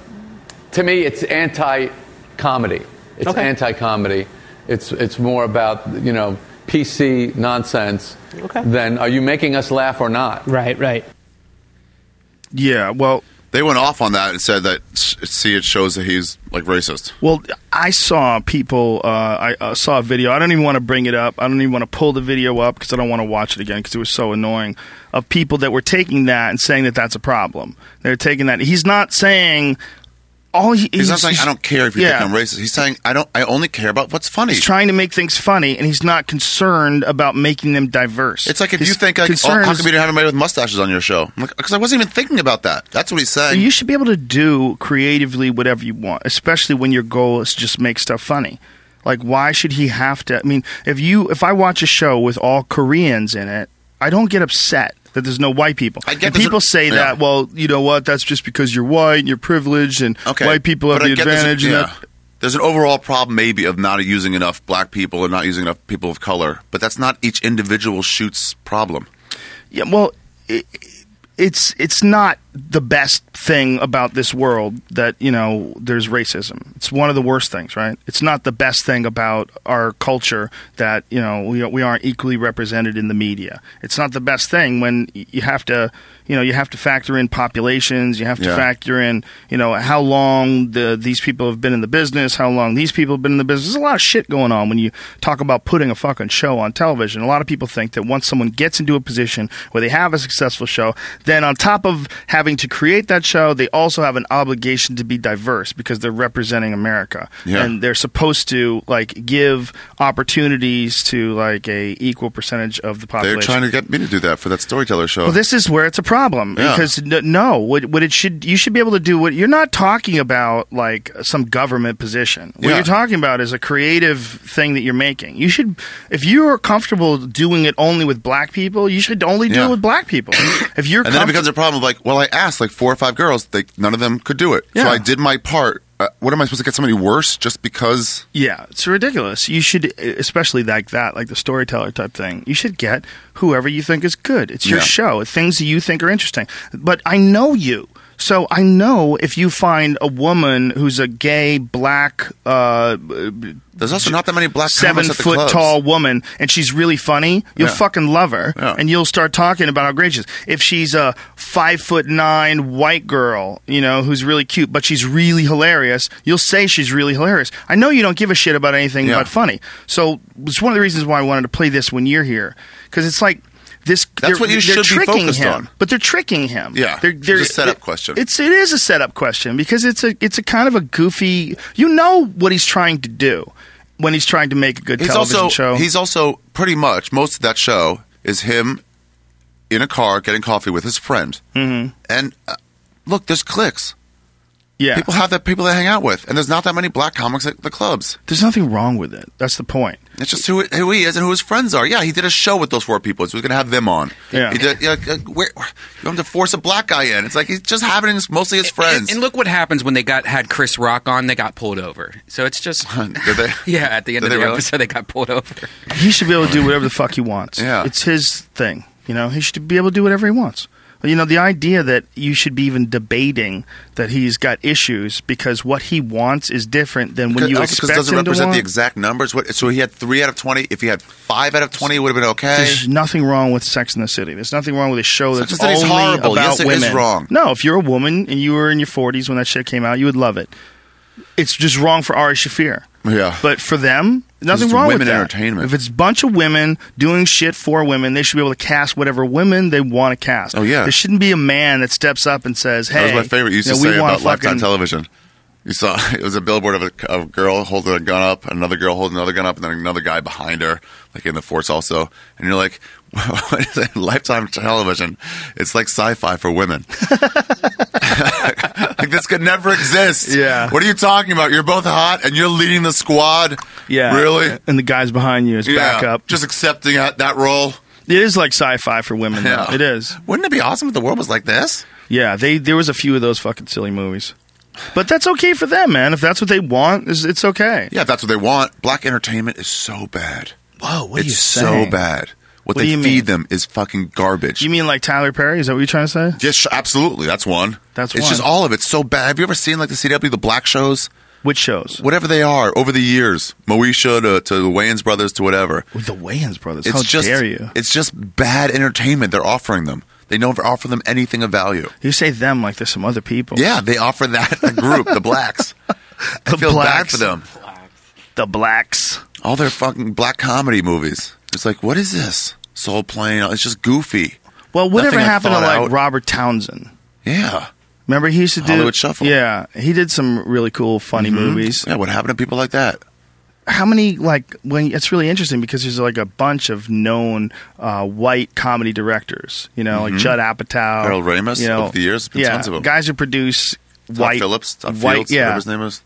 to me, it's anti comedy. It's
Okay.
anti comedy. It's, it's more about, you know, PC nonsense
Okay.
than are you making us laugh or not?
Right, right.
Yeah, well,
They went off on that and said that sh- see it shows that he's like racist.
Well, I saw people. Uh, I uh, saw a video. I don't even want to bring it up. I don't even want to pull the video up because I don't want to watch it again because it was so annoying. Of people that were taking that and saying that that's a problem. They're taking that. He's not saying all. He,
He's, not saying I don't care if you
yeah.
think I'm racist. He's saying I don't. I only care about what's funny.
He's trying to make things funny, and he's not concerned about making them diverse.
It's like if
His
you think like, oh,
concern
how
is-
come you didn't have anybody with mustaches on your show? I'm like, because I wasn't even thinking about that. That's what he's saying.
you should be able to do creatively whatever you want, especially when your goal is to just make stuff funny. Like, why should he have to? I mean, if you if I watch a show with all Koreans in it, I don't get upset that there's no white people.
I get
And
there's a-
people say
yeah.
that. Well, you know what? That's just because you're white and you're privileged, and
okay,
white people have
But I
the
get there's a-
advantage. and
yeah.
that-
There's an overall problem, maybe, of not using enough black people and not using enough people of color. But that's not each individual shoot's problem.
Yeah, well, it, it's it's not the best thing about this world that you know there's racism. It's one of the worst things, right? It's not the best thing about our culture that you know we we aren't equally represented in the media. It's not the best thing when y- you have to you know you have to factor in populations, you have to
Yeah.
factor in you know how long the these people have been in the business, how long these people have been in the business. There's a lot of shit going on when you talk about putting a fucking show on television. A lot of people think that once someone gets into a position where they have a successful show, then on top of having to create that show, they also have an obligation to be diverse because they're representing America
Yeah.
and they're supposed to like give opportunities to like a equal percentage of the
They're
population.
trying to get me to do that for that storyteller show.
Well, this is where it's a problem
Yeah.
because n- no, what, what it should you should be able to do what you're not talking about like some government position. What
Yeah.
you're talking about is a creative thing that you're making. You should, if you are comfortable doing it only with black people, you should only do
Yeah.
it with black people. if you're
and then it
comfort-
becomes a problem of like, well, I asked like four or five girls, they none of them could do it. So
Yeah.
I did my part. Uh, what am I supposed to get somebody worse just because?
Yeah, it's ridiculous. You should, especially like that, like the storyteller type thing. You should get whoever you think is good. It's your
Yeah.
show. Things that you think are interesting. But I know you, so I know if you find a woman who's a gay black, uh,
There's also not that many black
seven
comics at the
foot
clubs.
tall woman, and she's really funny, you'll
Yeah.
fucking love her,
Yeah.
and you'll start talking about how great she is. If she's a five foot nine white girl, you know, who's really cute, but she's really hilarious, you'll say she's really hilarious. I know you don't give a shit about anything
Yeah.
but funny, so it's one of the reasons why I wanted to play this when you're here, because it's like. This,
That's
they're-
what you
they're
should be
tricking
focused
him,
on.
But they're tricking him.
Yeah,
They're,
it's
they're,
a setup
it-
question.
It's it is a setup question because it's a it's a kind of a goofy. You know what he's trying to do when he's trying to make a good
He's
television
also
show.
he's also pretty much most of that show is him in a car getting coffee with his friend. Mm-hmm. And uh, look, there's clicks.
yeah.
People have that people they hang out with, and there's not that many black comics at the clubs.
There's nothing wrong with it. That's the point.
It's just who who he is and who his friends are. Yeah, he did a show with those four people. So he's going to have them on.
Yeah.
He did, yeah, like, where, you want to force a black guy in? It's like he's just having his, mostly his friends.
And, and look what happens when they got had Chris Rock on. They got pulled over. So it's just
Did they?
yeah. At the end
Did
of
they
the
really?
episode, they got pulled over.
He should be able to do whatever the fuck he wants.
Yeah.
It's his thing. You know, he should be able to do whatever he wants. You know, the idea that you should be even debating that he's got issues because what he wants is different than when you
Also, 'cause
expect
it doesn't
him to
represent
want.
the exact numbers. What, so he had three out of twenty. If he had five out of twenty, it would have been okay.
There's nothing wrong with Sex in the City. There's nothing wrong with a show that's
Sex and the City's
only
horrible.
about
Yes, it is
women.
wrong.
No, if you're a woman and you were in your 40s when that shit came out, you would love it. It's just wrong for Ari Shafir.
Yeah.
But for them, nothing
It's
wrong with
women
that.
entertainment.
If it's a bunch of women doing shit for women, they should be able to cast whatever women they want to cast.
Oh, yeah.
There shouldn't be a man that steps up and says, "Hey,
that was my favorite. You used
you know,
to
we
say
want
about Lifetime
fucking-
Television. You saw it was a billboard of a, of a girl holding a gun up, another girl holding another gun up, and then another guy behind her, like in the force also. And you're like, what is it? Lifetime Television. It's like sci-fi for women. like this could never exist.
Yeah.
What are you talking about? You're both hot, and you're leading the squad.
Yeah,
Really?
And the guys behind you is
Yeah.
back up.
Just accepting that, that role.
It is like sci-fi for women. though. It is.
Wouldn't it be awesome if the world was like this?
Yeah, they there was a few of those fucking silly movies, but that's okay for them, man. If that's what they want, it's, it's okay.
Yeah, if that's what they want. Black entertainment is so bad.
Whoa, what
it's so bad.
What
What,
do
they
you
feed
mean?
them is fucking garbage.
You mean like Tyler Perry? Is that what you're trying to say?
Yes, sh- absolutely. That's one.
That's
it's
one.
just all of it's so bad. Have you ever seen like the CW, the black shows,
Which shows?
whatever they are, over the years, Moesha to, to the Wayans brothers to whatever.
With the Wayans brothers.
It's
How
just
dare you?
it's just bad entertainment they're offering them. They don't offer them anything of value.
You say them like there's some other people.
Yeah, they offer that the group, the blacks. I
The
feel bad
blacks.
for them.
the blacks.
All their fucking black comedy movies. It's like, what is this? Soul Plane. It's just goofy.
Well, whatever
Nothing I
happened to
thought
like
out.
Robert Townsend?
Yeah.
Remember he used to do
Hollywood Shuffle. Mm-hmm.
Yeah, he did some really cool, funny movies.
Hmm? Yeah, what happened to people like that?
How many like when it's really interesting because there's like a bunch of known uh, white comedy directors. You know, like Judd Apatow,
Harold Ramis,
You know,
Mm-hmm. over the years, there's been
yeah,
tons of 'em.
guys who produce
Todd
white
Phillips, Todd
white,
Fields,
yeah,
whatever his name is.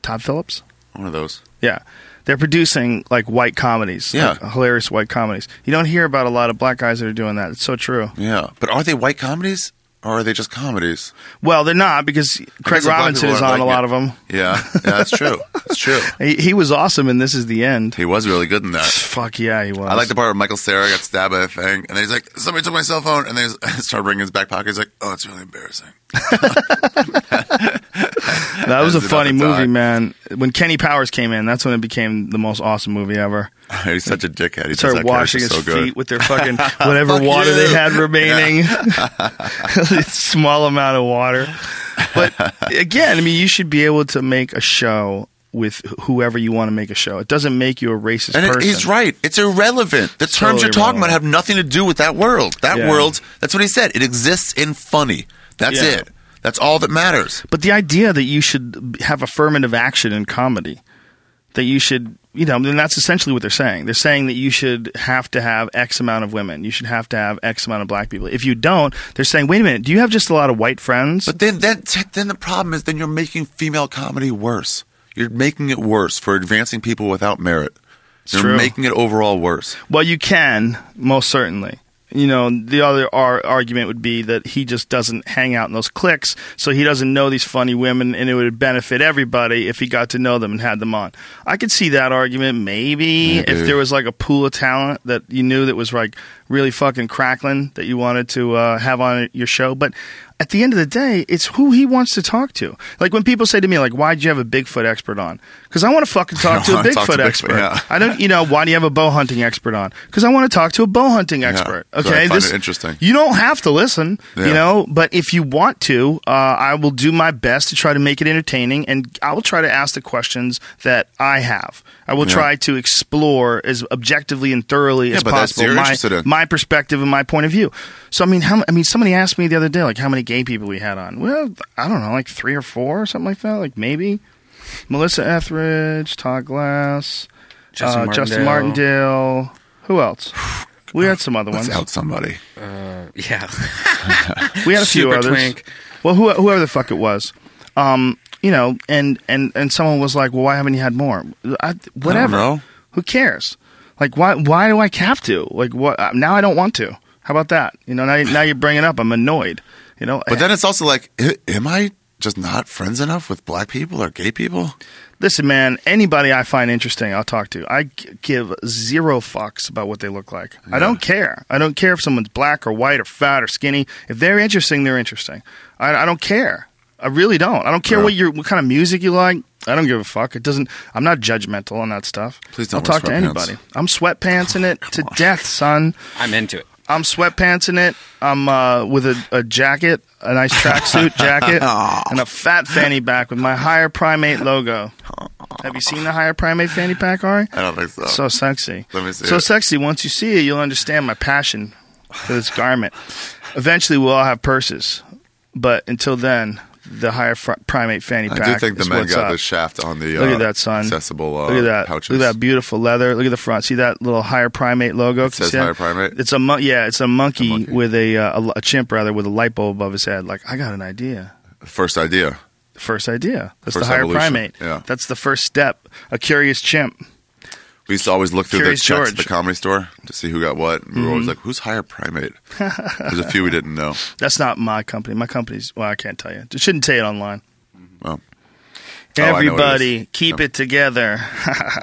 Todd Phillips.
One of those.
Yeah. They're producing like white comedies,
Yeah.
like, hilarious white comedies. You don't hear about a lot of black guys that are doing that. It's so true.
Yeah, but are they white comedies or are they just comedies?
Well, they're not because Craig
guess a lot of
Robinson
people
is on
aren't
a
liking
lot
it.
of them.
Yeah, yeah that's true. That's true.
He, he was awesome, and this is the end.
He was really good in that.
Fuck yeah, he was.
I like the part where Michael Sarah got stabbed by a thing, and then he's like, "Somebody took my cell phone," and then he started ringing his back pocket. He's like, "Oh, it's really embarrassing."
that was a
That's another
funny movie,
time.
man. When Kenny Powers came in, that's when it became the most awesome movie ever.
he's such a dickhead. He does
Started
that
washing his
character so good.
feet with their fucking whatever
Fuck
water they
you.
had remaining, small amount of water. But again, I mean, you should be able to make a show with whoever you want to make a show. It doesn't make you a racist
and it,
person.
he's right. It's irrelevant. The
totally
terms you're talking about
irrelevant.
have nothing to do with that world. That
Yeah.
world. That's what he said. It exists in funny. That's
Yeah.
it. That's all that matters.
But the idea that you should have affirmative action in comedy, that you should, you know, then that's essentially what they're saying. They're saying that you should have to have X amount of women. You should have to have X amount of black people. If you don't, they're saying, wait a minute, do you have just a lot of white friends?
But then, then, then the problem is then you're making female comedy worse. You're making it worse for advancing people without merit. You're
true.
making it overall worse.
well, you can, most certainly. You know, the other ar- argument would be that he just doesn't hang out in those cliques, so he doesn't know these funny women, and it would benefit everybody if he got to know them and had them on. I could see that argument, maybe, if there was like a pool of talent that you knew that was like really fucking crackling that you wanted to uh, have on your show. But at the end of the day, it's who he wants to talk to. Like when people say to me, like, why'd you have a Bigfoot expert on? Because I want to fucking talk to a
wanna talk to
Bigfoot
Bigfoot,
expert.
yeah.
I don't, you know, why do you have a bow hunting expert on? Because I want to talk to a bow hunting expert.
so I
okay,
find it interesting.
You don't have to listen, you
Yeah.
know, but if you want to, uh, I will do my best to try to make it entertaining, and I will try to ask the questions that I have. I will try to explore as objectively and thoroughly as
but that's what
possible
you're
my,
interested in.
my perspective and my point of view. So I mean, how I mean, somebody asked me the other day, like, how many gay people we had on? Well, I don't know, like three or four or something like that, like maybe. Melissa Etheridge, Todd Glass,
Justin
uh, Justin
Martindale.
Martindale. Who else? We had some other
Let's
ones.
out somebody.
Yeah.
We had a few
Super
others.
twink.
Well, who, whoever the fuck it was, um, you know, and and and someone was like, "Well, why haven't you had more?" I, whatever.
know.
Who cares? Like, why why do I have to? Like, what uh, now? I don't want to. How about that? You know, now now you bring it up. I'm annoyed. You know,
But then it's also like, "I- am I just not friends enough with black people or gay people?
Listen, man, anybody I find interesting, I'll talk to. I g- give zero fucks about what they look like. I don't care. I don't care if someone's black or white or fat or skinny. If they're interesting, they're interesting. I, I don't care. I really don't. I don't care what your what kind of music you like. I don't give a fuck. It doesn't. I'm not judgmental on that stuff.
Please don't
I'll
wear
talk to
sweatpants.
anybody. I'm sweatpants in it to death, son.
I'm into it.
I'm sweatpants in it. I'm uh, with a, a jacket, a nice tracksuit jacket, and a fat fanny pack with my higher primate logo. Have you seen the higher primate fanny pack, Ari?
I don't think so.
So sexy.
Let me see
so
it.
sexy. Once you see it, you'll understand my passion for this garment. Eventually, we'll all have purses, but until then, the higher fr- primate fanny
I
pack.
do think the
is
men
what's
got
up.
the shaft on the uh,
Look at that, son.
accessible uh,
Look at that.
pouches.
Look at that beautiful leather. Look at the front. See that little higher primate logo? It
says higher primate?
It's a mon- yeah, it's a monkey,
monkey.
with a, uh, a l- a chimp rather with a light bulb above his head. Like I got an idea.
First idea.
The first idea. That's the
First
higher
evolution.
primate.
Yeah.
That's the first step. A curious chimp.
We used to always look through
Curious
the checks
George. Mm-hmm.
at the comedy store to see who got what. And we were always like, "Who's higher primate?" There's a few we didn't know.
That's not my company. My company's well, I can't tell you. Just shouldn't say it online.
Well, Oh, I know what it
Everybody,
is.
keep
Yeah.
it together.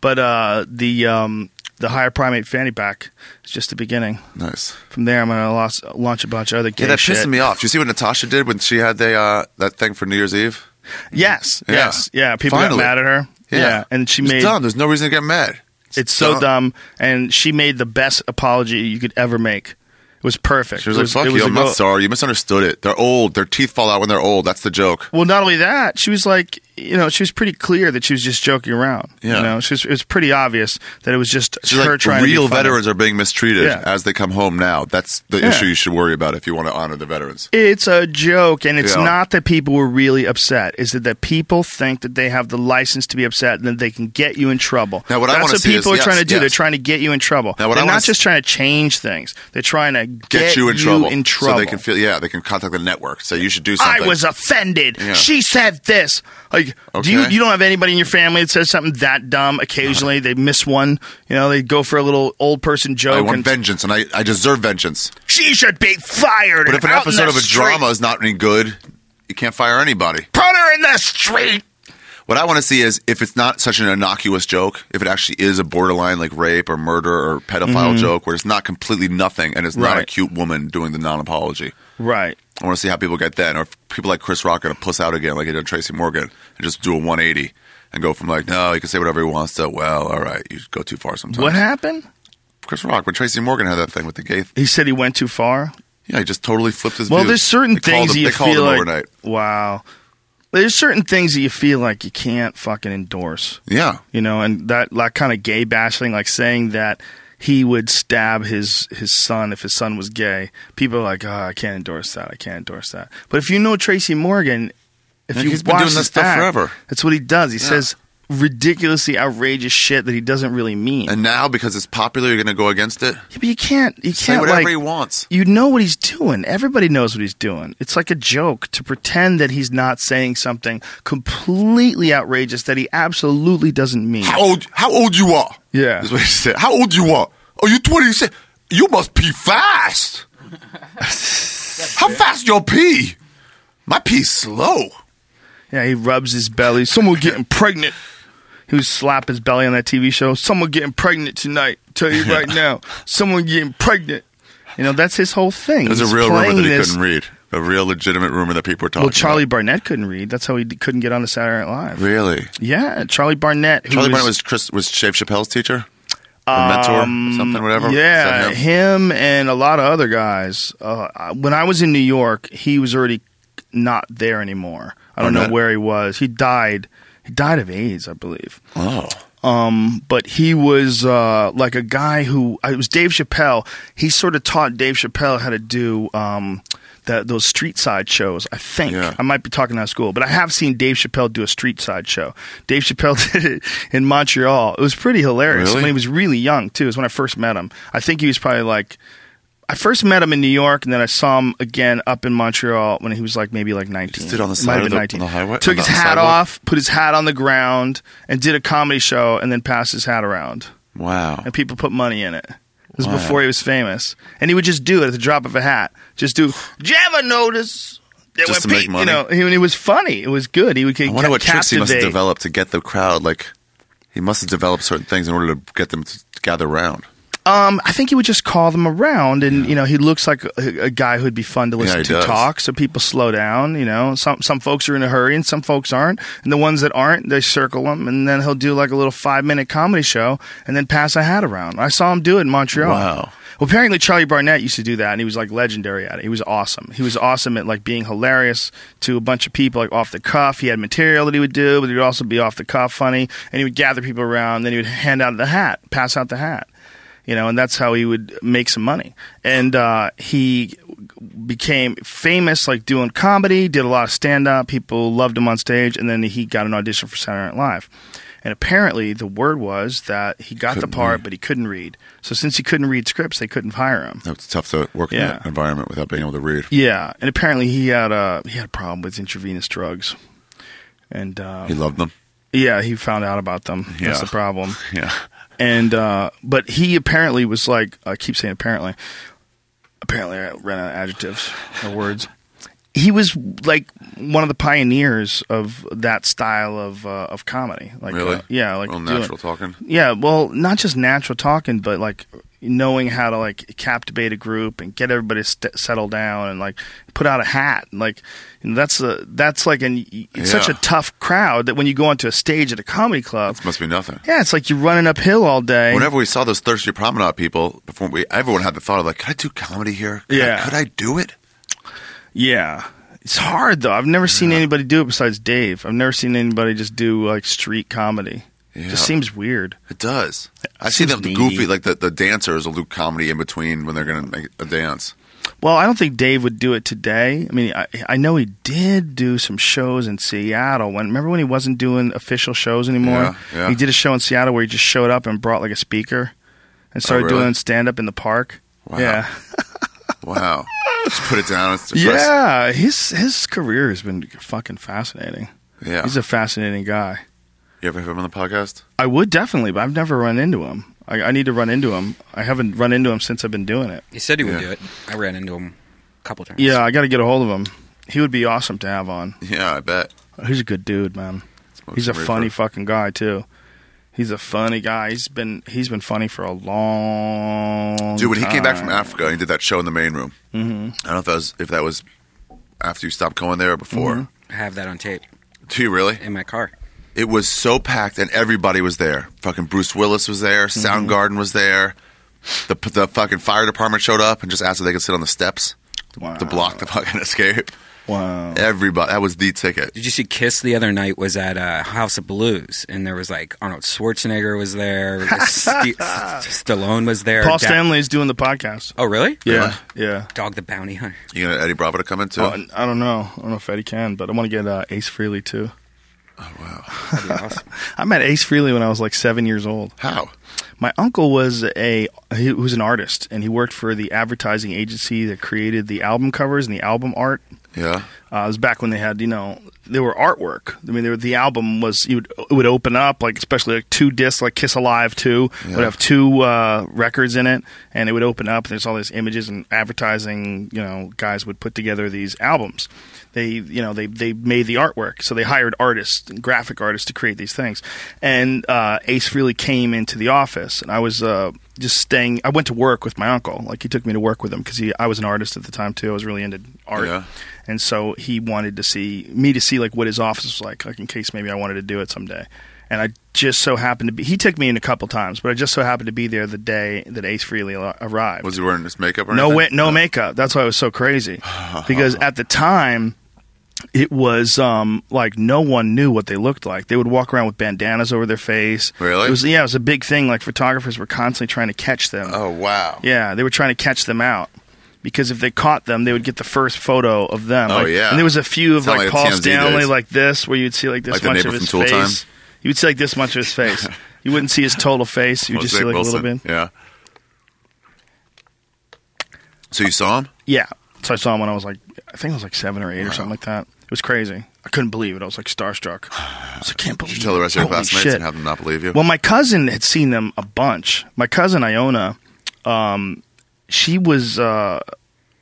but uh, the um, the higher primate fanny pack is just the beginning.
nice.
From there, I'm gonna launch, launch a bunch of other gay
Yeah, that
shit.
pissed me off. Did you see what Natasha did when she had the uh, that thing for New Year's Eve?
Yes,
Yeah.
yes, yeah. People
Finally.
got mad at her. Yeah, and she
It's
made
dumb. There's no reason to get mad.
It's so dumb. And she made the best apology you could ever make. It was perfect.
She was
it
like, "Fuck
it was oh
you.
a
I'm
go-
not sorry. You misunderstood it. They're old. Their teeth fall out when they're old. That's the joke."
Well, not only that, she was like, you know, she was pretty clear that she was just joking around.
Yeah.
You know, she was, it was pretty obvious that it was just
She's
her
like,
trying to be
real
funny.
veterans are being mistreated
Yeah.
as they come home now. That's the
Yeah.
issue you should worry about if you want to honor the veterans.
It's a joke, and it's
Yeah.
not that people were really upset. It's that, that people think that they have the license to be upset and that they can get you in trouble.
Now, what I
That's
wanna
what
see is-
people are
yes,
trying to do.
yes.
They're trying to get you in trouble.
Now, what I
They're
wanna
not
s-
just trying to change things. They're trying to get,
Get you in trouble.
in trouble.
So they can feel, yeah, they can contact the network. So you should do
I
something.
was offended.
Yeah.
She said this. Like, do you
Okay.
you don't have anybody in your family that says something that dumb? Occasionally, they miss one. You know, they go for a little old person
I
joke.
want
and
vengeance, and I, I deserve vengeance.
she should be fired. and
But if an
out in
episode
the
of a
street.
drama is not any good, you can't fire anybody.
Put her in the street.
What I want to see is if it's not such an innocuous joke, if it actually is a borderline like rape or murder or pedophile joke, where it's not completely nothing and it's not a
Mm-hmm. Right.
cute woman doing the non apology.
right?
I want to see how people get then, or if people like Chris Rock are going to puss out again, like he did Tracy Morgan, and just do a 180 and go from like, no, he can say whatever he wants to, well, all right, you go too far sometimes.
What happened?
Chris Rock, when Tracy Morgan had that thing with the gay,
He said he went too far.
yeah, he just totally flipped his.
Well,
views.
there's certain
They called
things
him,
that you
they called
feel
him
like.
overnight.
Wow. There's certain things that you feel like you can't fucking endorse.
Yeah,
you know, and that like kind of gay bashing, like saying that he would stab his his son if his son was gay. People are like, oh, I can't endorse that. I can't endorse that. But if you know Tracy Morgan, if
Yeah,
you
he's been
watch
doing
his
this stuff
act,
forever.
that's what he does. He says ridiculously outrageous shit that he doesn't really mean.
and now because it's popular, you're going to go against it.
Yeah, but you can't. You
Say
can't
whatever
like,
he wants.
You know what he's doing. Everybody knows what he's doing. It's like a joke to pretend that he's not saying something completely outrageous that he absolutely doesn't mean.
How old? How old you are?
Yeah.
is what he said. How old you are? Oh, you 26. You must pee fast. how fast you pee? My pee's slow.
Yeah, he rubs his belly. Someone getting pregnant. He would slap his belly on that TV show. Someone getting pregnant tonight. Tell you right now. Someone getting pregnant. You know, that's his whole thing.
It was
He's
a real rumor
playing
that he
this-
couldn't read. A real legitimate rumor that people were talking
Well, Charlie
about.
Barnett couldn't read. That's how he d- couldn't get on to Saturday Night Live.
Really?
Yeah, Charlie Barnett. Who
Charlie
was,
Brown was Chris was Dave Chappelle's teacher? Or mentor? something, whatever? Is
Um, Yeah,
that him?
him? and a lot of other guys. Uh, I- when I was in New York, he was already not there anymore. I don't know
Barnett?
where he was. He died. He died of AIDS, I believe.
Oh.
but he was uh, like a guy who uh, it was Dave Chappelle. He sort of taught Dave Chappelle how to do um, that those street side shows. I think
Yeah.
I might be talking out of school, but I have seen Dave Chappelle do a street side show. Dave Chappelle did it in Montreal. It was pretty hilarious.
Really?
When he was really young too. Is when I first met him. I think he was probably like. I first met him in New York, and then I saw him again up in Montreal when he was like maybe like nineteen.
stood on the
It
side
might have
of
been 19.
the- on the highway-
Took
on the
his hat
sidewalk?
off, put his hat on the ground, and did a comedy show, and then passed his hat around,
Wow.
and people put money in it. It was before he was famous, and he would just do it at the drop of a hat. Just do. Did you ever notice that
Just to
when
make
pe-
money?
you know, he, and it was funny. It was good. He would
I wonder what tricks
captivate.
he must have developed to get the crowd. Like, he must have developed certain things in order to get them to gather around.
Um, I think he would just call them around, and you know, he looks like a, a guy who'd be fun to listen
he
to
does.
talk. So people slow down. You know, some some folks are in a hurry, and some folks aren't. And the ones that aren't, they circle him, and then he'll do like a little five minute comedy show, and then pass a hat around. I saw him do it in Montreal.
Wow.
Well, apparently Charlie Barnett used to do that, and he was like legendary at it. He was awesome. He was awesome at like being hilarious to a bunch of people, like off the cuff. He had material that he would do, but he would also be off the cuff funny, and he would gather people around. Then he would hand out the hat, pass out the hat, you know, and that's how he would make some money. And uh, he became famous, like doing comedy, did a lot of stand up. People loved him on stage, and then he got an audition for Saturday Night Live. And apparently, the word was that he got the part, but he couldn't read. So since he couldn't read scripts, they couldn't hire him.
It's tough to work in
Yeah.
that environment without being able to read.
Yeah, and apparently he had a he had a problem with intravenous drugs, and uh,
He loved them.
Yeah, he found out about them. That's
Yeah.
the problem.
Yeah.
And uh, but he apparently was like I keep saying apparently. Apparently, I ran out of adjectives or words. He was like one of the pioneers of that style of uh, of comedy. Like,
Really?
uh, yeah, like
Real
doing-
natural talking?
Yeah, well, not just natural talking, but like knowing how to like captivate a group and get everybody st- settled down and like put out a hat. And, like you know, that's a that's like an it's such a
Yeah.
tough crowd that when you go onto a stage at a comedy club,
Must be nothing.
yeah, it's like you're running uphill all day.
Whenever we saw those Thirsty Promenade people, before we, everyone had the thought of like, could I do comedy here? Could I-
Yeah.
could I do it?
Yeah. It's hard though. I've never seen anybody do it besides Dave. I've never seen anybody just do like street comedy. It
Yeah.
just seems weird.
It does. I see them
seems needy.
goofy, like the, the dancers will do comedy in between when they're going to make a dance.
Well, I don't think Dave would do it today. I mean, I, I know he did do some shows in Seattle. When remember when he wasn't doing official shows anymore?
Yeah, yeah.
He did a show in Seattle where he just showed up and brought like a speaker and started
Oh, really?
doing stand up in the park.
Wow.
Yeah,
Wow. Just put it down. It's depressing.
yeah. His his career has been fucking fascinating.
Yeah.
He's a fascinating guy.
You ever have him on the podcast?
I would definitely, but I've never run into him. I, I need to run into him. I haven't run into him since I've been doing it.
He said he would
Yeah.
do it. I ran into him a couple times.
Yeah, I got to get a hold of him. He would be awesome to have on.
Yeah, I bet.
He's a good dude, man.
Smoke
He's a
some reefer.
funny fucking guy too. He's a funny guy. He's been he's been funny for a long.
Dude, when he came back from
time.
Africa, he did that show in the main room. Mm-hmm. I don't know if that was if that was after you stopped going there or before.
Mm-hmm.
I have that on tape
Do you really?
in my car.
It was so packed, and everybody was there. Fucking Bruce Willis was there.
Mm-hmm.
Soundgarden was there. The the fucking fire department showed up and just asked if they could sit on the steps
Wow.
to block the fucking escape.
wow.
Everybody, that was the ticket.
Did you see Kiss the other night was at uh, House of Blues and there was like Arnold Schwarzenegger was there, St- Stallone was there.
Paul
Da-
Stanley is doing the podcast.
Oh really?
Yeah, yeah.
Dog the Bounty Hunter.
You gonna Eddie Bravo to come in too?
Oh, and I don't know. I don't know if Eddie can, but I want to get uh, Ace Freely too.
That'd be awesome.
I met Ace Freely when I was like seven years old.
How?
My uncle was a he was an artist, and he worked for the advertising agency that created the album covers and the album art.
Yeah.
Uh, it was back when they had, you know, they were artwork. I mean, they were, the album was you would, it would open up like especially like two discs, like Kiss Alive Two
Yeah.
would have two uh, records in it, and it would open up. And there's all these images and advertising. You know, guys would put together these albums. They, you know, they they made the artwork, so they hired artists, and graphic artists, to create these things. And uh, Ace Frehley came into the office, and I was. Uh, just staying, I went to work with my uncle. Like he took me to work with him because he, I was an artist at the time too. I was really into art,
Yeah.
and so he wanted to see me to see like what his office was like, like in case maybe I wanted to do it someday. And I just so happened to be. He took me in a couple times, but I just so happened to be there the day that Ace Freely arrived.
Was he wearing his makeup or
no,
anything?
wi- no makeup. That's why it was so crazy because at the time. It was um, like no one knew what they looked like. They would walk around with bandanas over their face.
Really?
It was yeah, it was a big thing. Like photographers were constantly trying to catch them.
Oh wow.
Yeah, they were trying to catch them out because if they caught them, they would get the first photo of them.
Oh,
Like-
yeah.
and there was a few of
Sound
like,
like
Paul
TMZ
Stanley
days.
like this, where you'd see like this
Like the
much
neighbor
of
from
his
Tool
face.
Time?
You would see like this much of his face. you wouldn't see his total face. You would just see
Jose
like a little
Wilson.
bit.
Yeah. So you saw him?
Yeah. So I saw him when I was like, I think I was like seven or eight or something like that. It was crazy. I couldn't believe it. I was like starstruck. I was like, I can't believe.
Did you tell the rest of your
Holy
classmates
shit.
and have them not believe you?
Well, my cousin had seen them a bunch. My cousin Iona, um, she was uh,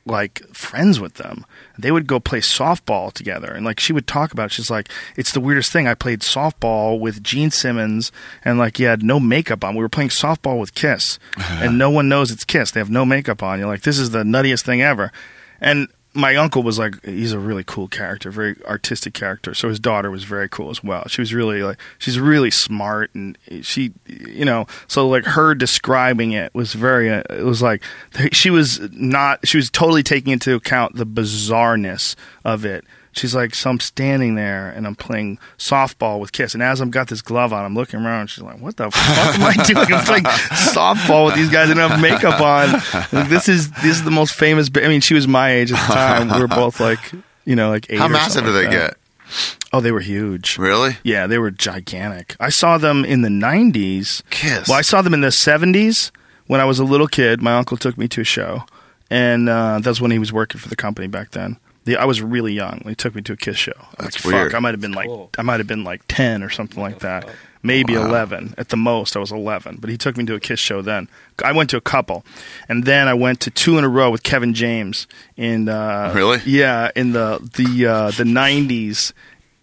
like friends with them. They would go play softball together, and like she would talk about. It. She's like, "It's the weirdest thing. I played softball with Gene Simmons, and like he had no makeup on. We were playing softball with Kiss, and no one knows it's Kiss. They have no makeup on. You're like, this is the nuttiest thing ever." And my uncle was like he's a really cool character very artistic character so his daughter was very cool as well she was really like she's really smart and she you know so like her describing it was very uh, it was like th- she was not she was totally taking into account the bizarreness of it she's like so i'm standing there and i'm playing softball with kiss and as i've got this glove on i'm looking around she's like what the fuck am i doing i'm playing softball with these guys that don't have makeup on like, this is this is the most famous ba- i mean she was my age at the time we were both like you know like eight
How
or
massive
something
do they
like that.
get?
oh they were huge
Really?
yeah, they were gigantic. I saw them in the 90s.
Kiss.
Well, I saw them in the 70s when I was a little kid. My uncle took me to a show, and uh, that's when he was working for the company back then. The, I was really young. They took me to a Kiss show. I'm
That's
like,
weird.
Fuck, I might have been like, I might have been like ten or something like that, maybe eleven at the most. I was eleven, but he took me to a Kiss show. Then I went to a couple, and then I went to two in a row with Kevin James in uh,
Really?
yeah in the the uh, the nineties.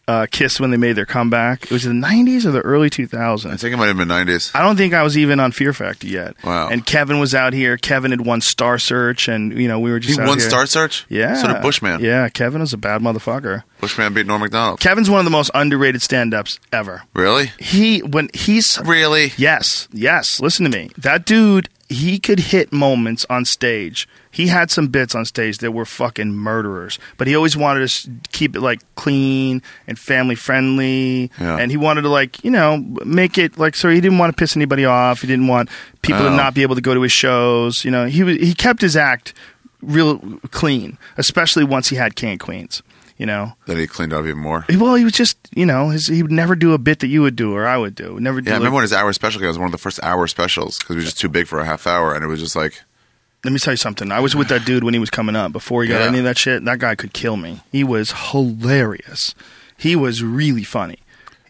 Uh, Kiss when they made their comeback. It was the '90s or the early 2000s.
I think it might have been nineties.
I don't think I was even on Fear Factor yet.
Wow.
And Kevin was out here. Kevin had won Star Search, and you know we were
He
just out
won
here.
Star Search.
Yeah.
So did Bushman.
Yeah, Kevin was a bad motherfucker.
Bushman beat Norm Macdonald.
Kevin's one of the most underrated stand-ups ever.
really?
He when he's
Really?
yes yes. Listen to me. That dude he could hit moments on stage. He had some bits on stage that were fucking murderers, but he always wanted to s- keep it like clean and family friendly,
Yeah.
and he wanted to like you know make it like so he didn't want to piss anybody off. He didn't want people
Oh.
to not be able to go to his shows. You know he was, he kept his act real clean, especially once he had King of Queens. You know,
That he cleaned up even more.
well, he was just, you know, his, he would never do a bit that you would do or I would do. Never. do
Yeah, I
like-
remember when his hour special came. It was one of the first hour specials because it was just too big for a half hour, and it was just like,
Let me tell you something. I was with that dude when he was coming up. Before he got
Yeah.
any of that shit, that guy could kill me. He was hilarious. He was really funny.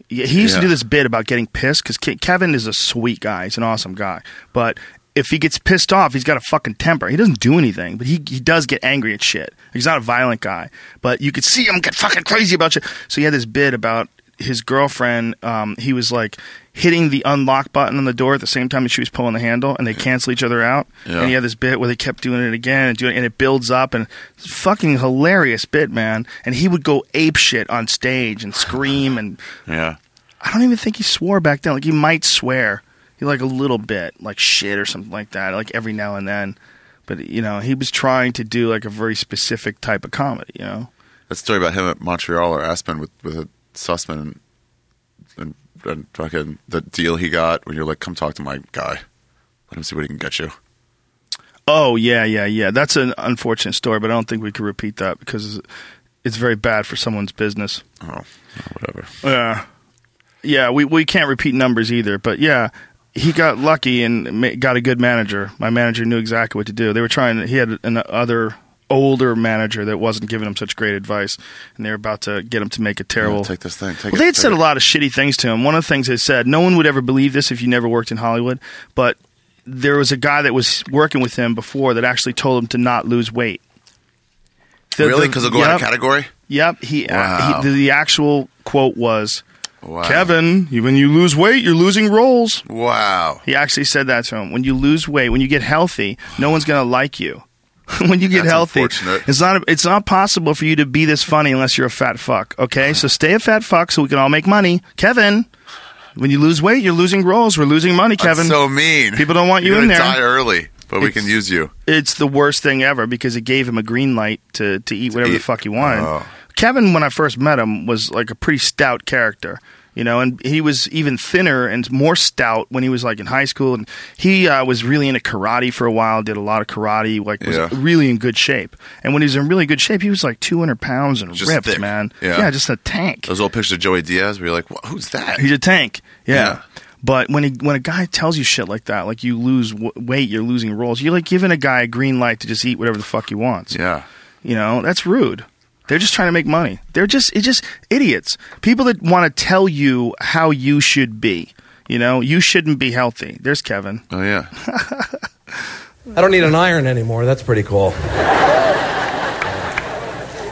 He he used
Yeah.
to do this bit about getting pissed because Kevin is a sweet guy. He's an awesome guy, but. If he gets pissed off, he's got a fucking temper. He doesn't do anything, but he, he does get angry at shit. He's not a violent guy, but you could see him get fucking crazy about shit. So he had this bit about his girlfriend, um, he was like hitting the unlock button on the door at the same time that she was pulling the handle, and they cancel each other out.
Yeah.
And he had this bit where they kept doing it again and doing, it, and it builds up, and it's a fucking hilarious bit, man. And he would go ape shit on stage and scream, and
yeah,
I don't even think he swore back then. Like he might swear, he like a little bit, like shit or something like that, like every now and then. But you know, he was trying to do like a very specific type of comedy, you know.
that story about him at Montreal or Aspen with with a Sussman and, and and fucking the deal he got when you're like, come talk to my guy, let him see what he can get you.
Oh yeah, yeah, yeah. That's an unfortunate story, but I don't think we could repeat that because it's very bad for someone's business.
Oh, whatever.
Yeah, yeah. We we can't repeat numbers either, but yeah, he got lucky and ma- got a good manager. My manager knew exactly what to do. They were trying. He had an other older manager that wasn't giving him such great advice, and they were about to get him to make a terrible.
take this thing. Take
Well,
it,
they had
take
said
it.
a lot of shitty things to him. One of the things they said, no one would ever believe this if you never worked in Hollywood, but there was a guy that was working with him before that actually told him to not lose weight. The-
really?
the-
Because it'll go out
yep,
of category.
Yep. He,
Wow.
uh, he the, the actual quote was,
Wow.
"Kevin, you- when you lose weight, you're losing roles."
Wow.
He actually said that to him. When you lose weight, when you get healthy, no one's going to like you. when you get
That's
healthy,
unfortunate.
it's not it's not possible for you to be this funny unless you're a fat fuck. Okay, so stay a fat fuck so we can all make money, Kevin. When you lose weight, you're losing roles. We're losing money, Kevin.
That's so mean.
People don't want you
You're
in
gonna
there.
Die early, but we can
It's-
use you.
it's the worst thing ever because it gave him a green light to, to eat whatever
eat.
the fuck he wanted.
Oh.
Kevin, when I first met him, was like a pretty stout character, you know, and he was even thinner and more stout when he was like in high school. And he uh, was really into karate for a while, did a lot of karate, like was
Yeah.
really in good shape. And when he was in really good shape, he was like 200 pounds and
Just
ripped,
thick.
man.
Yeah.
just a tank.
Those old pictures of Joey Diaz, where you're like, "Wha- who's that?
He's a tank. Yeah.
Yeah.
But when he, when a guy tells you shit like that, like you lose w- weight, you're losing rolls, you're like giving a guy a green light to just eat whatever the fuck he wants.
yeah.
You know, that's rude. They're just trying to make money. They're just it's just idiots. People that want to tell you how you should be. You know, you shouldn't be healthy. There's Kevin.
Oh yeah.
I don't need an iron anymore. That's pretty cool.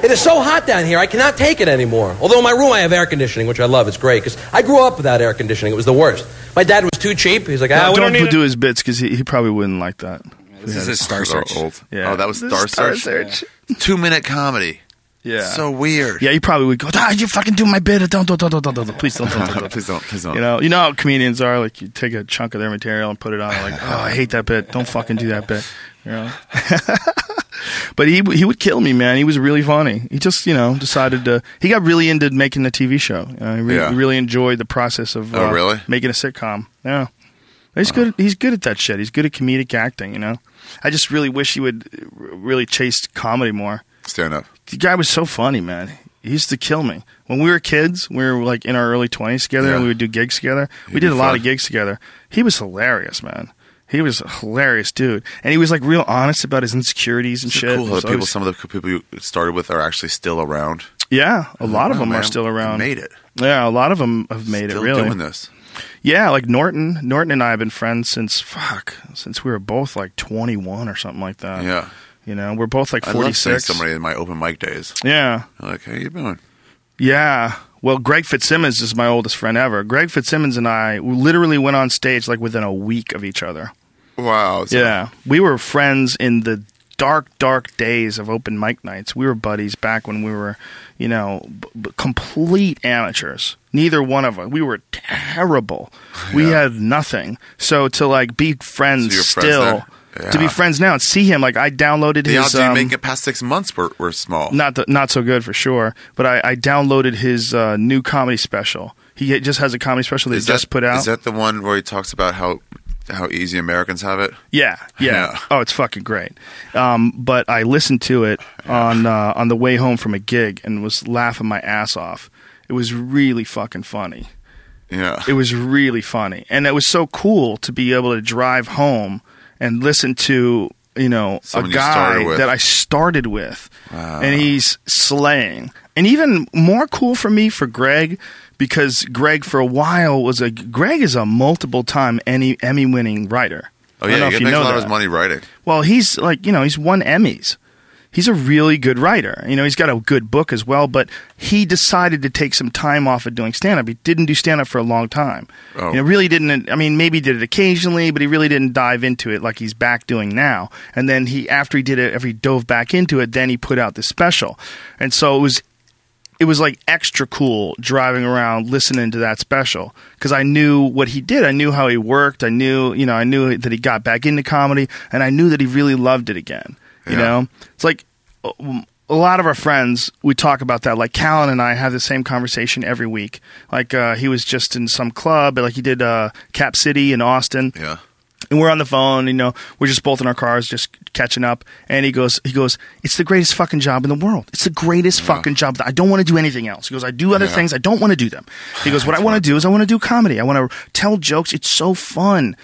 It is so hot down here, I cannot take it anymore. Although in my room I have air conditioning, which I love. It's great because I grew up without air conditioning. It was the worst. My dad was too cheap. He's like, ah, we
don't
don't need
do his bits because he, he probably wouldn't like that.
This is a star
Those are
search.
old.
Yeah.
Oh, that was
This
Star
is Star
Search.
Search.
Two minute comedy.
Yeah.
So weird.
Yeah, he probably would go. Ah, you fucking do my bit. Don't, don't, don't, don't, don't, don't. Please don't, don't, don't, don't.
Oh, please don't. Please don't.
You know, you know how comedians are. Like, you take a chunk of their material and put it on. Like, oh, I hate that bit. Don't fucking do that bit. You know. but he he would kill me, man. He was really funny. He just you know decided to. He got really into making the TV show. Uh, he re-
Yeah.
really enjoyed the process of.
Oh,
uh,
really?
Making a sitcom. Yeah. He's good. He's good at that shit. He's good at comedic acting. You know. I just really wish he would uh, really chase comedy more
Stand up.
the guy was so funny, man. He used to kill me. When we were kids, we were like in our early 20s together
Yeah.
and we would do gigs together. we
be
did a lot
fun.
of gigs together. He was hilarious, man. He was a hilarious dude, and he was like real honest about his insecurities and
It's
shit.
cool
It
how
was
the people,
always-
some of the people you started with are actually still around.
yeah, a lot of them
Wow, Uh-huh. Oh, man.
are still
I
around.
made it.
Yeah, a lot of them have made
still
it. Really
doing this.
Yeah, like Norton. Norton and I have been friends since fuck, since we were both like 21 or something like that.
Yeah.
You know, we're both like
I love seeing
46.
somebody in my open mic days.
yeah.
Like, how you doing?
Yeah. Well, Greg Fitzsimmons is my oldest friend ever. Greg Fitzsimmons and I literally went on stage like within a week of each other.
Wow. so-
Yeah. We were friends in the dark, dark days of open mic nights. We were buddies back when we were, you know, b- b- complete amateurs. Neither one of us. We were terrible. We had nothing. So to like be friends
So you're friends
still,
then? Yeah.
to be friends now and see him, like I downloaded
The
his.
odds you
um,
make it past six months were, were small.
not the, not so good for sure. But I, I downloaded his uh, new comedy special. He just has a comedy special that he
that,
just put out.
Is that the one where he talks about how how easy Americans have it?
yeah, yeah,
Yeah.
Oh, it's fucking great. Um, but I listened to it on uh, on the way home from a gig and was laughing my ass off. It was really fucking funny.
Yeah.
It was really funny, and it was so cool to be able to drive home and listen to you know
Someone
a
you started
guy
with.
that I started with, and he's slaying. And even more cool for me for Greg because Greg for a while was a Greg is a multiple time Emmy Emmy winning writer.
oh
I don't know
yeah,
if
he
you
makes a
know
lot of
that.
his money writing.
Well, he's like, you know, he's won Emmys. He's a really good writer. You know, he's got a good book as well, but he decided to take some time off of doing stand up. He didn't do stand up for a long time.
Oh.
You know, really didn't I mean maybe did it occasionally, but he really didn't dive into it like he's back doing now. And then he after he did it, after he dove back into it, then he put out this special. And so it was it was like extra cool driving around listening to that special because I knew what he did. I knew how he worked. I knew, you know, I knew that he got back into comedy and I knew that he really loved it again. You
Yeah.
know, it's like um, a lot of our friends, we talk about that. Like Callan and I have the same conversation every week. Like, uh, he was just in some club, like he did, uh, Cap City in Austin
Yeah.
and we're on the phone you know we're just both in our cars just catching up and he goes he goes it's the greatest fucking job in the world it's the greatest fucking job i don't want to do anything else he goes i do other
Yeah.
things i don't want to do them he goes what i want to do is i want to do comedy i want to tell jokes it's so fun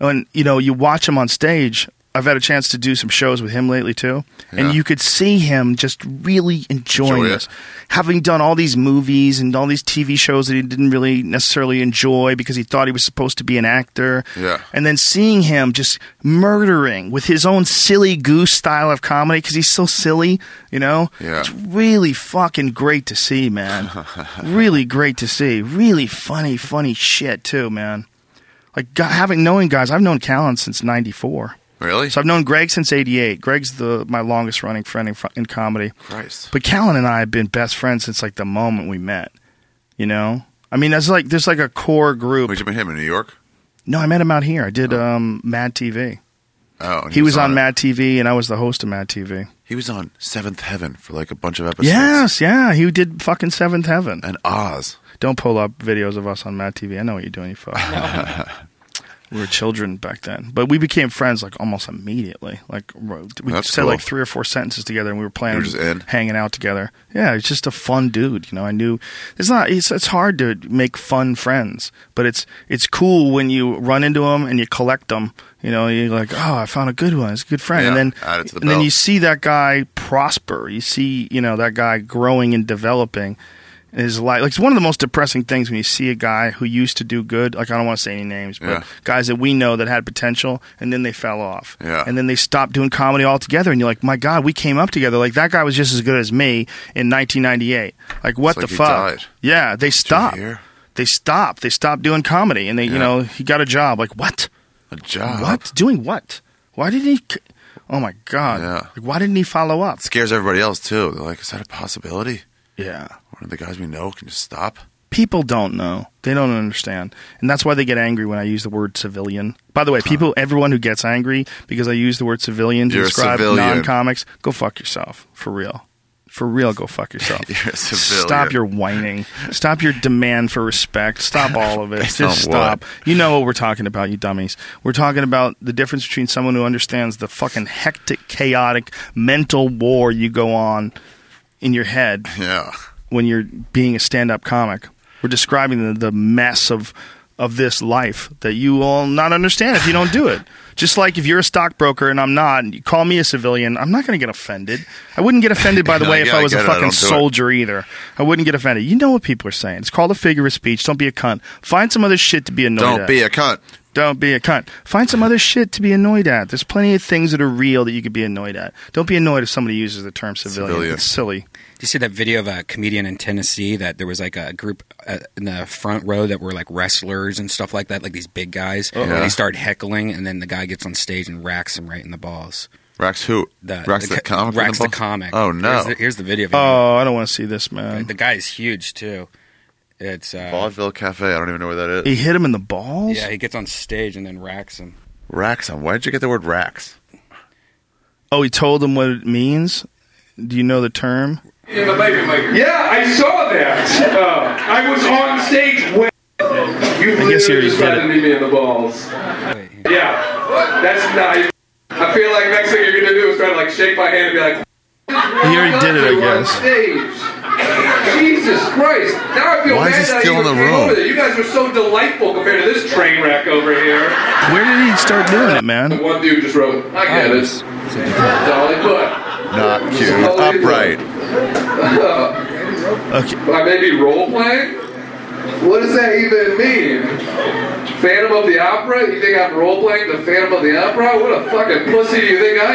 and you know you watch him on stage i've had a chance to do some shows with him lately too
Yeah.
and you could see him just really enjoying
Enjoy it.
this having done all these movies and all these tv shows that he didn't really necessarily enjoy because he thought he was supposed to be an actor
Yeah.
and then seeing him just murdering with his own silly goose style of comedy because he's so silly, you know?
Yeah.
It's really fucking great to see, man. really great to see. Really funny, funny shit, too, man. Like, go- having knowing guys, I've known Callan since 94.
Really?
So I've known Greg since 88. Greg's the my longest running friend in, fr- in comedy.
Christ.
But Callan and I have been best friends since like the moment we met, you know? I mean, that's like there's like a core group.
Where'd you meet him in New York?
No, I met him out here. I did um, Mad TV.
Oh, and
He was on
it.
Mad TV, and I was the host of Mad TV.
He was on Seventh Heaven for like a bunch of episodes.
Yes, yeah, he did fucking Seventh Heaven.
And Oz.
Don't pull up videos of us on Mad TV. I know what you're doing, you fuck. we were children back then, but we became friends like almost immediately. Like ro- we
That's
said
cool.
like three or four sentences together, and we were playing,
You were just in?
hanging out together. Yeah, he's just a fun dude. You know, I knew it's not. It's, it's hard to make fun friends, but it's it's cool when you run into them and you collect them. You know, you're like, oh, I found a good one. It's a good friend,
Yeah,
and then
add it to the
and then
belt.
you see that guy prosper. You see, you know, that guy growing and developing in his life. Like it's one of the most depressing things when you see a guy who used to do good. Like I don't want to say any names, but
Yeah.
guys that we know that had potential and then they fell off.
Yeah.
And then they stopped doing comedy altogether. And you're like, my God, we came up together. Like that guy was just as good as me in 1998. Like what
It's like
the
he
fuck?
died.
Yeah, they stopped.
hear?
They stopped. They stopped doing comedy, and they, you
Yeah.
know, he got a job. Like what?
A job.
What? Doing what? Why did he? c- Oh my god!
Yeah.
Like, why didn't he follow up?
Scares everybody else too. They're like, is that a possibility?
Yeah.
One of the guys we know can just stop.
People don't know. They don't understand, and that's why they get angry when I use the word civilian. By the way, people, everyone who gets angry because I use the word civilian to
You're a
describe
civilian.
non-comics, go fuck yourself. For real. For real, go fuck yourself.
You're a civilian.
Stop your whining. Stop your demand for respect. Stop all of it.
Based
Just
on what?
stop. You know what we're talking about, you dummies. We're talking about the difference between someone who understands the fucking hectic, chaotic mental war you go on in your head
Yeah.
when you're being a stand-up comic. We're describing the, the mess of of this life that you will not understand if you don't do it. Just like if you're a stockbroker and I'm not, and you call me a civilian, I'm not going to get offended. I wouldn't get offended, by the
You're
way,
like,
if
"Yeah,
I
I
was a
get it, I
fucking
don't do it."
soldier either. I wouldn't get offended. You know what people are saying. It's called a figure of speech. Don't be a cunt. Find some other shit to be annoyed
Don't
at.
be a cunt.
Don't be a cunt. Find some other shit to be annoyed at. There's plenty of things that are real that you could be annoyed at. Don't be annoyed if somebody uses the term civilian.
Civilian.
It's silly.
you see that video of a comedian in Tennessee that there was like a group uh, in the front row that were like wrestlers and stuff like that, like these big guys, and
Oh, Yeah.
they start heckling, and then the guy gets on stage and racks him right in the balls.
Racks who?
The,
Racks the,
co-
comic.
Racks the
ball?
comic.
Oh no!
Here's the, here's the video.
Oh, I don't want to see this, man.
the guy is huge too. It's uh,
Vaudeville Cafe. I don't even know where that
He
is.
hit him in the balls?
yeah, he gets on stage and then racks him.
Racks on. Why did you get the word racks?
Oh, he told him what it means? Do you know the term?
in the baby maker. Yeah, I saw that. Uh, I was on stage when you
I guess he already
literally
did
tried
it.
to knee me in the balls. Yeah, that's not. even- I feel like next thing you're gonna do is try to like shake my hand and be like.
He already did it, I
"You were on
guess.
stage." Jesus Christ! Now I feel
Why is he
bad that I
still in
even
the
came
room?
over there. You guys are so delightful compared to this train wreck over here.
Where did he start doing it, man?
One dude just wrote, "I get it." That's all he put.
Not cute. Upright.
Uh, Okay.
By maybe role playing? What does that even mean? Phantom of the Opera? You think I'm role playing the Phantom of the Opera? What a fucking pussy do you think I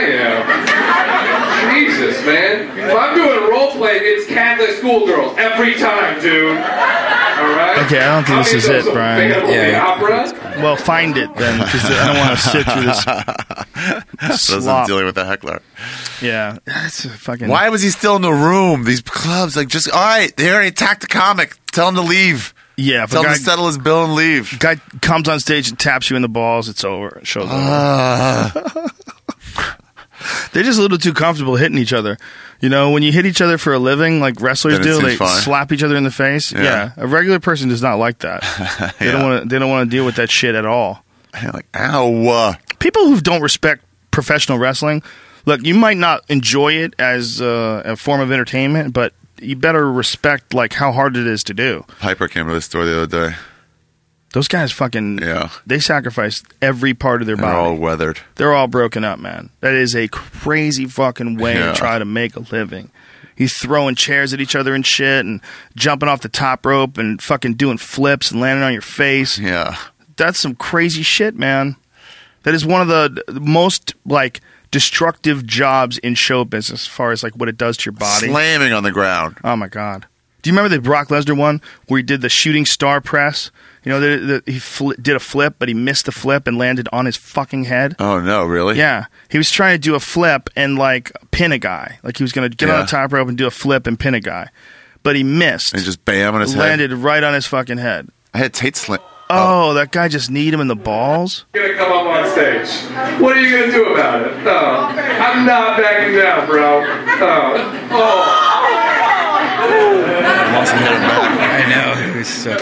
am? Jesus, man. If I'm doing role playing, it's Catholic schoolgirls every time, dude. Alright?
Okay, I don't think this is it, Brian.
Phantom of the
Yeah.
Opera?
Well, find it then, because I don't want to sit through this
Doesn't
slop.
dealing with a heckler.
Yeah, that's a fucking.
Why was he still in the room? These clubs, like, just all right. They already attacked the comic. Tell him to leave.
Yeah, if a
Tell him
guy,
to settle his bill and leave.
guy comes on stage and taps you in the balls, it's over. Show's over.
Uh,
They're just a little too comfortable hitting each other. You know, when you hit each other for a living, like wrestlers
Then it
do,
seems
they
fine.
slap each other in the face. Yeah. a regular person does not like that. They don't
Yeah.
want to. They don't want to deal with that shit at all.
like,
uh,
ow.
people who don't respect professional wrestling, look, you might not enjoy it as uh, a form of entertainment, but you better respect like how hard it is to do.
Piper came to the store the other day.
Those guys fucking
Yeah.
they sacrifice every part of their
They're
body.
all weathered.
They're all broken up, man. That is a crazy fucking way
Yeah.
to try to make a living. He's throwing chairs at each other and shit and jumping off the top rope and fucking doing flips and landing on your face.
Yeah.
that's some crazy shit, man. That is one of the the most like destructive jobs in show business as far as like what it does to your body.
Slamming on the ground.
oh my god. Do you remember the Brock Lesnar one where he did the shooting star press? You know, the, the, he fl- did a flip, but he missed the flip and landed on his fucking head.
Oh no, really?
Yeah, he was trying to do a flip and like pin a guy. Like he was going to get on
Yeah.
the top rope and do a flip and pin a guy, but he missed.
And just bam on his
landed
head.
right on his fucking head.
I had Tate slam.
Oh, that guy just kneed him in the balls.
You're gonna come up on stage. What are you gonna do about it? No. I'm not backing down, bro. No. Oh.
I know. It was so,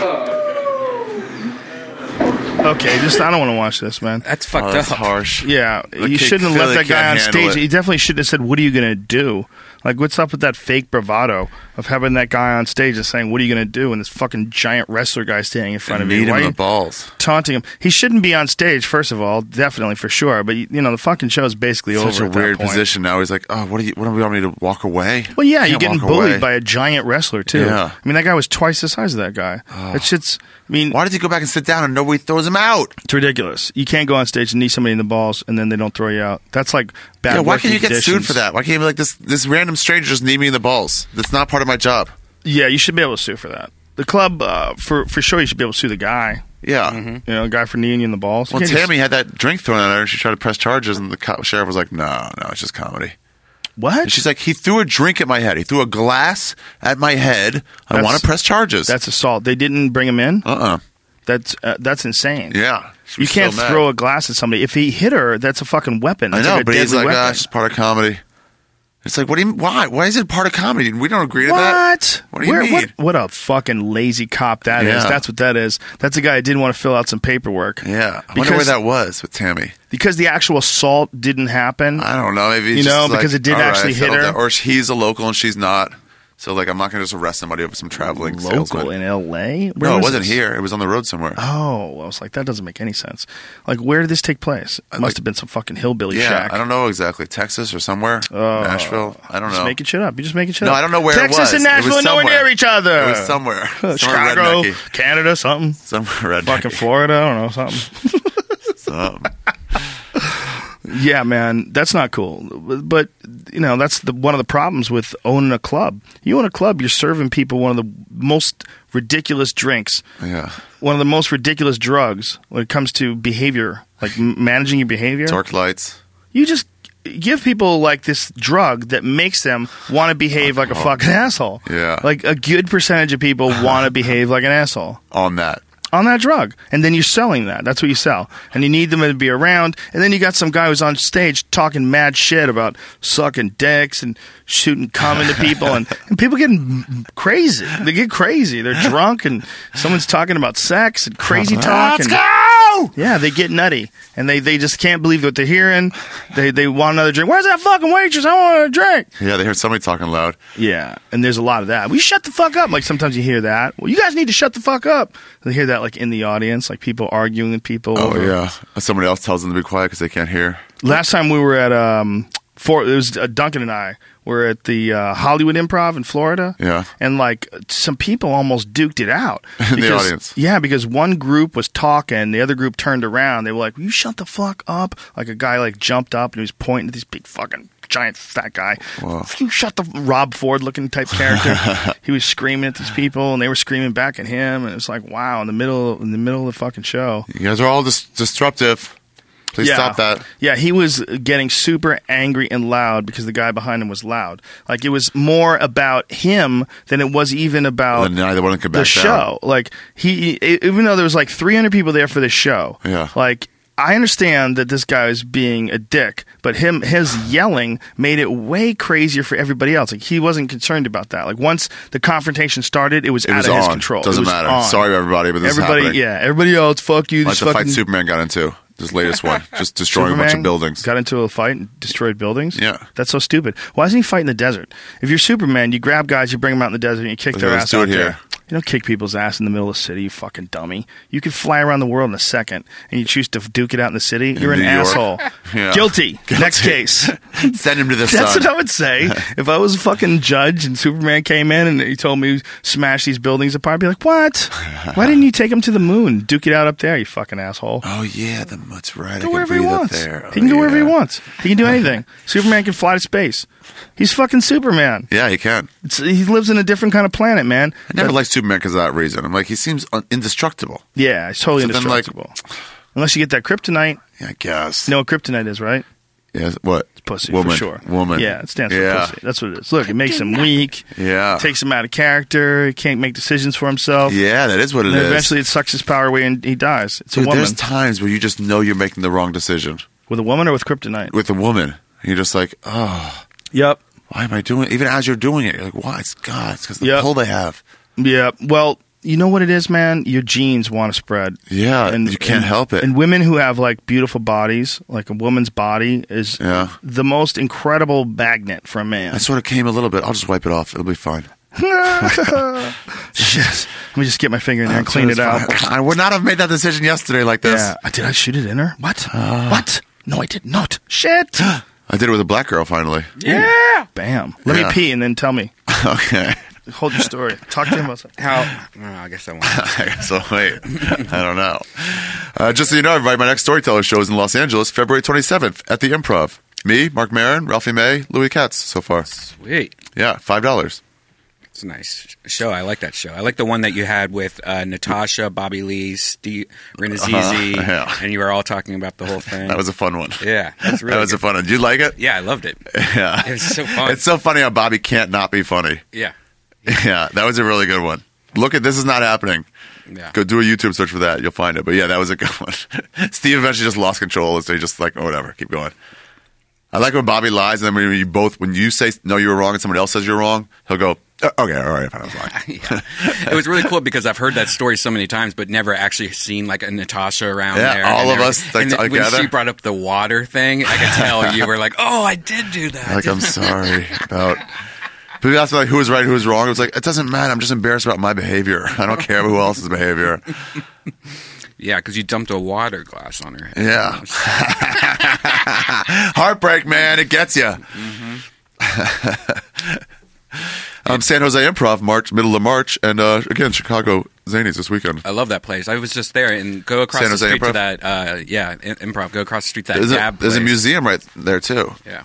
Okay, just I don't want to watch this, man.
that's fucked
Oh, that's
up.
harsh.
Yeah,
The
you
kid
shouldn't have
clearly
left that guy on
can't handle
stage.
it.
He definitely should have said, "What are you gonna do?" Like, what's up with that fake bravado of having that guy on stage and saying, "What are you gonna do?" And this fucking giant wrestler guy standing in front
And
of me.
Need him
Why
in
are
the
you
balls.
taunting him? He shouldn't be on stage, first of all, definitely for sure. But you you know, the fucking show is basically over.
Such a
at that
weird
point.
position. Now he's like, oh, what do you? What do we want me to walk away?
Well, yeah,
Can't
you're getting
walk
bullied
away.
by a giant wrestler too.
Yeah. Oh.
I mean, that guy was twice the size of that guy. That shit's. I mean,
Why does he go back and sit down and nobody throws him out?
It's ridiculous. You can't go on stage and knee somebody in the balls and then they don't throw you out. That's like bad.
Yeah, why
working
can't you get sued
conditions.
for that? Why can't you be like this? This random stranger just need me in the balls. That's not part of my job.
Yeah, you should be able to sue for that. The club, uh, for for sure, you should be able to sue the guy.
Yeah.
You know, the guy for kneeing you in the balls. Mm-hmm. You
Well,
can't just-
Tammy had that drink thrown at her, and she tried to press charges, and the cop, sheriff was like, "No, no, it's just comedy."
what?
And she's like, "He threw a drink at my head. He threw a glass at my head. I
That's-
want to press charges."
that's assault. They didn't bring him in.
uh uh
That's uh, that's insane.
Yeah. She
You
was
can't
so mad.
throw a glass at somebody. If he hit her, that's a fucking weapon.
I
That's
know,
like a
but he's
deadly
like,
weapon.
ah, it's just part of comedy. It's like, what do you? Why? Why is it part of comedy? We don't agree to
What?
that. What do you mean?
What, what a fucking lazy cop that is.
Yeah.
That's what that is. That's a guy who didn't want to fill out some paperwork.
Yeah, I wonder where
Because,
that was with Tammy.
because the actual assault didn't happen.
I don't know. Maybe
You
it's
know,
just like,
because it did
all right,
actually hit
settle
her.
down. or he's a local and she's not. So like, I'm not going to just arrest somebody over some traveling
Local
salesman.
in L.A. Where
no, it
was
wasn't
this?
here. It was on the road somewhere.
Oh, I was like, that doesn't make any sense. Like, where did this take place? It must
like-
have been some fucking hillbilly
yeah,
shack.
I don't know exactly. Texas or somewhere. Nashville. I don't
Oh, Just
know.
making shit up. You're just making shit
No,
up.
I don't know where it
Texas and
was. It was
Nashville are nowhere
somewhere.
near each other. Oh,
It was somewhere. Somewhere
Chicago,
rednecky.
Canada, something.
Somewhere redneck.
Fucking Florida, I don't know, something.
Something.
yeah, man, that's not cool. But, you know, that's the one of the problems with owning a club. You own a club, you're serving people one of the most ridiculous drinks
Yeah.
one of the most ridiculous drugs when it comes to behavior, like m- managing your behavior.
Dark lights.
You just give people like this drug that makes them want to behave like a fucking asshole.
Yeah.
Like a good percentage of people want to behave like an asshole
On that.
on that drug. And then you're selling that. That's what you sell. And you need them to be around. And then you got some guy who's on stage talking mad shit about sucking dicks and shooting cum into people. And, and people getting crazy. They get crazy. They're drunk and someone's talking about sex and crazy talk. and- yeah, they get nutty and they, they just can't believe what they're hearing. They they want another drink. Where's that fucking waitress? I want a drink.
Yeah, they heard somebody talking loud.
Yeah, and there's a lot of that. We shut the fuck up. Like sometimes you hear that. Well, you guys need to shut the fuck up. They hear that like in the audience, like people arguing with people.
Oh
Or-
yeah. Somebody else tells them to be quiet because they can't hear.
Last time we were at um, for it was uh, Duncan and I were at the uh, Hollywood Improv in Florida.
Yeah.
and like some people almost duked it out
the
because-
audience.
Yeah, because one group was talking, the other group turned around. They were like, "Will you shut the fuck up?" Like a guy like jumped up and he was pointing at this big fucking giant fat guy. You shut the Rob Ford looking type character. he was screaming at these people, and they were screaming back at him. And it was like, wow, in the middle in the middle of the fucking show.
You guys are all dis- disruptive. Please stop that.
Yeah, he was getting super angry and loud because the guy behind him was loud. Like it was more about him than it was even about
And then neither one could back
Oh, the
down.
show. Like he, e- even though there was like 300 people there for the show.
Yeah.
Like I understand that this guy is being a dick, but him his yelling made it way crazier for everybody else. Like he wasn't concerned about that. Like once the confrontation started, it was
It
out
was
of his
on.
control. It
Doesn't
was
matter.
on.
Sorry, everybody, but this is
everybody,
happening.
yeah, everybody else, fuck you.
Like
This
the fight
fucking
Superman got into. This latest one, just destroying a bunch
Superman
of buildings.
Got into a fight and destroyed buildings.
Yeah.
that's so stupid. Why doesn't he fight in the desert? If you're Superman, you grab guys, you bring them out in the desert, and you kick
Okay,
their
let's
ass
do it
out
here.
there. You don't kick people's ass in the middle of the city, you fucking dummy. You could fly around the world in a second, and you choose to duke it out in the city. You're an
New York.
asshole.
Yeah.
Guilty. Next
Guilty.
case.
Send him to the
That's
sun.
what I would say if I was a fucking judge and Superman came in and he told me smash these buildings apart. I'd be like, what? Why didn't you take him to the moon? Duke it out up there, you fucking asshole
oh yeah, the mutt's right.
go
I can
wherever he
breathe up
wants.
There. Oh,
he can go wherever he
yeah.
wants. He can do anything. Superman can fly to space. He's fucking Superman.
Yeah, he can.
It's, he lives in a different kind of planet, man.
I never liked Superman because of that reason. I'm like, he seems un- indestructible.
Yeah, it's totally
So then, like-
indestructible. Unless you get that kryptonite.
Yeah, I guess.
You know what kryptonite is, right?
Yes, what?
Pussy,
Woman.
for sure.
Woman.
Yeah, it stands
Yeah.
for pussy. That's what it is. Look, it makes him weak.
Yeah.
Takes him out of character. He can't make decisions for himself.
Yeah, that is what it
And
is.
then eventually it sucks his power away and he dies. It's
Dude,
a woman.
there's times where you just know you're making the wrong decision
with a woman or with kryptonite?
with a woman. You're just like, oh,
yep.
why am I doing? Even as you're doing it, you're like, why? It's God. It's because the
Yep.
pull they have.
Yeah. Well, you know what it is, man? Your genes want to spread.
Yeah, you can't
and-
help it.
And women who have like beautiful bodies, like a woman's body is
Yeah.
the most incredible magnet for a man.
I sort of came a little bit. I'll just wipe it off. It'll be fine.
Shit. Let me just get my finger in there and clean it
It's
out.
fine. I would not have made that decision yesterday like this.
Yeah. Uh, Did I shoot it in her? What?
Uh.
what? No, I did not. Shit.
I did it with a black girl finally.
Bam. Let
Yeah.
me pee and then tell me.
okay.
Hold your story. Talk to him about something.
How? No, I guess I won't.
so wait, I don't know. Uh, just so you know, everybody, my next storyteller show is in Los Angeles, February 27th at the Improv. Me, Mark Maron, Ralphie May, Louis Katz. So far,
Sweet.
yeah, five dollars.
It's a nice show. I like that show. I like the one that you had with uh, Natasha, Bobby Lee, Steve, Renazizi,
Uh-huh, yeah.
and you were all talking about the whole thing.
That was a fun one.
yeah, that's really
that was a
good.
fun one. Did you like it?
yeah. I loved it.
Yeah,
It was so fun.
It's so funny how Bobby can't not be funny.
yeah,
Yeah, that was a really good one. Look at this is not happening.
yeah.
Go do a YouTube search for that. You'll find it. But yeah, that was a good one. Steve eventually just lost control, so he just like, oh, whatever, keep going. I like when Bobby lies, and then when you both, when you say no, you were wrong, and somebody else says you're wrong, he'll go, "Uh, okay, all right, fine, I was lying.
It was really cool because I've heard that story so many times, but never actually seen like a Natasha around
Yeah,
there.
all
and
of us, like,
and then when
together.
she brought up the water thing, I could tell you were like, "Oh, I did do that."
like I'm sorry about People ask me like who was right, who was wrong. It was like it doesn't matter. I'm just embarrassed about my behavior. I don't care who else's behavior.
Yeah, because you dumped a water glass on her head.
Yeah, heartbreak, man. It gets you. um, San Jose Improv, March, middle of March, and uh, again Chicago Zanies this weekend.
I love that place. I was just there and go across
San
the
Jose
street
Improv?
to that. Uh, yeah, i- improv. Go across the street to that
There's a,
Gab
there's a
place.
museum right there too.
Yeah,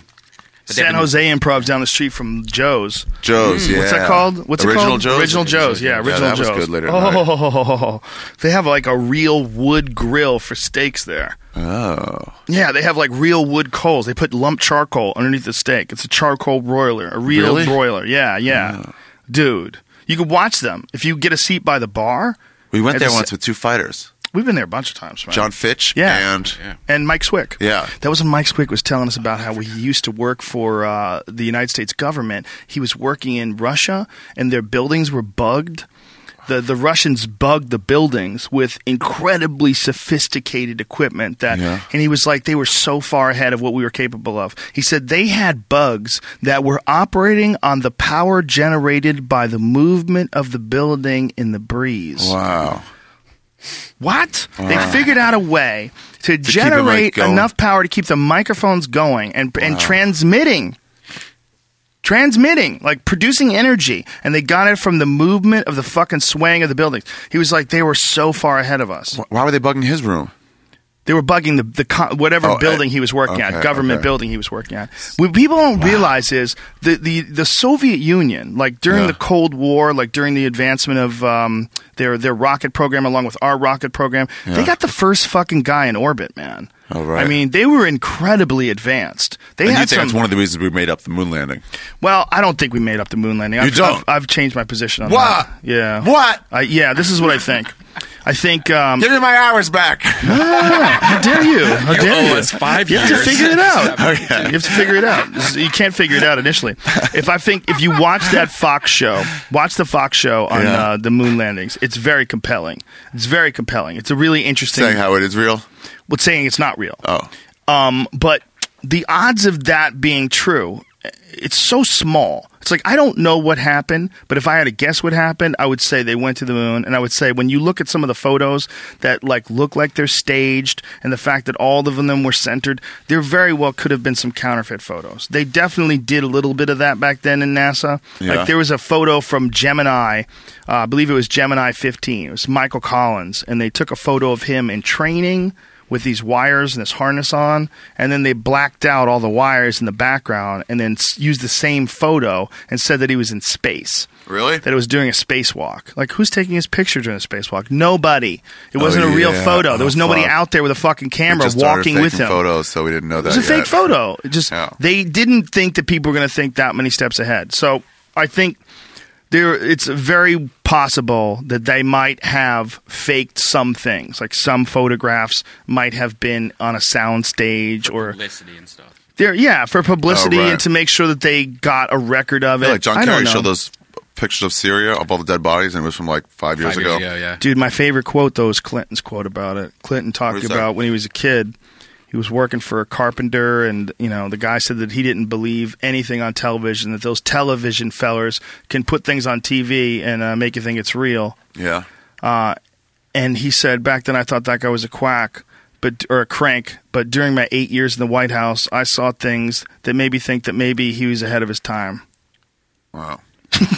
But they
San
have a-
Jose Improv's down the street from Joe's.
Joe's, yeah.
Mm, What's that called? What's
Original
it called?
Joe's?
Original Joe's. Yeah, Original
that
Joe's.
was good later.
oh,
tonight.
they have like a real wood grill for steaks there.
Oh.
Yeah, they have like real wood coals. They put lump charcoal underneath the steak. It's a charcoal broiler, a real
Really?
broiler. Yeah, yeah, dude. You could watch them if you get a seat by the bar.
We went
At
there
the
once
sa-
with two fighters,
We've been there a bunch of times, man.
John Fitch
Yeah.
and
and Mike Swick.
Yeah.
that was when Mike Swick was telling us about how he used to work for uh, the United States government. He was working in Russia, and their buildings were bugged. The, the Russians bugged the buildings with incredibly sophisticated equipment that
Yeah.
and he was like they were so far ahead of what we were capable of. He said they had bugs that were operating on the power generated by the movement of the building in the breeze.
Wow.
What? They figured out a way to,
keep the mic
generate
going.
enough power to keep the microphones going and and transmitting transmitting like producing energy and they got it from the movement of the fucking swaying of the buildings. He was like they were so far ahead of us.
Wh- Why were they bugging his room?
They were bugging the, the co- whatever
Oh,
building
uh,
he was working
okay,
at, government
okay.
building he was working at. What people don't realize is the, the, the Soviet Union, like during
Yeah.
the Cold War, like during the advancement of um, their their rocket program along with our rocket program, they
Yeah.
got the first fucking guy in orbit, man.
Oh, right.
I mean, they were incredibly advanced. They
And you
had
think
some.
that's one of the reasons we made up the moon landing?
well, I don't think we made up the moon landing.
You
I've,
don't?
I've, I've changed my position on
What?
that. Yeah.
What?
I, yeah. This is what I think. I think. Um,
Give me my hours back.
how dare you? How
You
Oh,
dare
owe
you?
us five
You have to
years.
figure it out.
Okay.
You have to figure it out. This- You can't figure it out initially. If I think if you watch that Fox show, watch the Fox show on
Yeah.
uh, the moon landings. It's very compelling. It's very compelling. It's a really interesting.
Saying how it is real.
well, saying it's not real.
Oh.
Um, but the odds of that being true, it's so small. It's like I don't know what happened, but if I had to guess what happened, I would say they went to the moon, and I would say when you look at some of the photos that like look like they're staged, and the fact that all of them were centered, there very well could have been some counterfeit photos. They definitely did a little bit of that back then in NASA.
Yeah.
Like there was a photo from Gemini, uh, I believe it was Gemini 15. It was Michael Collins, and they took a photo of him in training with these wires and this harness on, and then they blacked out all the wires in the background, and then s- used the same photo and said that he was in space.
Really?
That it was doing a spacewalk. Like, who's taking his picture during a spacewalk? Nobody. It wasn't a real
Oh, yeah.
photo. There was
Oh,
nobody
fuck.
out there with a fucking
We
camera
just started
walking with
faking
him.
photos, so we didn't know that.
It was a
yet.
fake photo. It just
Yeah.
they didn't think that people were going to think that many steps ahead. So I think there it's very possible that they might have faked some things, like some photographs might have been on a sound stage or
publicity and stuff.
there, yeah, for publicity
Oh, right.
and to make sure that they got a record of
Yeah,
it.
like John
I don't
Kerry
know.
showed those pictures of Syria of all the dead bodies, and it was from like five years
Five
ago.
years ago, yeah.
Dude, my favorite quote though is Clinton's quote about it. Clinton talked
What is that?
about when he was a kid, he was working for a carpenter, and you know the guy said that he didn't believe anything on television. That those television fellers can put things on TV and uh, make you think it's real. Uh,
Yeah.
And he said, back then I thought that guy was a quack, but or a crank. But during my eight years in the White House, I saw things that made me think that maybe he was ahead of his time.
Wow.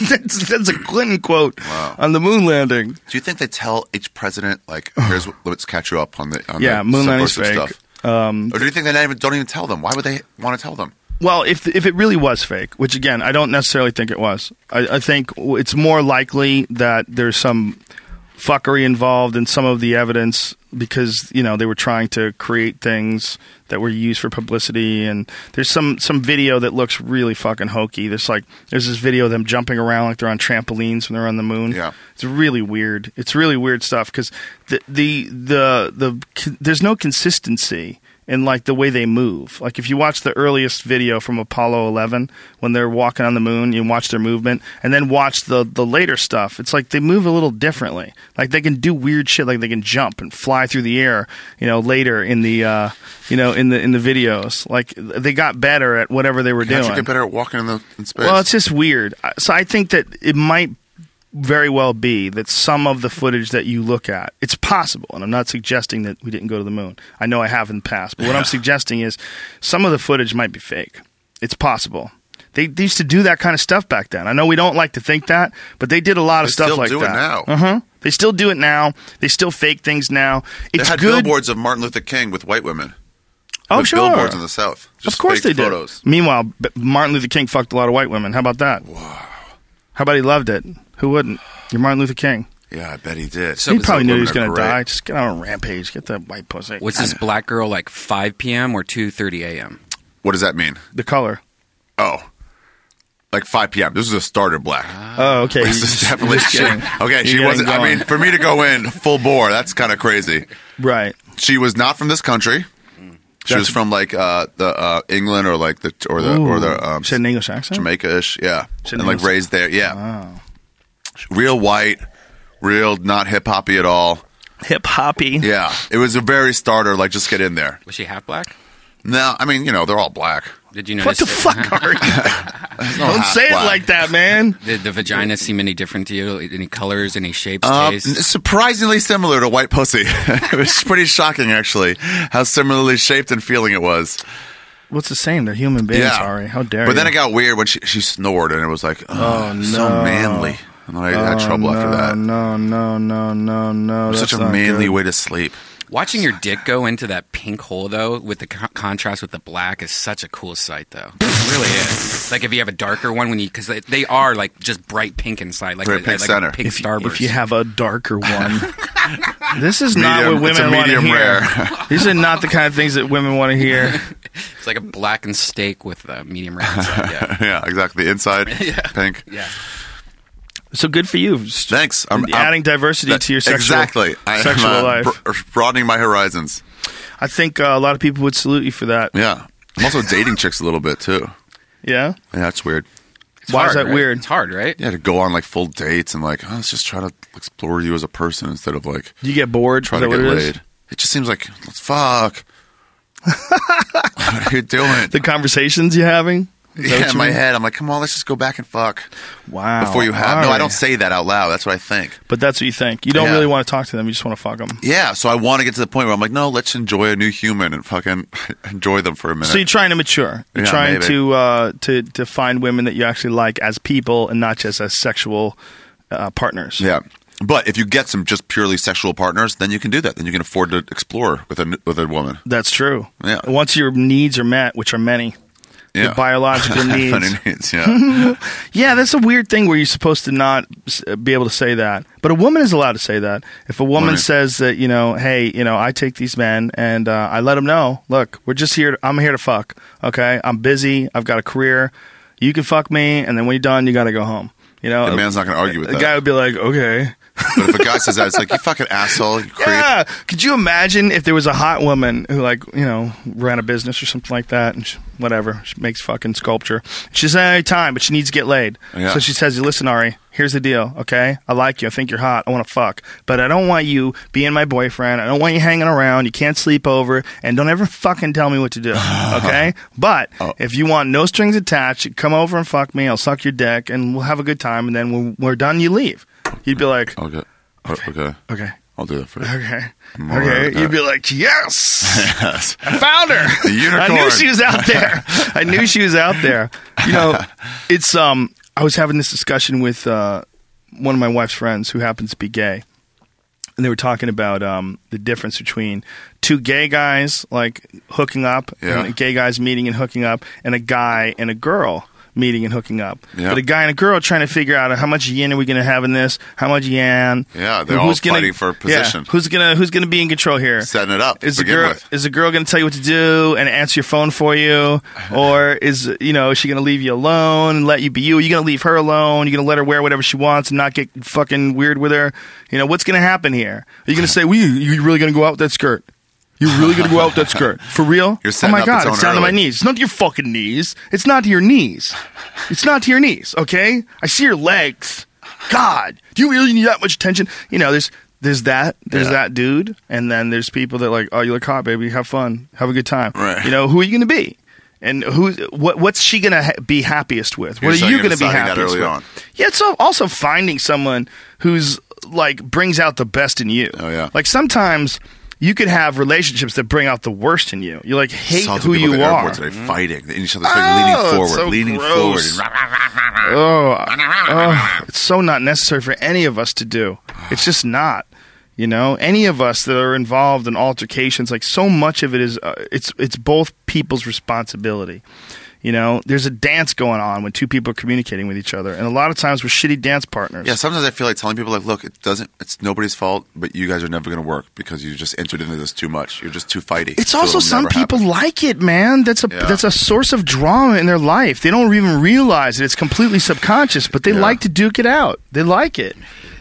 that's, that's a Clinton quote
Wow.
on the moon landing.
Do you think they tell each president like, "Here's what, let's catch you up on the on
Yeah,
the
moon Um, landing's
subversive
fake.
stuff"? or do you think they not even, don't even tell them? Why would they want to tell them?
Well, if if it really was fake, which again I don't necessarily think it was, I, I think w- it's more likely that there's some fuckery involved in some of the evidence because you know they were trying to create things that were used for publicity and there's some some video that looks really fucking hokey there's like there's this video of them jumping around like they're on trampolines when they're on the moon
Yeah.
it's really weird it's really weird stuff because the, the the the there's no consistency in like the way they move. Like if you watch the earliest video from Apollo 11 when they're walking on the moon, you watch their movement and then watch the the later stuff. It's like they move a little differently. Like they can do weird shit like they can jump and fly through the air, you know, later in the uh, you know, in the in the videos. Like they got better at whatever they were
How'd
doing.
you get better at walking in, the, in space?
Well, it's just weird. I- So I think that it might very well be that some of the footage that you look at, it's possible, and I'm not suggesting that we didn't go to the moon. I know I have in the past, but what I'm suggesting is some of the footage might be fake. It's possible. They, they used to do that kind of stuff back then. I know we don't like to think that, but they did a lot of
They
stuff
still
like
do it
that.
now.
Uh-huh. They still do it now. They still fake things now.
they
It's
had
good.
billboards of Martin Luther King with white women.
oh,
with
sure.
Billboards in the South. Just
of course they
fake
did.
photos.
Meanwhile, B- Martin Luther King fucked a lot of white women. How about that? Wow. How about he loved it? Who wouldn't? You're Martin Luther King.
Yeah, I bet he did.
he probably
Those
knew he was
women
going
are
to die.
great.
Just get on a rampage. Get that white pussy.
Was this black girl like 5 p.m. or 2:30 a.m.?
What does that mean?
The color.
Oh, like 5 p.m. This is a starter black.
Oh, okay.
this is definitely she. Okay,
You're
she
getting
wasn't. I
going.
mean, for me to go in full bore, that's kind of crazy.
right.
She was not from this country. She
That's-
was from like uh, the uh, England or like the or the or the um,
She had an English accent?
Jamaica-ish, yeah,
She had
and
an
like
English-
raised there, yeah. Real white, real not hip hoppy at all.
Hip hoppy.
Yeah, it was a very starter. Like, just get in there.
Was she half black?
No, I mean, you know, they're all black.
Did you
What
notice?
the
that-
fuck are you? Don't
half
say it
black.
like that, man.
Did the vagina seem any different to you? Any colors? Any shapes?
Um,
tastes?
surprisingly similar to white pussy. it was pretty shocking, actually, how similarly shaped and feeling it was.
What's the same? They're human beings,
yeah,
Ari. How dare
But
you?
then it got weird when she she snored, and it was like, oh, so manly. And then I had trouble
Oh, no,
after that.
No, no, no, no, no.
It was
that's
such a
not
manly
good.
way to sleep.
Watching your dick go into that pink hole, though, with the co- contrast with the black, is such a cool sight, though. It really is. Like if you have a darker one, when you because they, they are like just bright pink inside, like
Bright
a,
pink
like
center.
a pink
If, you-
starburst.
if you have a darker one. This is not
Medium-
what
it's a
women want to
medium
hear.
rare.
These are not the kind of things that women want to hear.
it's like a blackened steak with a medium red inside. Yeah.
yeah, exactly. Inside, pink.
yeah.
So good for you. Just
Thanks. I'm, I'm-
adding diversity
uh, that-
to your sexual,
exactly. I am,
sexual
uh,
life.
bro- broadening my horizons.
I think uh, a lot of people would salute you for that.
Yeah. I'm also dating chicks a little bit, too.
Yeah?
Yeah, that's weird.
It's
Why is
hard,
that
right?
weird?
It's hard, right?
Yeah, to go on like full dates and like, oh, let's just try to explore you as a person instead of like
You get bored.
try
Is
to
that
get
what it is?
laid. It just seems like let's fuck. what are you doing?
The conversations you're having? Is that
yeah,
what
in
you
my
mean?
head, I'm like, come on, let's just go back and fuck
Wow.
before you have. No, I
Alright.
don't say that out loud. That's what I think.
But that's what you think. You don't
Yeah.
really want to talk to them. You just want to fuck them.
Yeah, so I want to get to the point where I'm like, no, let's enjoy a new human and fucking enjoy them for a minute.
So you're trying to mature. You're
Yeah,
trying
maybe.
to uh, to to find women that you actually like as people and not just as sexual uh, partners.
yeah. But if you get some just purely sexual partners, then you can do that. Then you can afford to explore with a with a woman.
That's true.
Yeah.
Once your needs are met, which are many,
Yeah.
your biological needs.
Funny needs, yeah.
Yeah, that's a weird thing where you're supposed to not s- uh, be able to say that, but a woman is allowed to say that. If a woman
Right.
says that, you know, hey, you know, I take these men and uh, I let them know, look, we're just here. I'm here to fuck. Okay, I'm busy. I've got a career. You can fuck me, and then when you're done, you got to go home. You know,
The man's not going to argue with
the
that.
guy would be like, okay.
But if a guy says that, it's like you fucking asshole, you creep.
Yeah. Could you imagine if there was a hot woman who, like, you know, ran a business or something like that, and she, whatever, she makes fucking sculpture. She doesn't have any time, but she needs to get laid.
Yeah.
So she says, "Listen, Ari, here's the deal. Okay, I like you. I think you're hot. I want to fuck, but I don't want you being my boyfriend. I don't want you hanging around. You can't sleep over, and don't ever fucking tell me what to do. Okay, but
Oh.
if you want no strings attached, come over and fuck me. I'll suck your dick, and we'll have a good time. And then when we're done, you leave. You'd be like,
Okay. Okay. oh, okay.
okay."
I'll do that for you.
Okay.
More of
Okay.
that.
You'd be like, yes,
Yes.
I found her.
The unicorn.
I knew she was out there. I knew she was out there. You know, it's um. I was having this discussion with uh, one of my wife's friends who happens to be gay, and they were talking about um, the difference between two gay guys like hooking up,
Yeah.
and gay guys meeting and hooking up, and a guy and a girl meeting and hooking up.
Yeah.
But a guy and a girl trying to figure out how much yin are we going to have in this, how much yang.
Yeah, they're
Who's
all fighting for position.
Yeah, who's gonna Who's gonna be in control here?
Setting it up.
Is
to
the
begin
girl
with.
is the girl going to tell you what to do and answer your phone for you, or is you know is she going to leave you alone and let you be you? Are you going to leave her alone? Are you going to let her wear whatever she wants and not get fucking weird with her? You know what's going to happen here? Are you going to say, "We, you really going to go out with that skirt?" You're really gonna go out with that skirt for real?
You're
oh
setting
my
up
god,
its own
it's down to my
early.
knees. It's not to your fucking knees. It's not to your knees. It's not to your knees. Okay, I see your legs. God, do you really need that much attention? You know, there's there's that there's
Yeah.
that dude, and then there's people that like, oh, you look hot, baby. Have fun. Have a good time.
Right.
You know, who are you gonna be? And who? What? What's she gonna ha- be happiest with?
You're
What are
saying
you
you're
gonna be
deciding that
happiest
early
with?
on.
Yeah, it's al- also finding someone who's like brings out the best in you.
Oh, yeah.
Like sometimes you could have relationships that bring out the worst in you. You like hate
Saw two
who
people
you
at the airport
are. Mm.
today fighting in each other's
Oh, it's
face, leaning forward,
so
leaning
gross.
forward.
Oh, oh, it's so not necessary for any of us to do. It's just not. You know, any of us that are involved in altercations, like so much of it is, uh, it's it's both people's responsibility. You know, there's a dance going on when two people are communicating with each other, and a lot of times we're shitty dance partners.
Yeah, sometimes I feel like telling people like, look, it doesn't. It's nobody's fault, but you guys are never going to work because you just entered into this too much. You're just too fighty.
It's
So
also
it'll
some
never
people
happen.
like it, man. That's a
Yeah.
that's a source of drama in their life. They don't even realize it. It's completely subconscious, but they
Yeah.
like to duke it out. They like it.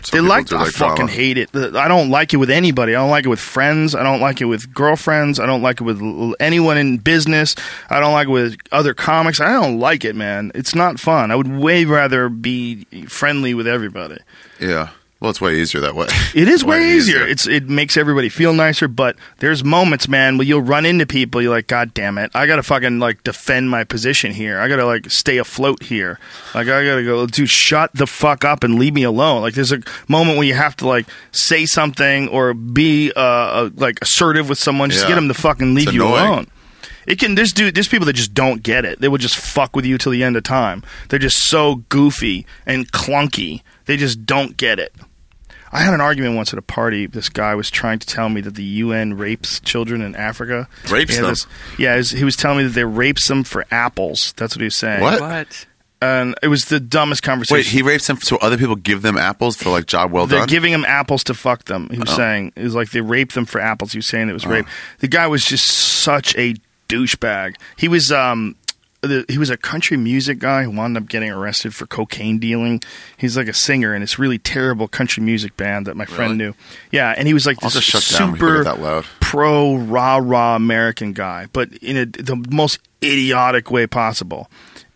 Some
they
people
like. To,
do
I
like drama.
fucking hate it. The- I don't like it with anybody. I don't like it with friends. I don't like it with girlfriends. I don't like it with l- anyone in business. I don't like it with other comics. I don't like it, man. It's not fun. I would way rather be friendly with everybody.
Yeah. Well, it's way easier that way.
It is
It's
way, easier. It's it makes everybody feel nicer, but there's moments, man, where you'll run into people. You're like, God damn it, I gotta fucking like defend my position here. I gotta like stay afloat here. Like I gotta go, dude, shut the fuck up and leave me alone. Like there's a moment when you have to like say something or be uh, uh like assertive with someone. Just
Yeah.
get them to fucking leave
It's
you
annoying.
alone. It can there's dude there's people that just don't get it. They will just fuck with you till the end of time. They're just so goofy and clunky. They just don't get it. I had an argument once at a party. This guy was trying to tell me that the UN rapes children in Africa.
Rapes
He had
them?
this- yeah, he was, he was telling me that they rapes them for apples. That's what he was saying.
What?
What?
And it was the dumbest conversation.
Wait, he rapes them so other people give them apples for like job well
They're
done. Oh.
giving him apples to fuck them. He was saying it was like they raped them for apples. He was saying it was rape. The guy was just such a douchebag. He was um. The, he was a country music guy who wound up getting arrested for cocaine dealing. He's like a singer in this really terrible country music band that my friend knew. Yeah, and he was like
I'll
this
just shut down when people
super
get that loud.
pro rah rah American guy, but in a, the most idiotic way possible.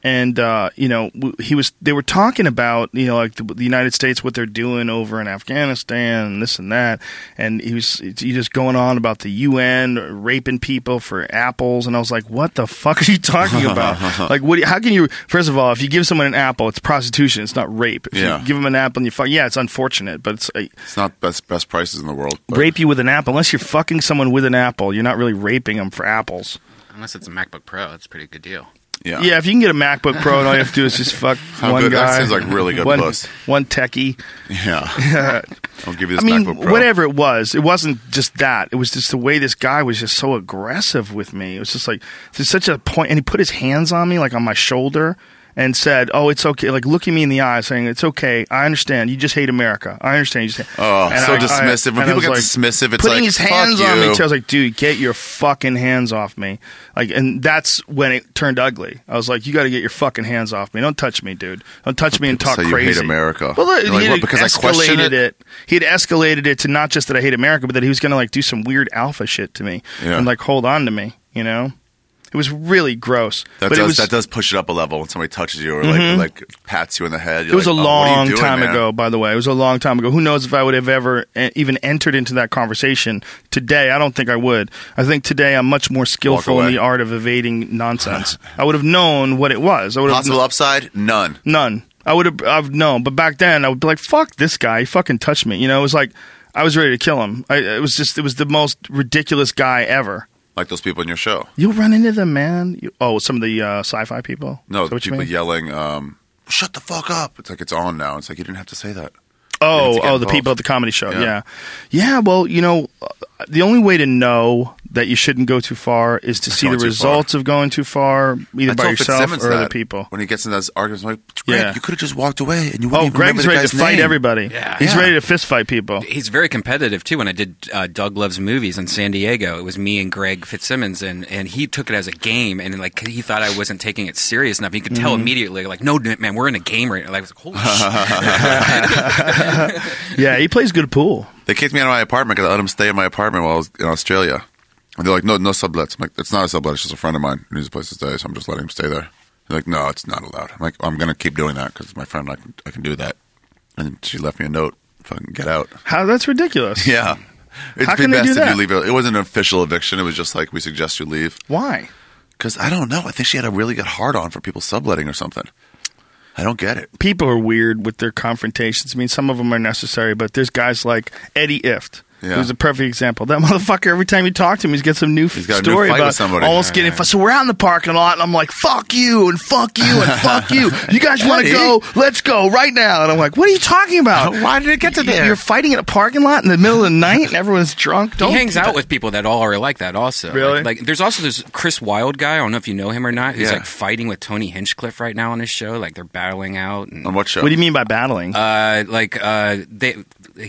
And uh, you know, w- he was. They were talking about you know, like the, the United States, what they're doing over in Afghanistan, and this and that. And he was he just going on about the UN raping people for apples, and I was like, what the fuck are you talking about? like, what? do you- How can you? First of all, if you give someone an apple, it's prostitution. It's not rape. If
Yeah.
you give them an apple and you fuck, yeah, it's unfortunate, but it's. uh,
It's not best best prices in the world. but-
rape you with an apple unless you're fucking someone with an apple you're not really raping them for apples
Unless it's a MacBook Pro, that's a pretty good deal.
Yeah.
yeah, if you can get a macbook pro and all you have to do is just fuck one
good-
guy
that seems like really good
one,
puss.
one techie
Yeah. I'll give you
i
this
mean
MacBook Pro.
whatever it was it wasn't just that it was just the way this guy was just so aggressive with me it was just like there's such a point and he put his hands on me like on my shoulder and said, "Oh, it's okay." Like looking me in the eye, saying, "It's okay. I understand. You just hate America. I understand." You just hate.
Oh,
And
so dismissive. When
and I
people
was
get dismissive, it's
putting
like,
his hands
"Fuck
on
you."
me. Too. I was like, "Dude, get your fucking hands off me!" Like, and that's when it turned ugly. I was like, "You got to get your fucking hands off me! Don't touch me, dude! Don't touch me and
People
talk
say you hate
crazy."
America.
Well, look,
You're like,
he had
"What, because I question
escalated
it?"
it it- He had escalated it to not just that I hate America, but that he was going to like do some weird alpha shit to me
Yeah.
and like hold on to me. You know, it was really gross. but
That does
it was Mm-hmm.
that does push it up a level when somebody touches you or like like pats you in the head. "Oh,
it was a long time ago. By the way, it was a long time ago. Who knows if I would have ever eh, even entered into that conversation today? I don't think I would. I think today I'm much more skillful in
away.
the art of evading nonsense. I would have known what it was. I would have
Possible upside? None.
None. I would have I've known, but back then I would be like, "Fuck this guy! He fucking touched me." You know, it was like I was ready to kill him. I, it was just it was the most ridiculous guy ever.
Like those people in your show.
You'll run into them, man. You, oh, some of the uh, sci-fi people.
No,
Is that
the
what you
people
mean?
yelling, um, shut the fuck up. It's like it's on now. It's like you didn't have to say that.
Oh, oh,
to get
the
involved.
people at the comedy show.
Yeah.
Yeah. yeah, Well, you know, uh, the only way to know that you shouldn't go too far is to see the
going too
results of going too far, either by yourself or other people.
When he gets in those arguments, I'm like, Greg,
Yeah.
you could have just walked away and you wouldn't
Oh,
even
Greg's
remember the
ready to
guy's
fight
name.
everybody.
Yeah.
He's
Yeah.
ready to fist fight people.
He's very competitive too. When I did uh, Doug Loves Movies in San Diego, it was me and Greg Fitzsimmons, and, and he took it as a game, and like he thought I wasn't taking it serious enough. You could tell immediately, like, no, man, we're in a game right now. Like, I was like, holy shit!
Yeah, he plays good pool.
They kicked me out of my apartment because I let him stay in my apartment while I was in Australia. And they're like, no, no sublets. I'm like, it's not a sublet. It's just a friend of mine who needs a place to stay, so I'm just letting him stay there. They're like, no, it's not allowed. I'm like, I'm going to keep doing that because my friend, I can, I can do that. And she left me a note. Fucking get out.
How that's ridiculous.
Yeah. It'd
How
be
can they
best
do
if
that?
you leave. It It wasn't an official eviction. It was just like, we suggest you leave.
Why?
Because I don't know. I think she had a really good hard on for people subletting or something. I don't get it.
people are weird with their confrontations. I mean, some of them are necessary, but there's guys like Eddie Ift.
Yeah.
Who's a perfect example? That motherfucker. Every time you talk to him, he's got some new
got a new
story
fight with
about
somebody.
almost getting. fu- So we're out in the parking lot, and I'm like, "Fuck you!" and "Fuck you!" and "Fuck you!" You guys want to
Eddie?
go? Let's go right now! And I'm like, "What are you talking about?
Why did it get to
Y-
there?
You're fighting in a parking lot in the middle of the night, and everyone's drunk. Don't
he hangs out with people that all are like that. Also,
Really?
Like, like, there's also this Chris Wilde guy. I don't know if you know him or not. Who's
Yeah.
like fighting with Tony Hinchcliffe right now on his show. Like they're battling out. And,
On what show?
What do you mean by battling?
Uh, like uh, they,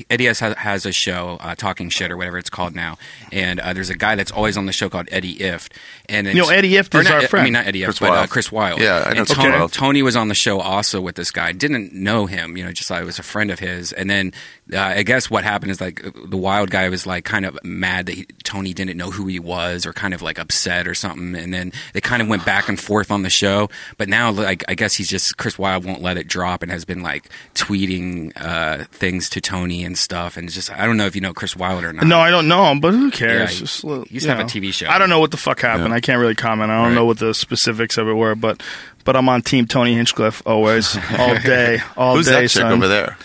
Eddie has, has a show, uh, Talking Shit or whatever it's called now, and uh, there's a guy that's always on the show called Eddie Ift, and it's,
know, Eddie Ift
or
is
not-
our
I
friend.
mean, not Eddie Ift,
Chris
but uh,
Wilde.
Chris Wilde.
Yeah, I know
And
Chris
Tony,
Wilde.
Tony was on the show also with this guy. Didn't know him, you know, just I was a friend of his, and then uh, I guess what happened is like the Wild guy was like kind of mad that he, Tony didn't know who he was, or kind of like upset or something, and then they kind of went back and forth on the show. But now, like I guess he's just Chris Wilde won't let it drop and has been like tweeting uh, things to Tony and stuff, and it's just I don't know if you know Chris Wilde or not.
No, I don't know him, but who cares?
Yeah, he-
Just, uh,
he used
you
to have a
know.
TV show.
I don't know what the fuck happened. I can't really comment. I don't
Right.
know what the specifics of it were, but but I'm on Team Tony Hinchcliffe always, all day, all
Who's
day,
that chick
son.
over there?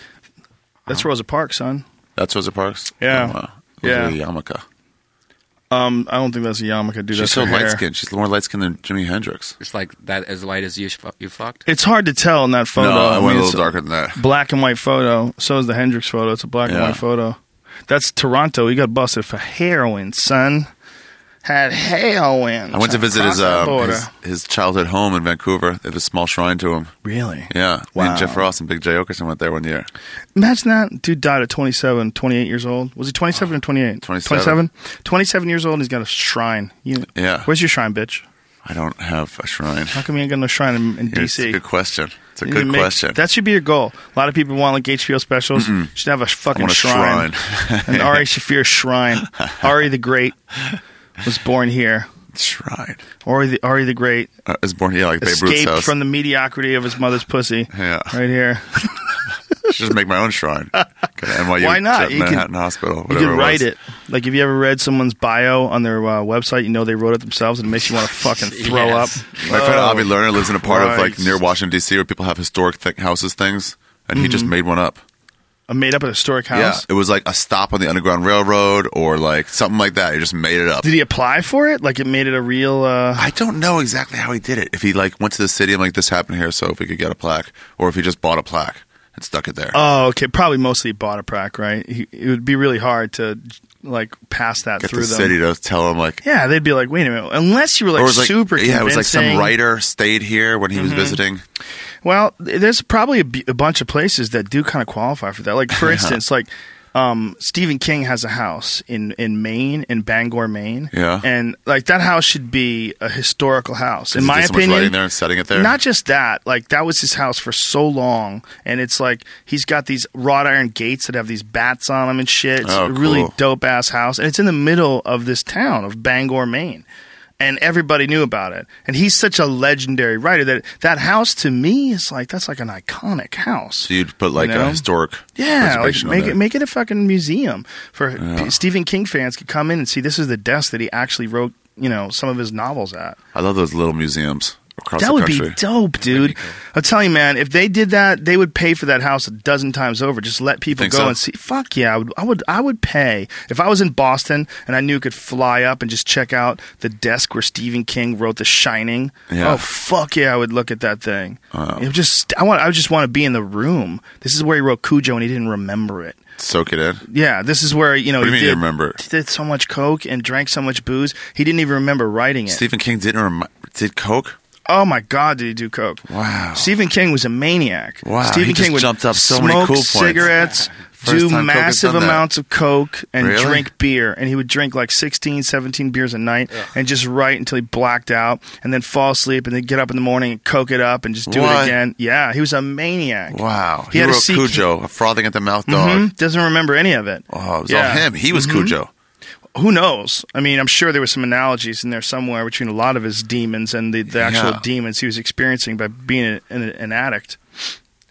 That's Rosa Parks, son.
That's Rosa Parks.
Yeah.
Oh, wow.
Yeah.
Look at the Yarmulke.
Um, I don't think that's a yarmulke, dude.
She's
that's
so
her hair.
light skinned. She's more light skinned than Jimi Hendrix.
It's like that as light as you fu- you fucked.
It's hard to tell in that photo.
no, I
mean,
went a
it's
little darker than that.
Black and white photo. So is the Hendrix photo. It's a black and
Yeah.
white photo. That's Toronto. He got busted for heroin, son. Had heroin.
I went to visit
Across
his,
the
um,
border.
his his childhood home in Vancouver. They have a small shrine to him.
Really?
Yeah. Me
Wow.
and Jeff Ross and Big Jay Okerson went there one year.
Imagine that dude died at 27, 28 years old. Was he 27 or 28?
27.
27 years old and he's got a shrine. You,
Yeah.
Where's your shrine, bitch?
I don't have a shrine.
How come you ain't got no shrine in, in
It's a
DC?
good question. It's a
You
good
can make-
question.
That should be your goal. A lot of people want like HBO specials. Should have a fucking
want a
shrine. An Ari Shafir shrine. Ari the Great was born here.
shrine.
Ari the, Ari the Great
Uh, it was born yeah, like Babe Ruth's
escaped
house.
from the mediocrity of his mother's pussy.
Yeah.
Right here.
Should just make my own shrine. Go to NYU,
Why not?
Jet-
You can-
Manhattan Hospital.
You
Whatever
can write
was.
it. Like, if you ever read someone's bio on their uh, website, you know they wrote it themselves, and it makes you want to fucking throw
Yes.
up.
My friend
Oh.
Avi Lerner lives in a part of like
Christ.
near Washington D.C. where people have historic thick houses things, and he just
Mm-hmm.
made one up.
I Uh, made up a historic house.
Yeah, it was like a stop on the Underground Railroad or like something like that. He just made it up.
Did he apply for it? Like, it made it a real. Uh,
I don't know exactly how he did it. If he like went to the city and like this happened here, so if we could get a plaque, or if he just bought a plaque and stuck it there.
oh, okay. Probably mostly bought a prac, right? He, it would be really hard to, like, pass that
get
through
the
them.
city to tell him like,
Yeah, they'd be like, wait a minute. Unless you were, like,
or it was like
super
yeah, it was like some
convincing. Mm-hmm.
writer stayed here when he was visiting.
Well, th- there's probably a, b- a bunch of places that do kind of qualify for that. Like for instance, like um, Stephen King has a house in in Maine in Bangor, Maine.
Yeah.
and like that house should be a historical house. In
he
my
do so much
opinion,
writing there and setting it there?
Not just that, like that was his house for so long, and it's like he's got these wrought iron gates that have these bats on them and shit. It's
Oh,
a really
cool.
dope ass house, and it's in the middle of this town of Bangor, Maine. And everybody knew about it. And he's such a legendary writer that that house to me is like that's like an iconic house.
So you'd put like
You know?
a historic
Yeah, like
preservation on
make
there.
it make it a fucking museum for P- Stephen King fans could come in and see this is the desk that he actually wrote, you know, some of his novels at.
I love those little museums across
That
the
would
country.
be dope, dude. I'll tell you, man. If they did that, they would pay for that house a dozen times over. Just let people
Think
go
so?
and see. Fuck yeah, I would, I would. I would pay if I was in Boston and I knew could fly up and just check out the desk where Stephen King wrote The Shining.
Yeah.
Oh fuck yeah, I would look at that thing. It would just I want. I would just want to be in the room. This is where he wrote Cujo and he didn't remember it.
Soak it in.
Yeah, this is where you know
What do
he
you mean
did,
you remember it?
He did so much coke and drank so much booze. He didn't even remember writing it.
Stephen King didn't remi- did coke.
Oh my God, did he do coke?
Wow.
Stephen King was a maniac.
Wow,
Stephen
he just
King would
jumped up so
smoke
many cool points.
cigarettes,
First
do
time coke has
massive
done that.
amounts of coke, and
Really?
drink beer. And he would drink like 16, 17 beers a night and just write until he blacked out and then fall asleep and then get up in the morning and coke it up and just do it
What?
again. Yeah, he was a maniac.
Wow.
He
He,
had a
wrote
CK
Cujo, a frothing at the mouth dog.
Mhm, doesn't remember any of it.
Oh, it was
Mm-hmm. Yeah.
all him. He was Cujo.
who knows? I mean, I'm sure there were some analogies in there somewhere between a lot of his demons and the, the actual
Yeah.
demons he was experiencing by being a, an, an addict.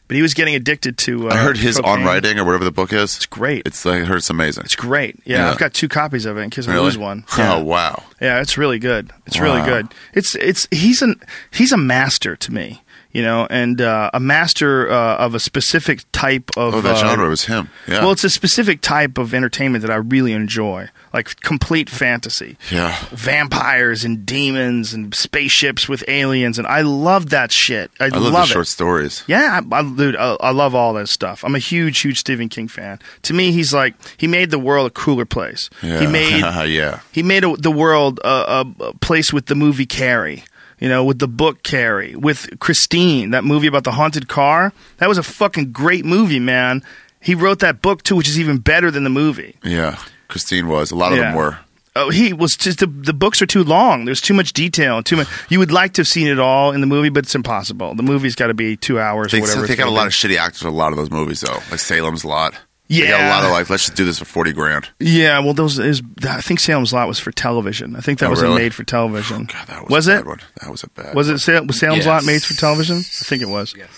But he was getting addicted to. Uh,
I heard his on
cocaine.
writing or whatever the book is. It's
great.
It's I heard it's amazing.
It's great. Yeah,
Yeah.
I've got two copies of it in case I
Really?
lose one.
Oh
Yeah.
wow!
Yeah, it's really good. It's really
Wow.
good. It's it's he's an he's a master to me, you know, and uh, a master uh, of a specific type of
Oh, that
uh,
genre was him. Yeah.
Well, it's a specific type of entertainment that I really enjoy, like complete fantasy.
yeah.
Vampires and demons and spaceships with aliens, and I love that shit. I,
I love,
love
the
it.
short stories.
Yeah, I, I, dude, I, I love all that stuff. I'm a huge, huge Stephen King fan. To me, he's like he made the world a cooler place.
Yeah.
He made
yeah.
he made a, the world a, a, a place with the movie Carrie. You know, with the book Carrie, with Christine, that movie about the haunted car. That was a fucking great movie, man. He wrote that book too, which is even better than the movie.
Yeah. Christine was. A lot of them
Yeah.
were.
Oh, he was just the, the books are too long. There's too much detail. Too much. You would like to have seen it all in the movie, but it's impossible. The movie's got to be two hours
They,
or whatever.
they
it's
got a
gonna
lot
be.
of shitty actors in a lot of those movies, though. Like Salem's Lot. They got a
Yeah.
lot of like, let's just do this for 40 grand.
Yeah, well, those is I think Salem's Lot was for television. I think that
Oh,
was a
really? Oh,
made for television.
God, that was,
was
a
it?
bad one. That was a bad
Was it Salem, was Salem's
Yes.
Lot made for television? I think it was. Yes.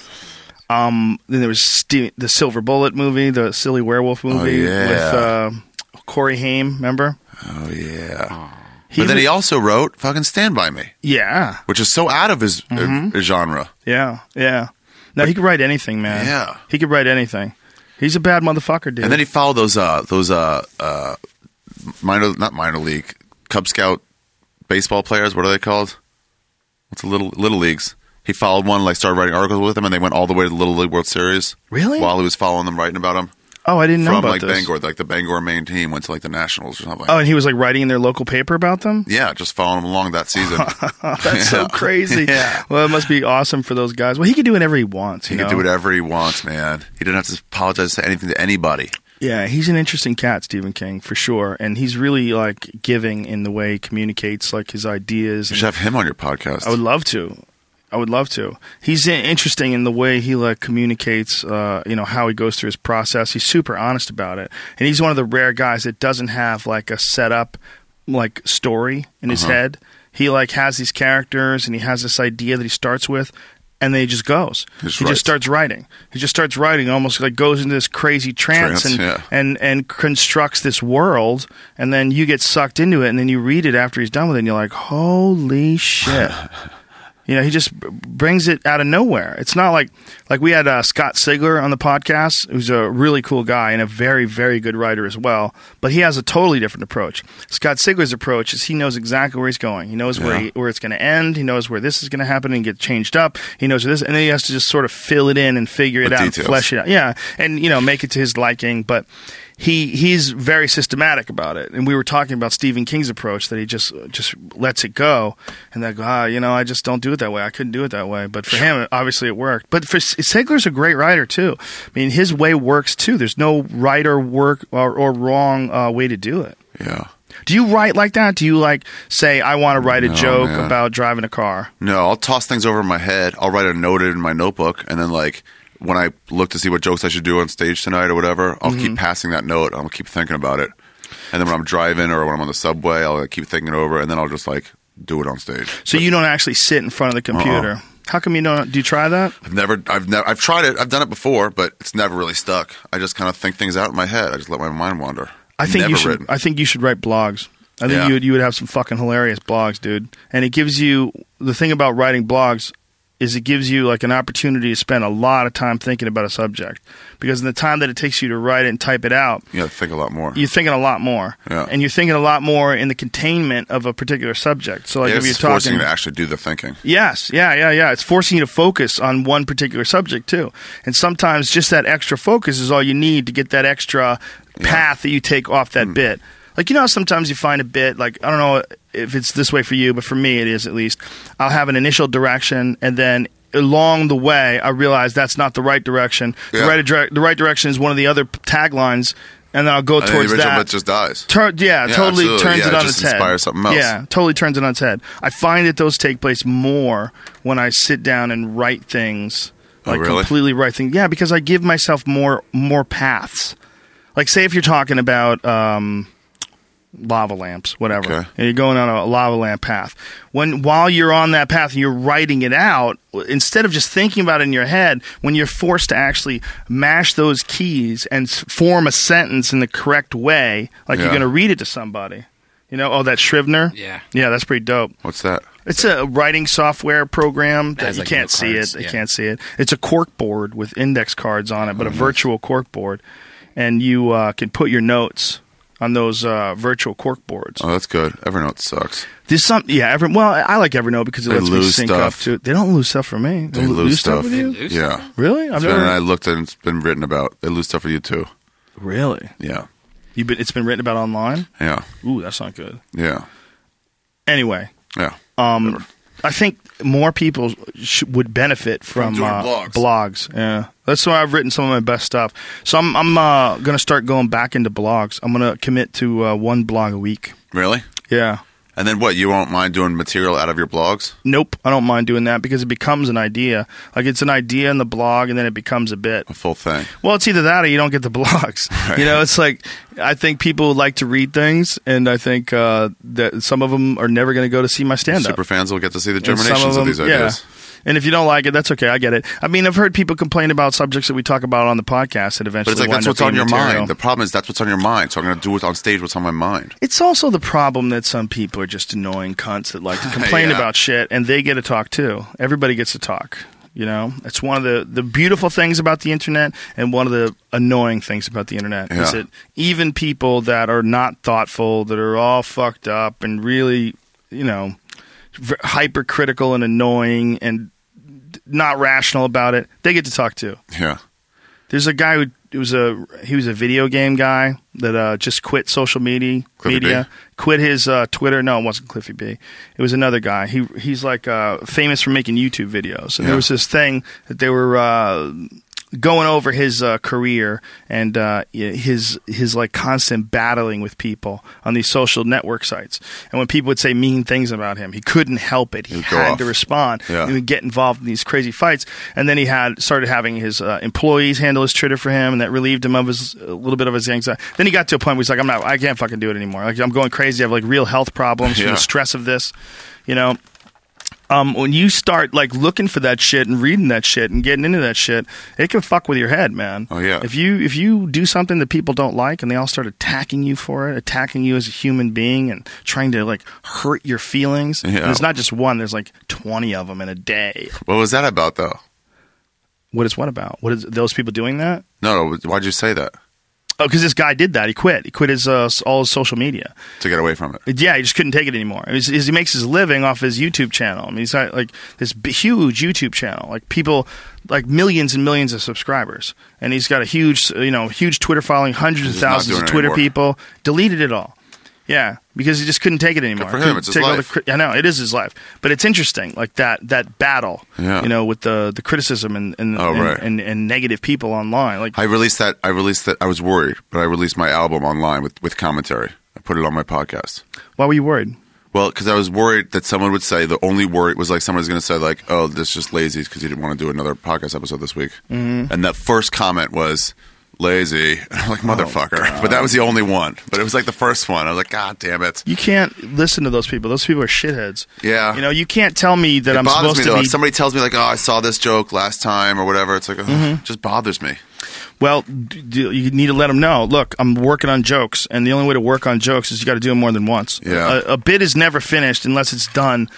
Um, then there was Ste the Silver Bullet movie, the silly werewolf movie
Oh, yeah.
with uh, Corey Haim. Remember?
Oh, yeah.
He
but then
was-
he also wrote fucking Stand By Me,
yeah,
which is so out of his, uh,
Mm-hmm.
his genre.
yeah, yeah. No, he could write anything, man.
Yeah.
he could write anything. He's a bad motherfucker, dude.
And then he followed those, uh, those, uh, uh, minor, not minor league, Cub Scout baseball players. What are they called? What's the little, little leagues? He followed one, like started writing articles with them, and they went all the way to the Little League World Series.
Really?
While he was following them, writing about them.
oh, I didn't know
from
about
like
this.
Bangor, like the Bangor main team went to like the Nationals or something.
Oh, and he was like writing in their local paper about them. Oh,
yeah, just following him along that season.
That's so
Yeah.
crazy.
Yeah.
Well, it must be awesome for those guys. Well, he could do whatever he wants.
He
you
could
know?
do whatever he wants, man. He didn't have to apologize to anything to anybody.
Yeah, he's an interesting cat, Stephen King, for sure. And he's really like giving in the way he communicates like his ideas.
You
and-
should have him on your podcast.
I would love to. I would love to. He's in- interesting in the way he like communicates. Uh, you know how he goes through his process. He's super honest about it, and he's one of the rare guys that doesn't have like a setup like story in
Uh-huh.
his head. He like has these characters and he has this idea that he starts with, and then he just goes.
Just
he
writes.
just starts writing. He just starts writing, almost like goes into this crazy trance,
Trance,
and
yeah.
and and constructs this world, and then you get sucked into it, and then you read it after he's done with it, and you're like, holy shit. You know, he just b- brings it out of nowhere. It's not like like we had uh, Scott Sigler on the podcast, who's a really cool guy and a very very good writer as well. But he has a totally different approach. Scott Sigler's approach is he knows exactly where he's going. He knows where he, where it's going to end. He knows where this is going to happen and get changed up. He knows where this, and then he has to just sort of fill it in and figure it
With
out, and
details.
flesh it out. Yeah, and you know, make it to his liking. But he he's very systematic about it. And we were talking about Stephen King's approach that he just just lets it go, and that ah, you know, I just don't do it that way. I couldn't do it that way. But for him, obviously, it worked. But for Segler's a great writer too. I mean, his way works too. There's no right or work or, or wrong uh, way to do it.
yeah.
Do you write like that? Do you like say I want to write a
No,
joke
man.
about driving a car?
No, I'll toss things over in my head. I'll write a note in my notebook, and then like when I look to see what jokes I should do on stage tonight or whatever, I'll
Mm-hmm.
keep passing that note. I'll keep thinking about it, and then when I'm driving or when I'm on the subway, I'll like, keep thinking it over, and then I'll just like do it on stage.
So you don't actually sit in front of the
Uh-uh.
computer. How come you don't? Do you try that?
I've never, I've never, I've tried it. I've done it before, but it's never really stuck. I just kind of think things out in my head. I just let my mind wander.
I think
never
you should.
Written.
I think you should write blogs. I think
Yeah.
you would, you would have some fucking hilarious blogs, dude. And it gives you the thing about writing blogs is it gives you like an opportunity to spend a lot of time thinking about a subject because in the time that it takes you to write it and type it out,
you gotta think a lot more.
you're thinking a lot more,
Yeah.
and you're thinking a lot more in the containment of a particular subject. So like
I
if
guess
you're
it's forcing
talking,
you to actually do the thinking.
Yes, yeah, yeah, yeah. It's forcing you to focus on one particular subject too. And sometimes just that extra focus is all you need to get that extra path that you take off
Hmm.
that bit. Like you know, how sometimes you find a bit like I don't know if it's this way for you, but for me it is at least. I'll have an initial direction and then along the way I realize that's not the right direction. The
Yeah.
right dire- the right direction is one of the other p- taglines and then I'll go
And the
towards
original
that.
bit just dies.
Tur- yeah,
Yeah,
totally
absolutely.
turns
Yeah,
it
it
on
just
its head.
inspires something else.
Yeah, totally turns it on its head. I find that those take place more when I sit down and write things,
Oh,
like
really?
completely write things. Yeah, because I give myself more more paths. Like, say if you're talking about um, lava lamps, whatever.
Okay.
And you're going on a lava lamp path. When while you're on that path and you're writing it out, instead of just thinking about it in your head, when you're forced to actually mash those keys and s- form a sentence in the correct way, like you're
Yeah.
going to read it to somebody. You know, oh that Scrivener?
Yeah.
Yeah, that's pretty dope.
What's that?
It's a writing software program that
has,
you
like,
can't
little
see
cards,
it. You
yeah.
can't see it. It's a cork board with index cards on it, but a
Mm-hmm.
virtual cork board, and you uh, can put your notes on those uh, virtual cork boards.
Oh, that's good. Evernote sucks.
There's some, yeah. Every, well, I like Evernote because it
They
lets me
lose
sync up
stuff.
to. They don't lose stuff for me.
They
lo-
lose, stuff.
with you.
lose
yeah.
Really? I've
It's been-
never.
and I looked and it's been written about. They lose stuff for you too.
really?
Yeah.
You've been. It's been written about online.
Yeah.
Ooh, that's not good.
Yeah.
Anyway,
Yeah.
um, I think more people sh- would benefit from,
doing
uh,
blogs.
Yeah, that's why I've written some of my best stuff. So I'm I'm uh, gonna start going back into blogs. I'm gonna commit to uh, one blog a week.
Really?
Yeah.
And then what? You won't mind doing material out of your blogs?
Nope, I don't mind doing that because it becomes an idea. Like it's an idea in the blog, and then it becomes a bit.
A full thing.
Well, it's either that or you don't get the blogs. You know, it's like I think people like to read things, and I think uh, that some of them are never going to go to see my stand up.
Super fans will get to see the
And some
germinations of,
them-
these ideas.
And if you don't like it, that's okay. I get it. I mean, I've heard people complain about subjects that we talk about on the podcast that eventually.
But it's like
wind
that's
up
what's on
being
your
material.
mind. The problem is that's what's on your mind. So I'm going to do what's on stage what's on my mind.
It's also the problem that some people are just annoying cunts that like to complain
Yeah.
about shit, and they get to talk too. Everybody gets to talk. You know, it's one of the the beautiful things about the internet, and one of the annoying things about the internet is
Yeah.
that even people that are not thoughtful, that are all fucked up, and really, you know, v- hypercritical and annoying and not rational about it, they get to talk too.
Yeah.
There's a guy who it was a he was a video game guy that uh, just quit social media
Cliffy
media
B?
quit his uh, Twitter. No, it wasn't Cliffy B. It was another guy. He he's like uh, famous for making YouTube videos. And
Yeah.
there was this thing that they were. Uh, Going over his uh, career and uh, y- his his like constant battling with people on these social network sites, and when people would say mean things about him, he couldn't help it. He
He'd go
had
off.
to respond.
Yeah.
He would get involved in these crazy fights, and then he had started having his uh, employees handle his Twitter for him, and that relieved him of his a little bit of his anxiety. Then he got to a point where he's like, "I'm not, I can't fucking do it anymore. Like, I'm going crazy. I have like real health problems from
Yeah.
the stress of this, you know." Um, when you start like looking for that shit and reading that shit and getting into that shit, it can fuck with your head, man.
Oh, yeah.
If you if you do something that people don't like and they all start attacking you for it, attacking you as a human being and trying to like hurt your feelings,
Yeah.
there's not just one. There's like twenty of them in a day.
What was that about, though?
What is what about? What is those people doing that?
No, no. Why'd you say that?
Oh, because this guy did that. He quit. He quit his uh, s- all his social media.
To get away from it.
Yeah, he just couldn't take it anymore. It was, he makes his living off his YouTube channel. I mean, he's got like this b- huge YouTube channel, like people, like millions and millions of subscribers, and he's got a huge, you know, huge Twitter following, hundreds of
He's just not
thousands
doing
of
it
Twitter
anymore.
people. Deleted it all. Yeah, because he just couldn't take it anymore.
for him.
Couldn't
It's his
take all the
life.
cri- I know it is his life, but it's interesting, like that that battle,
Yeah.
you know, with the the criticism and and,
Oh,
and,
right.
and and negative people online. Like
I released that. I released that. I was worried, but I released my album online with, with commentary. I put it on my podcast.
why were you worried?
Well, because I was worried that someone would say the only worry was like someone was going to say like, "Oh, this is just lazy," because he didn't want to do another podcast episode this week. Mm-hmm. And that first comment was lazy. And I'm like,
Oh,
"Motherfucker!" but that was the only one. But it was like the first one. I was like, "God damn it!"
You can't listen to those people. Those people are shitheads.
Yeah.
You know, you can't tell me that
It
I'm
bothers
supposed
me
to
though.
be.
If somebody tells me like, "Oh, I saw this joke last time" or whatever, it's like, ugh,
Mm-hmm.
it just bothers me.
well, d- d- you need to let them know. Look, I'm working on jokes, and the only way to work on jokes is you got to do them more than once.
Yeah.
A, a bit is never finished unless it's done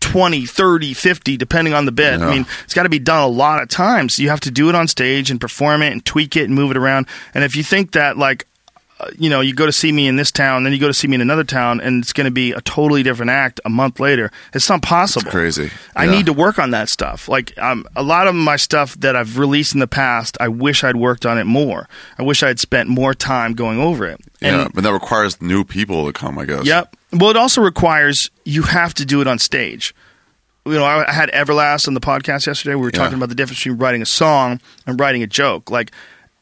20, 30, 50, depending on the bit.
Yeah.
I mean, it's got to be done a lot of times. You have to do it on stage and perform it and tweak it and move it around. And if you think that, like, uh, you know, you go to see me in this town, then you go to see me in another town, and it's going to be a totally different act a month later. It's not possible.
crazy.
I
Yeah.
need to work on that stuff. Like um, a lot of my stuff that I've released in the past, I wish I'd worked on it more. I wish I'd spent more time going over it. And-
yeah, but that requires new people to come. I guess.
Yep. Well, it also requires you have to do it on stage. You know, I I had Everlast on the podcast yesterday. We were
Yeah.
talking about the difference between writing a song and writing a joke. Like,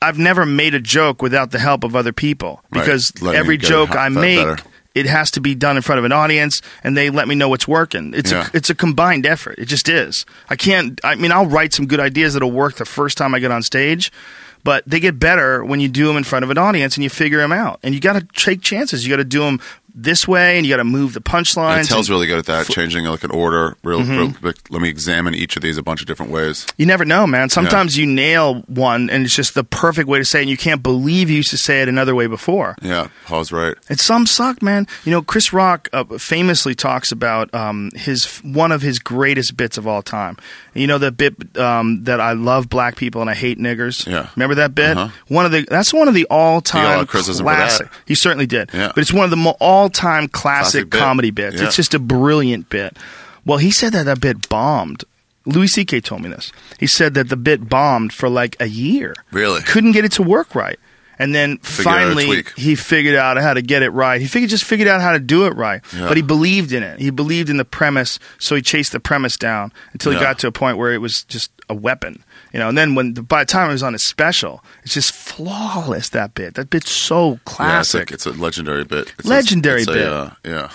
I've never made a joke without the help of other people
Right.
because
Letting
every
you get
joke
it
I
hot- that
make,
better.
it has to be done in front of an audience, and they let me know what's working. It's
Yeah.
a it's a combined effort. It just is. I can't. I mean, I'll write some good ideas that'll work the first time I get on stage, but they get better when you do them in front of an audience and you figure them out. And you got to take chances. You got to do them this way, and you got to move the punchlines.
And Tell's
and-
really good at that, changing like an order real,
Mm-hmm.
real quick. Let me examine each of these a bunch of different ways.
You never know, man. Sometimes you nail one, and it's just the perfect way to say it, and you can't believe you used to say it another way before.
Yeah, Paul's right.
And some suck, man. You know, Chris Rock uh, famously talks about um, his one of his greatest bits of all time. You know that bit um, that I love black people and I hate niggers.
Yeah.
remember that bit?
Uh-huh.
One of the that's one of the all
He got a lot
time
of criticism for that.
classic. He certainly did.
Yeah.
But it's one of the mo- all time classic,
Classic bit.
comedy bits.
Yeah.
It's just a brilliant bit. Well, he said that that bit bombed. Louis C.K. told me this. He said that the bit bombed for like a year.
Really?
Couldn't get it to work right. And then
out how to
finally,
tweak.
he figured out how to get it right. He figured, just figured out how to do it right.
Yeah.
But he believed in it. He believed in the premise, so he chased the premise down until he
Yeah.
got to a point where it was just a weapon. You know, and then when by the time it was on his special, it's just flawless. That bit, that bit's so
Yeah, it's,
classic.
like, it's a legendary bit. It's a-
Legendary
it's a,
bit.
uh, yeah.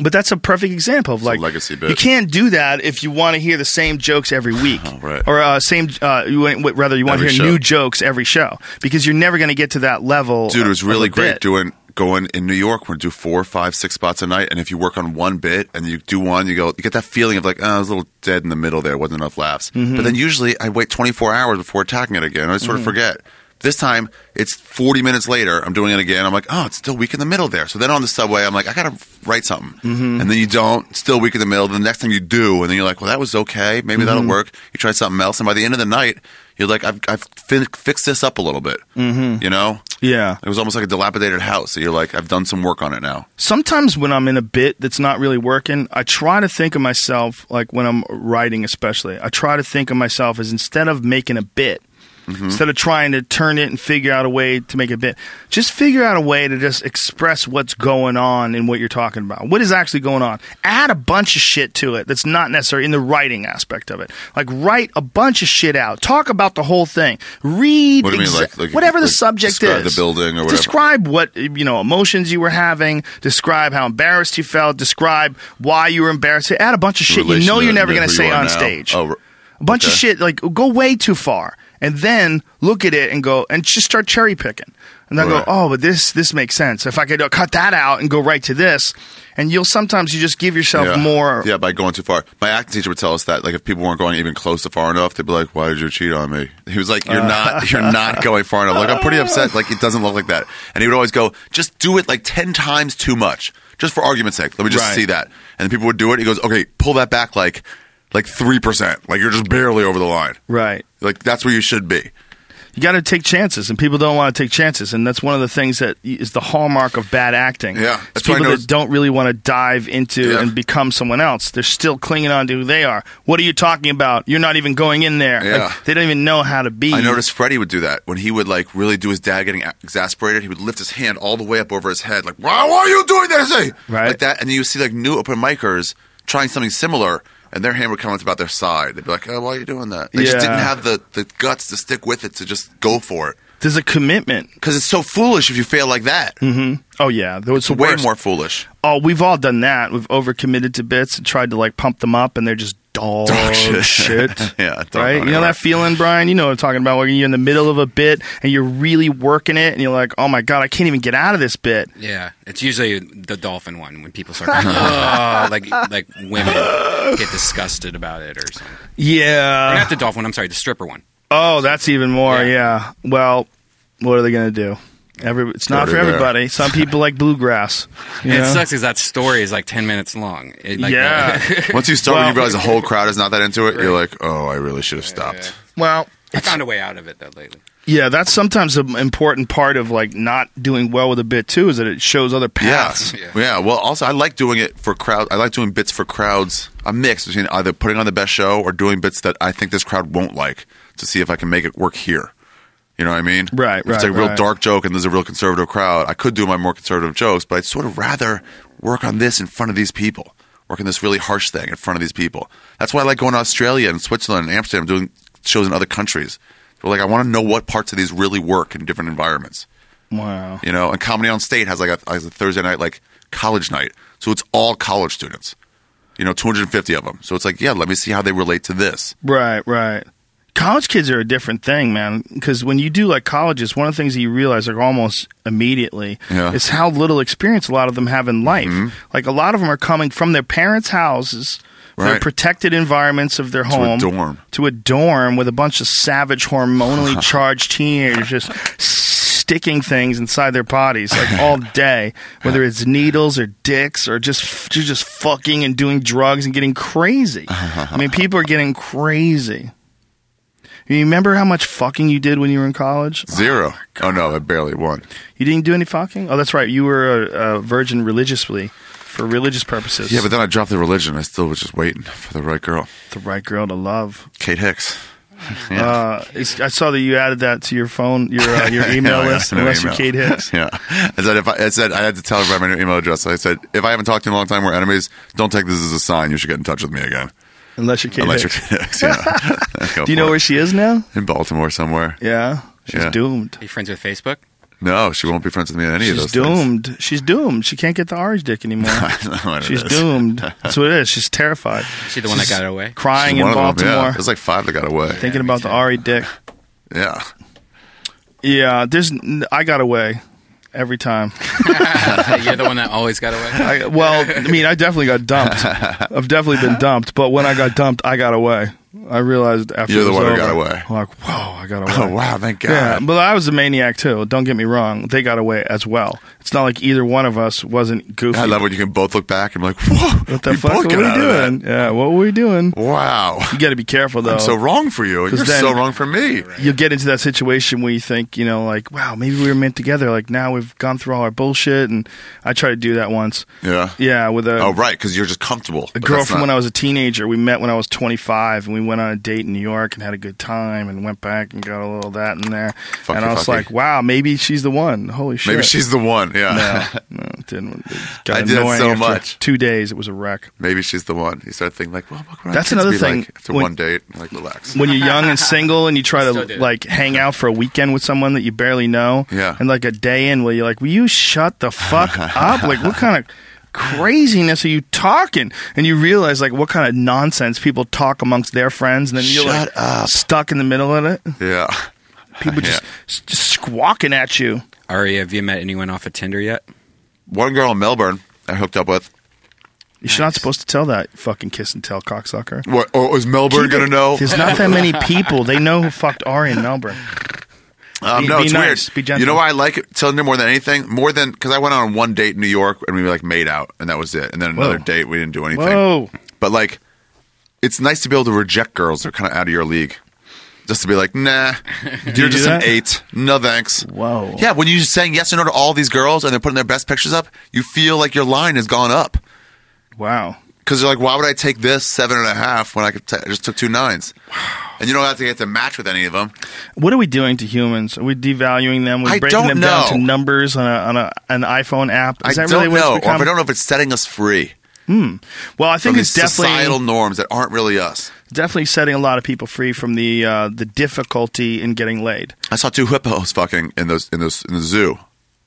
but that's a perfect example of like
legacy bit.
You can't do that if you want to hear the same jokes every week,
right.
Or uh, same, uh, you, want- rather you want to
Every
hear
show.
new jokes every show because you're never going to get to that level.
Dude, it was
of
really
a
great
bit.
doing going in New York. We do four, five, six spots a night, and if you work on one bit and you do one, you go, you get that feeling of like, oh, I was a little dead in the middle there. Wasn't enough laughs. But then usually I wait 24 hours before attacking it again. I sort of forget. This time it's 40 minutes later. I'm doing it again. I'm like, oh, it's still weak in the middle there. So then on the subway, I'm like, I gotta write something. And then you don't. Still weak in the middle. The next time you do, and then you're like, well, that was okay. Maybe that'll work. You try something else, and by the end of the night. You're like I've, I've fin- fixed this up a little bit, mm-hmm. you know.
Yeah.
It was almost like a dilapidated house. So you're like, I've done some work on it now.
sometimes when I'm in a bit that's not really working, I try to think of myself, like when I'm writing especially, I try to think of myself as instead of making a bit,
Mm-hmm.
instead of trying to turn it and figure out a way to make a bit, just figure out a way to just express what's going on and what you're talking about. What is actually going on? Add a bunch of shit to it that's not necessary in the writing aspect of it. Like write a bunch of shit out. Talk about the whole thing. Read
What do you mean,
exa-
like- like-
whatever the
like
subject
describe
is.
the building or whatever?
Describe describe what you know emotions you were having describe how embarrassed you felt describe why you were embarrassed add a bunch of shit you
Relation
know
to-
you're never
to
going to
who
say
you are
on
now.
stage
Oh, re-
a bunch of
okay.
shit like go way too far and then look at it and go and just start cherry picking and then
Right.
go oh but this this makes sense if i could uh, cut that out and go right to this and you'll sometimes you just give yourself
yeah.
more
Yeah, by going too far. My acting teacher would tell us that, like, if people weren't going even close to far enough, they'd be like, "Why did you cheat on me?" He was like, "You're
Uh.
not, you're not going far enough." Like, I'm pretty upset. Like, it doesn't look like that. And he would always go, "Just do it like ten times too much, just for argument's sake. Let me just
Right.
see that." And people would do it. He goes, "Okay, pull that back like, like three percent. Like, you're just barely over the line.
right
Like, that's where you should be."
you got to take chances, and people don't want to take chances, and that's one of the things that is the hallmark of bad acting.
Yeah,
it's
that's why I
people
know-
that don't really want to dive into
Yeah.
and become someone else. They're still clinging on to who they are. What are you talking about? You're not even going in there.
Yeah.
Like, they don't even know how to be.
I noticed Freddie would do that when he would like really do his dad getting a- exasperated. He would lift his hand all the way up over his head, like "Why why are you doing that?" Hey?
Right.
like that. And you see like new open micers trying something similar, and their hand would come up about their side. They'd be like, "Oh, why are you doing that?" They
Yeah.
just didn't have the the guts to stick with it to just go for it
There's a commitment.
because it's so foolish if you fail like that.
Oh yeah, though it's
It's
the
way
worst.
more foolish.
Oh, we've all done that. We've overcommitted to bits and tried to like pump them up, and they're just dog,
Dog shit.
shit.
Yeah, dog
right. You know
anyway.
that feeling, Brian? You know what I'm talking about? Where you're in the middle of a bit and you're really working it, and you're like, "Oh my god, I can't even get out of this bit."
Yeah, it's usually the dolphin one when people start oh, like like women get disgusted about it or something.
Yeah.
Not the dolphin. I'm sorry, the stripper one.
Oh, that's even more. Yeah.
Yeah.
Well, what are they going to do? Every, it's not
Go to
for
there.
everybody. Some people like bluegrass. you
And
know?
it sucks because that story is like ten minutes long. It, like,
yeah.
Once you start, when you
Well-
realize the whole crowd is not that into it, you're like, "Oh, I really should have stopped."
well,
I found a way out of it though lately.
yeah, that's sometimes an important part of like not doing well with a bit too is that it shows other paths.
Yeah. yeah. Well, also, I like doing it for crowd. I like doing bits for crowds. A mix between either putting on the best show or doing bits that I think this crowd won't like to see if I can make it work here. You know what I mean?
Right,
If it's a
right,
real
right.
dark joke and there's a real conservative crowd, I could do my more conservative jokes, but I'd sort of rather work on this in front of these people, work on this really harsh thing in front of these people. That's why I like going to Australia and Switzerland and Amsterdam doing shows in other countries. We're like, I want to know what parts of these really work in different environments
Wow.
you know and comedy on state has like a, has a thursday night like college night so it's all college students you know 250 of them so it's like yeah let me see how they relate to this
Right, right. college kids are a different thing, man. Because when you do like colleges, one of the things that you realize like almost immediately
Yeah. Mm-hmm.
is how little experience a lot of them have in life. Like a lot of them are coming from their parents' houses. Their
Right.
protected environments of their home
dorm.
to a dorm with a bunch of savage hormonally charged teenagers just sticking things inside their bodies like all day whether it's needles or dicks or just you're just fucking and doing drugs and getting crazy i mean people are getting crazy you remember how much fucking you did when you were in college
Zero. Oh, no, I barely won.
you didn't do any fucking oh that's right you were a, a virgin religiously for religious purposes
Yeah, but then I dropped the religion. I still was just waiting for the right girl.
the right girl to love
Kate Hicks. Yeah.
Uh, it's, I saw that you added that to your phone, your uh, your email
Yeah, yeah,
list,
no
unless
email.
you're Kate Hicks.
yeah. I said, if I, I said, I had to tell her about my new email address. I said, if I haven't talked to you in a long time, we're enemies. Don't take this as a sign. You should get in touch with me again.
Unless you're Kate
Unless
Hicks.
you're Kate Hicks. Yeah. Go
Do you
for
know
it.
where she is now?
in Baltimore somewhere?
Yeah, she's
Yeah.
doomed.
Are you friends with Facebook?
No, she won't be friends with me in any of
She's
those. things.
doomed. She's doomed. She can't get the orange dick anymore.
know what it
She's
is.
doomed. That's what it is. She's terrified.
Is she the one that got away?
Crying in
One of them,
Baltimore,
Yeah. There's like five that got away.
thinking about the Ari dick.
yeah.
Yeah, there's. n- I got away every time.
You're the one that always got away.
I, well, I mean, I definitely got dumped. I've definitely been dumped. But when I got dumped, I got away. I realized after
You're the
it was
one who
over,
got away.
I'm like, whoa, I got away.
Oh wow! Thank God.
Yeah, but I was a maniac too. Don't get me wrong; they got away as well. It's not like either one of us wasn't goofy.
I love when you can both look back and be like, "Whoa,
what the
we
fuck
both
were
got
we
out of that.
doing? Yeah, what were we doing?
Wow,
You got to be careful though.
I'm so wrong for you. You're
'Cause then-
so wrong for me.
You'll get into that situation where you think, you know, like, wow, maybe we were meant together. Like now we've gone through all our bullshit, and I tried to do that once.
Yeah.
Yeah, with a
Oh right, because you're just comfortable.
a girl from when I was a teenager. We met when I was 25, and we went on a date in New York and had a good time, and went back and got a little of that in there.
Fucky,
and I was
fucky.
like, wow, maybe she's the one. Holy shit!
Maybe she's the one. Yeah.
no, no, it didn't. It got
I did it
annoying
so
after
much.
Two days, it was a wreck.
Maybe she's the one. You start thinking like, well, what would our
That's
kids
another
be
thing.
Like after
When-
one date, like relax.
When you're young and single, and you try
Still
to
do it.
like hang out for a weekend with someone that you barely know,
Yeah.
and like a day in, where you're like, "Will you shut the fuck up? Like, what kind of craziness are you talking?" And you realize like what kind of nonsense people talk amongst their friends, and then you're like
Shut up.
stuck in the middle of it.
yeah.
People just,
Yeah.
s- just squawking at you.
Ari, have you met anyone off of Tinder yet?
One girl in Melbourne I hooked up with.
You're not supposed to tell that you fucking kiss and tell cocksucker.
What? Or is Melbourne
Keep it-
gonna know?
There's not that many people. They know who fucked Ari in Melbourne.
Um,
Be-
no,
be
it's
nice. Be
weird.
gentle.
you know why I like it? Tinder more than anything? More than because I went on one date in New York and we like made out and that was it. And then another
Whoa.
date we didn't do anything.
Whoa.
But like, it's nice to be able to reject girls that are kind of out of your league. Just to be like, nah, you're just
that?
an eight. No thanks.
Whoa.
Yeah, when you're just saying yes or no to all these girls and they're putting their best pictures up, you feel like your line has gone up
Wow.
because you're like, why would I take this seven and a half when I could? T- I just took two nines, and you don't have to get to match with any of them.
What are we doing to humans? Are we devaluing them? We're
I
breaking
don't
them down
know.
to numbers on, a, on a, an iPhone app. Is
I
that
don't
really what
know,
it's
or if
become?
I don't know if it's setting us free.
well, I think
from
it's
these
definitely
societal norms that aren't really us.
definitely setting a lot of people free from the uh, the difficulty in getting laid.
I saw two hippos fucking in those in those in the zoo.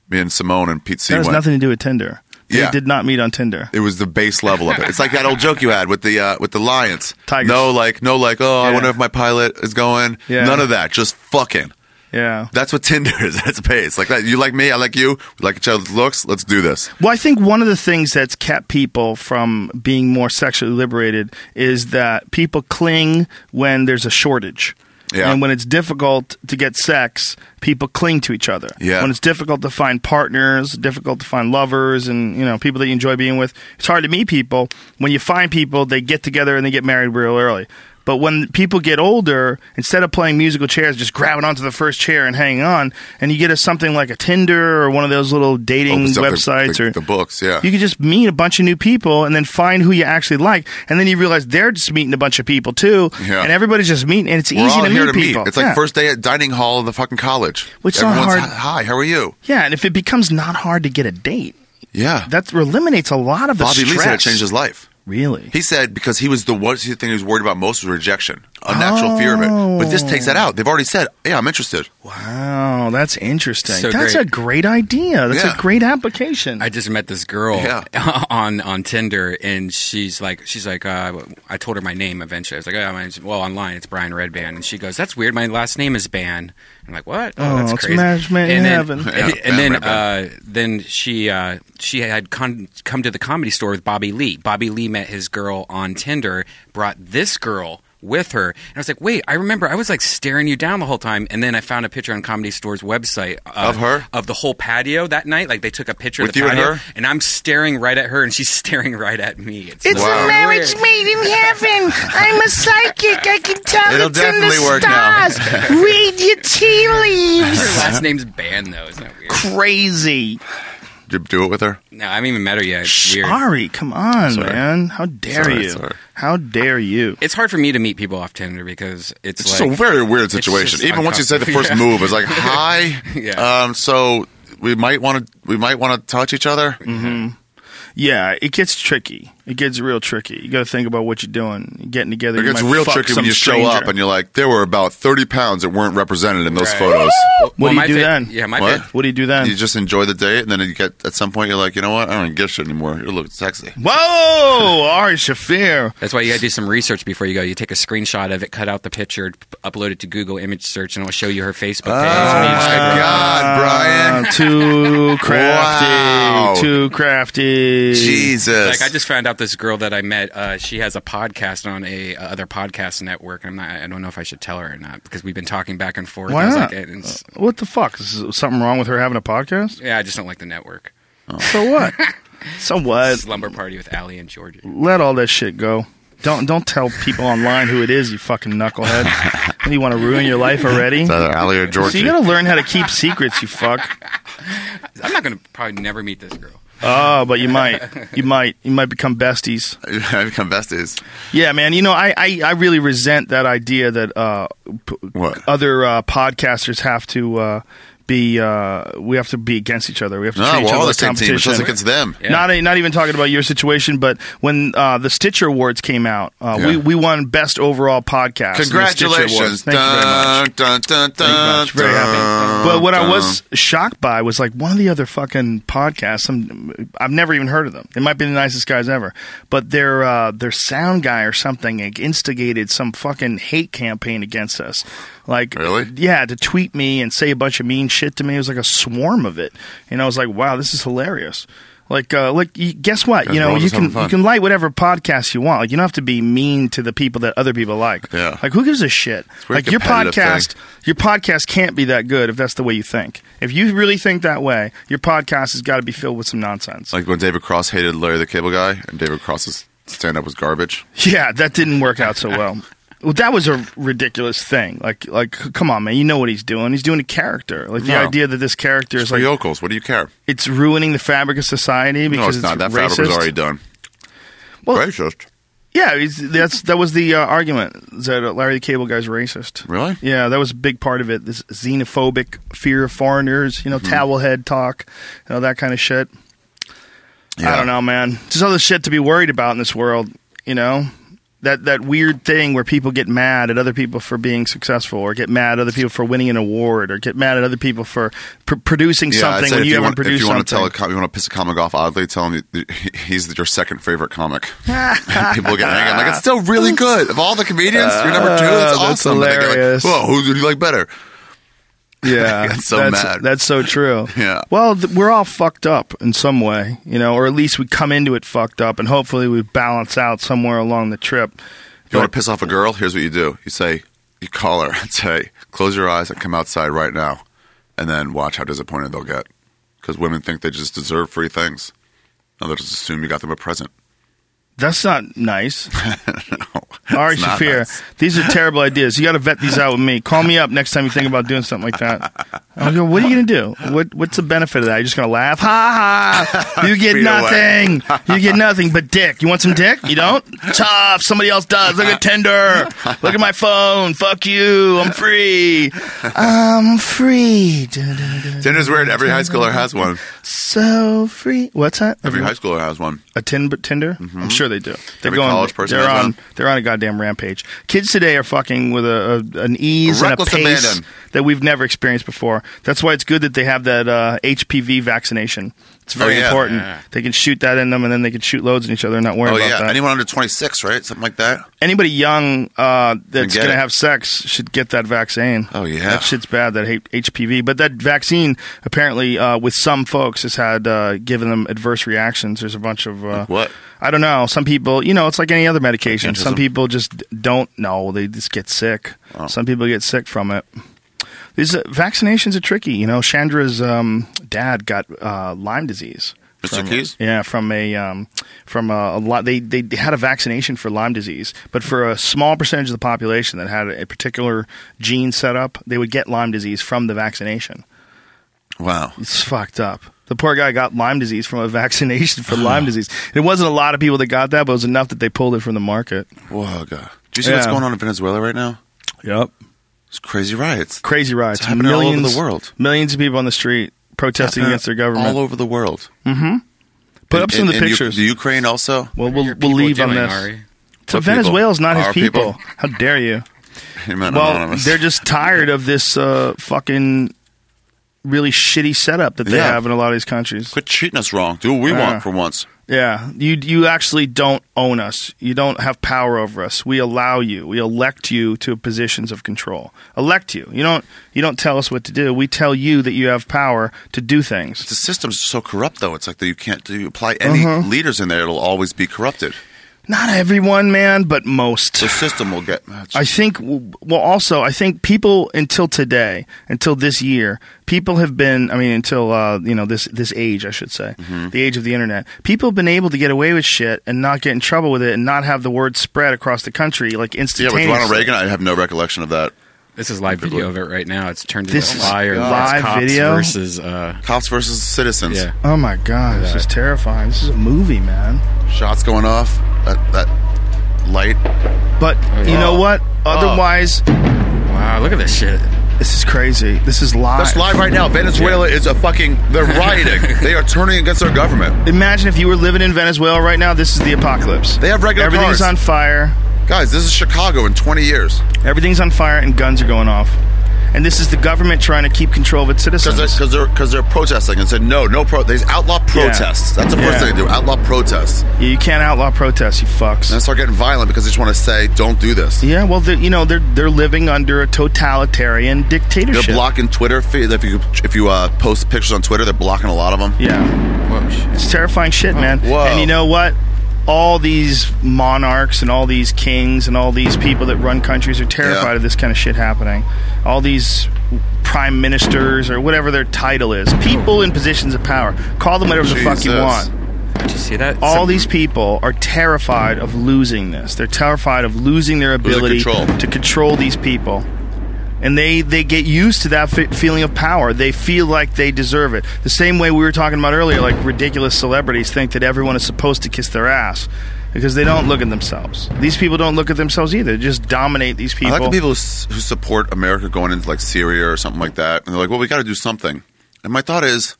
Me and Simone and Pete C
That has
went.
nothing to do with Tinder. They
Yeah.
did not meet on Tinder.
It was the base level of it. It's like that old joke you had with the uh, with the lions.
Tigers.
No, like no, like oh, I
Yeah.
wonder if my pilot is going.
Yeah.
None of that. Just fucking.
Yeah.
That's what Tinder is. That's base. Like that. You like me. I like you. We like each other's looks. Let's do this.
Well, I think one of the things that's kept people from being more sexually liberated is that people cling when there's a shortage.
Yeah.
And when it's difficult to get sex, people cling to each other.
Yeah.
When it's difficult to find partners, difficult to find lovers, and you know people that you enjoy being with, it's hard to meet people. When you find people, they get together and they get married real early. But when people get older, instead of playing musical chairs, just grabbing onto the first chair and hanging on, and you get a something like a Tinder or one of those little dating
Opens up the-
websites
the,
or
the books. Yeah.
you could just meet a bunch of new people and then find who you actually like, and then you realize they're just meeting a bunch of people too,
Yeah.
and everybody's just meeting, and it's
We're
easy
all
to
here
meet
to
people.
meet. It's like
yeah.
first day at dining hall of the fucking college.
Which is not
Everyone's
hard.
hi, how are you?
yeah, and if it becomes not hard to get a date,
Yeah.
that eliminates a lot of the
Bobby Lee
stress.
said it changed his life.
Really?
He said because he was the one thing he was worried about most was rejection, a natural fear of it. But this takes that out. They've already said, "Yeah, I'm interested."
Wow, that's interesting.
So
that's
great.
a great idea. That's
Yeah.
a great application.
I just met this girl
Yeah.
on on Tinder, and she's like, she's like, uh, I told her my name eventually. I was like, oh, my name's, well, online it's Brian Redband, and she goes, that's weird. My last name is Ban. I'm like, what?
Oh, it's match made in
and then,
heaven.
And,
Yeah, Ban
and then,
Redband.
uh, then she uh, she had con- come to the comedy store with Bobby Lee. Bobby Lee met his girl on Tinder, brought this girl. With her, and I was like, "Wait, I remember. I was like staring you down the whole time." And then I found a picture on Comedy Store's website uh,
Of her?
of the whole patio that night. Like they took a picture
With
of the
you and
patio,
her?
and I'm staring right at her, and she's staring right at me.
It's
Wow.
a marriage made in heaven. I'm a psychic. I can tell
It'll
it's in the
definitely work now.
stars. Read your tea leaves.
her last name's Ban, though. Isn't that weird?
Crazy.
Did you do it with her?
No, I haven't even met her yet. It's weird.
Sorry, come on,
Sorry.
man. How dare
Sorry,
you?
sorry.
How dare you?
It's hard for me to meet people off Tinder because it's,
It's
like
just a very weird
just
situation. Even once you say the first
uncomfortable.
move, it's like, "Hi,
Yeah.
um, so we might want to we might want to touch each other."
mm-hmm.
Yeah, it gets tricky. It gets real tricky. You got to think about what you're doing. Getting together.
It
you
gets
might
real
fuck
tricky
some
when you show
stranger.
up and you're like, "There were about 30 pounds that weren't represented in those
Right.
photos."
What do you
my
do
fa-
then?
Yeah, my
What?
fa-
What do you do then?
You just enjoy the date, and then you get at some point you're like, "You know what? I don't give a shit anymore. You look sexy."
Whoa, Ari Shafir.
that's why you gotta do some research before you go. You take a screenshot of it, cut out the picture, p- upload it to Google Image Search, and it'll show you her Facebook page. And you just go,
Oh God, Brian.
Uh, too crafty.
Wow.
Too crafty.
Jesus.
Like I just found out this girl that I met. Uh, she has a podcast on a uh, other podcast network, and I'm not. I don't know if I should tell her or not because we've been talking back and forth.
Why
I was
not?
Like, eh, it's-
What the fuck? Is something wrong with her having a podcast?
yeah, I just don't like the network.
So what? so what?
Slumber party with Allie and Georgia.
Let all that shit go. Don't don't tell people online who it is. You fucking knucklehead. What, you want to ruin your life already?
It's either Ali or
So
Georgie.
you gotta learn how to keep secrets, you fuck.
I'm not gonna probably never meet this girl.
Oh, but you might, you might, you might become besties.
I become besties.
Yeah, man. You know, I, I, I really resent that idea that uh, p-
What?
other uh, podcasters have to uh, be. Uh, we have to be against each other. We have to
No,
treat each
we're
other
all the
like
same team. It's
competition.
us against them.
Yeah.
Not not even talking about your situation, but when uh, the Stitcher Awards came out, uh,
Yeah.
we we won best overall podcast. in the Stitcher Awards.
Congratulations.
Thank you very much.
Dun, dun, dun,
Thank you very much. Very
dun,
happy. But what I
dun.
was shocked by was like one of the other fucking podcasts. Some, I've never even heard of them. They might be the nicest guys ever, but their uh, their sound guy or something like, instigated some fucking hate campaign against us. Like,
Really?
Yeah, to tweet me and say a bunch of mean shit to me. It was like a swarm of it, and I was like, wow, this is hilarious. Like, uh, like, y- guess what?
Guys,
you
we're
know,
all
you
just
can
having fun.
you can like whatever podcast you want. Like, you don't have to be mean to the people that other people like.
Yeah.
Like, who gives a shit?
weird
Like your
competitive thing.
podcast, your podcast can't be that good if that's the way you think. If you really think that way, your podcast has got to be filled with some nonsense.
Like when David Cross hated Larry the Cable Guy, and David Cross's stand up was garbage.
yeah, that didn't work out so well. Well, that was a ridiculous thing. Like, like, c- come on, man. You know what he's doing. He's doing a character. Like the
No.
idea that this character
It's
is
for
like
yokels. What do you care?
it's ruining the fabric of society because
No, it's not. That fabric was
racist.
already done.
Well-
racist.
Yeah, it's, that's that was the uh, argument is that uh, Larry the Cable Guy's racist.
Really?
Yeah, that was a big part of it. This xenophobic fear of foreigners, you know,
Mm-hmm.
towel head talk, you know, that kind of shit. I
Yeah.
don't know, man. There's other shit to be worried about in this world, you know. That that weird thing where people get mad at other people for being successful, or get mad at other people for winning an award, or get mad at other people for pr- producing
Yeah, I'd
something
say
when
if
you,
you
haven't
want, if
produced
you want to
something.
tell a com- you want to piss a comic off oddly, tell him that he's your second favorite comic. And people get angry. I'm like, it's still really good. Of all the comedians, you're number two. That's
Ah, that's
awesome. And they get like,
hilarious.
Whoa, who do you like better?
Yeah,
That's so
that's,
mad.
That's so true.
Yeah.
Well, th- we're all fucked up in some way, you know, or at least we come into it fucked up, and hopefully we balance out somewhere along the trip.
You want to piss off a girl? Here's what you do. You say, you call her and say, close your eyes and come outside right now. And then watch how disappointed they'll get. Because women think they just deserve free things. And they'll just assume you got them a present.
That's not nice.
no.
Ari
it's not
Shafir,
nice.
these are terrible ideas. You got to vet these out with me. Call me up next time you think about doing something like that. I go, what are you going to do? What What's the benefit of that? You're just going to laugh? Ha ha! You get
Speed away.
nothing. You get nothing but dick. You want some dick? You don't? Tough. Somebody else does. Look at Tinder. Look at my phone. Fuck you. I'm free. I'm free. Da-da-da.
Tinder's weird. Every high schooler has one.
So free. What's that?
Every high schooler has one.
a tin, Tinder? I'm sure they do. They're
Mm-hmm. Every
going.
college person
they're
has
on.
one.
They're on a goddamn rampage. Kids today are fucking with a, a an ease and a
Reckless
pace
abandon.
that we've never experienced before. That's why it's good that they have that uh, HPV vaccination. It's very
Oh, yeah.
important. They can shoot that in them, and then they can shoot loads in each other and not worry
Oh
about
yeah,
that.
anyone under twenty six, right? Something like that.
Anybody young uh, that's
Forget
going to
it.
have sex should get that vaccine.
Oh, yeah.
that shit's bad. That H- HPV, but that vaccine apparently uh, with some folks has had uh, given them adverse reactions. There's a bunch of uh,
what?
I don't know. Some people, you know, it's like any other medication. Some
Autism.
people just d- don't know. They just get sick.
Oh.
Some people get sick from it. These uh, vaccinations are tricky. You know, Chandra's um, dad got uh, Lyme disease.
Mr.
From-
Keys?
Yeah, from a um, from a, a lot. They they had a vaccination for Lyme disease, but for a small percentage of the population that had a particular gene set up, they would get Lyme disease from the vaccination.
Wow.
It's fucked up. The poor guy got Lyme disease from a vaccination for Lyme disease. It wasn't a lot of people that got that, but it was enough that they pulled it from the market.
Whoa, God. Do you see what's
Yeah.
going on in Venezuela right now?
Yep.
It's crazy riots.
Crazy riots.
It's happening all over
millions,
the world.
Millions of people on the street protesting
Happening
against their government.
All over the world.
Put
And-
up some of
and-
the
and U-
pictures.
the Ukraine also.
well, we'll,
Your
we'll
people
leave on
doing,
this.
Ari.
So
What people?
Venezuela's not his
Our
people.
people?
How dare you?
Amen.
Well,
Anonymous.
they're just tired of this uh, fucking really shitty setup that they
Yeah.
have in a lot of these countries.
quit treating us wrong. Do what we
Yeah.
want for once.
Yeah, you you actually don't own us. You don't have power over us. We allow you. We elect you to positions of control. Elect you. You don't you don't tell us what to do. We tell you that you have power to do things.
The system's so corrupt, though. It's like that you can't do, you apply any leaders in there; it'll always be corrupted.
Not everyone, man, but most.
The system will get. uh,
I think, well, also, I think people until today, until this year, people have been, I mean, until, uh, you know, this, this age, I should say,
Mm-hmm.
the age of the internet, people have been able to get away with shit and not get in trouble with it and not have the word spread across the country like
yeah,
instantaneously.
with Ronald Reagan, I have no recollection of that.
This is live video of it right now. It's turned into
This is
fire.
live
It's cops
video?
versus uh,
Cops versus citizens.
yeah.
Oh my god, this is terrifying. This is a movie, man.
Shots going off. That that light. Oh,
But you know what? Otherwise,
Wow, oh, look at this shit.
this is crazy. This is live.
That's live right now. Venezuela is a fucking. They're rioting. they are turning against their government.
Imagine if you were living in Venezuela right now. This is the apocalypse.
They have regular
Everything's
cars.
on fire.
Guys, this is Chicago in 20 years.
Everything's on fire, and guns are going off. And this is the government trying to keep control of its citizens.
Because they're, cause they're, 'cause they're protesting and said, no, no, pro- they outlaw protests. That's the
Yeah.
first thing they do outlaw protests. And
Yeah, you can't outlaw protests, you fucks.
they start getting violent because they just want to say, don't do this.
yeah, well, they're, you know they're they're living under a totalitarian
They're
dictatorship.
blocking Twitter feed. If you if you uh, post pictures on Twitter, they're blocking a lot of them.
yeah, it's terrifying shit, man.
Oh, Whoa.
And you know what? All these monarchs and all these kings and all these people that run countries are terrified
Yeah.
of this kind of shit happening. All these prime ministers or whatever their title is, people in positions of power, call them whatever the fuck you
Jesus.
want.
Did you see that?
all
Some-
these people are terrified of losing this. They're terrified of losing their ability
control.
to control these people. And they, they get used to that fe feeling of power. They feel like they deserve it. The same way we were talking about earlier, like ridiculous celebrities think that everyone is supposed to kiss their ass because they don't look at themselves. These people don't look at themselves either. They just dominate these people.
I like the people who, s- who support America going into like Syria or something like that, and they're like, "Well, we got to do something." And my thought is,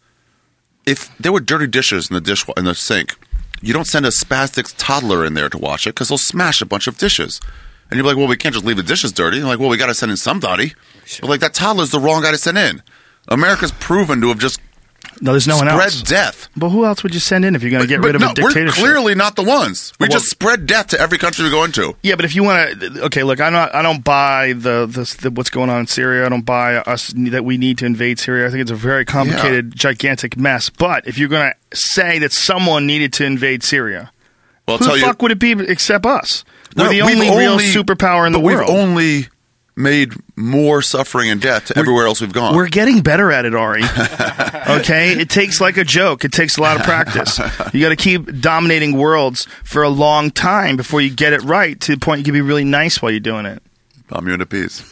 if there were dirty dishes in the dish in the sink, you don't send a spastic toddler in there to wash it because they'll smash a bunch of dishes. And you're like, "Well, we can't just leave the dishes dirty." And they're like, "Well, we got to send in somebody." But like that toddler's the wrong guy to send in. America's proven to have just
no, there's no one
spread
else.
death.
But who else would you send in if you're going to get
but
rid of
no,
a dictatorship?
we're clearly not the ones. We
Well-
just spread death to every country we go into.
Yeah, but if you want to, okay, look, I'm not, I don't buy the, the, the what's going on in Syria. I don't buy us that we need to invade Syria. I think it's a very complicated, gigantic mess. But if you're going to say that someone needed to invade Syria,
Well, I'll
who
tell
the
you,
fuck would it be except us?
No,
We're the
we've
only, real superpower in the
but
world.
We've only made more suffering and death to everywhere else we've gone.
We're getting better at it, Ari. okay, it takes like a joke. It takes a lot of practice. You got to keep dominating worlds for a long time before you get it right to the point you can be really nice while you're doing it.
I'm you into peace.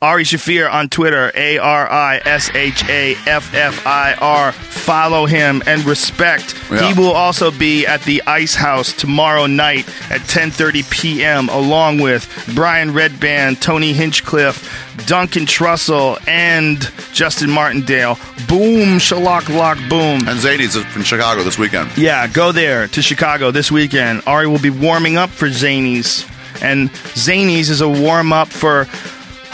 Ari Shafir on Twitter, A R I S H A F F I R. Follow him and respect.
Yeah.
He will also be at the Ice House tomorrow night at 10:30 p.m. along with Brian Redband, Tony Hinchcliffe, Duncan Trussell, and Justin Martindale. Boom, shalak lock boom.
And Zadie's from Chicago this weekend.
Yeah, go there to Chicago this weekend. Ari will be warming up for Zanies. And Zanies is a warm up for,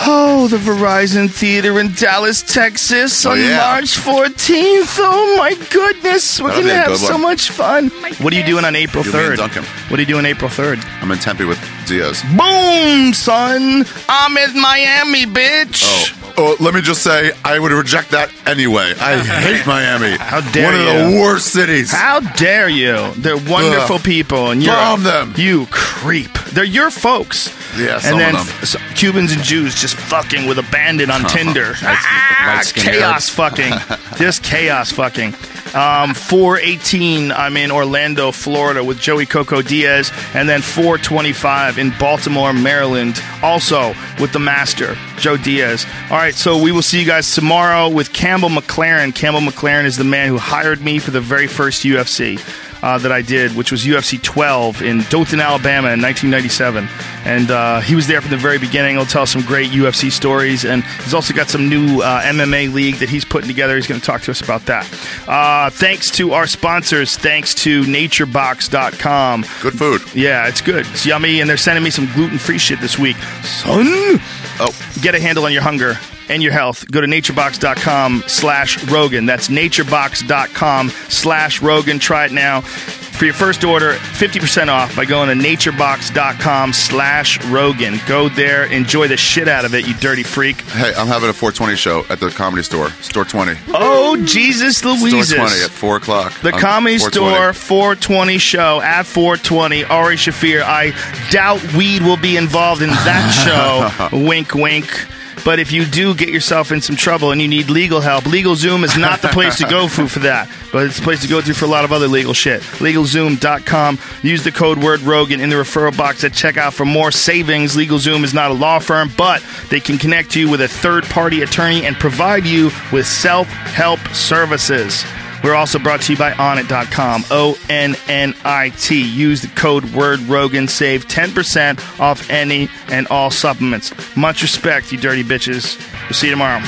oh, the Verizon Theater in Dallas, Texas on
Oh, yeah.
March 14th. Oh, my goodness. We're
That'll
going
be
to
a
have
good
so
one.
much fun. What are you doing on April
You'll be in
3rd?
Duncan.
What are you doing April 3rd?
I'm in Tempe with Diaz.
Boom, son. I'm in Miami, bitch.
Oh, oh, let me just say, I would reject that anyway. I hate Miami. How
dare
One of
you.
the worst cities.
How dare you? They're wonderful
Ugh.
people, and you're
Bomb them.
You creep. They're your folks.
Yeah,
and
some of
then
them.
f- s- Cubans and Jews just fucking with a bandit on Tinder. Ah,
light-skinned
chaos fucking. just chaos fucking. Um, 418, I'm in Orlando, Florida with Joey Coco Diaz, and then 425 in Baltimore, Maryland, also with the master, Joe Diaz. All right, so we will see you guys tomorrow with Campbell McLaren. Campbell McLaren is the man who hired me for the very first UFC. Uh, that I did, which was UFC 12 in Dothan, Alabama in 1997. And uh, he was there from the very beginning. He'll tell some great UFC stories. And he's also got some new uh, MMA league that he's putting together. He's going to talk to us about that. Uh, thanks to our sponsors. Thanks to naturebox.com.
Good food.
Yeah, it's good. It's yummy. And they're sending me some gluten free shit this week. Son!
Oh,
Get a handle on your hunger and your health. Go to naturebox.com slash Rogan. That's naturebox.com slash Rogan. Try it now. For your first order, 50% off by going to naturebox.com slash Rogan. Go there, enjoy the shit out of it, you dirty freak.
hey, I'm having a 420 show at the Comedy Store. Store 20.
Oh, Jesus Louises.
Store 20 at 4 o'clock.
The
on
Comedy
420.
Store 420 show at 420. Ari Shafir. I doubt weed will be involved in that show. wink, wink. But if you do get yourself in some trouble and you need legal help, LegalZoom is not the place to go for, for that. But it's a place to go to for a lot of other legal shit. LegalZoom.com. Use the code word Rogan in the referral box at checkout for more savings. LegalZoom is not a law firm, but they can connect you with a third party attorney and provide you with self help services. We're also brought to you by Onnit.com. O N N I T. Use the code word Rogan. Save 10% off any and all supplements. Much respect, you dirty bitches. We'll see you tomorrow.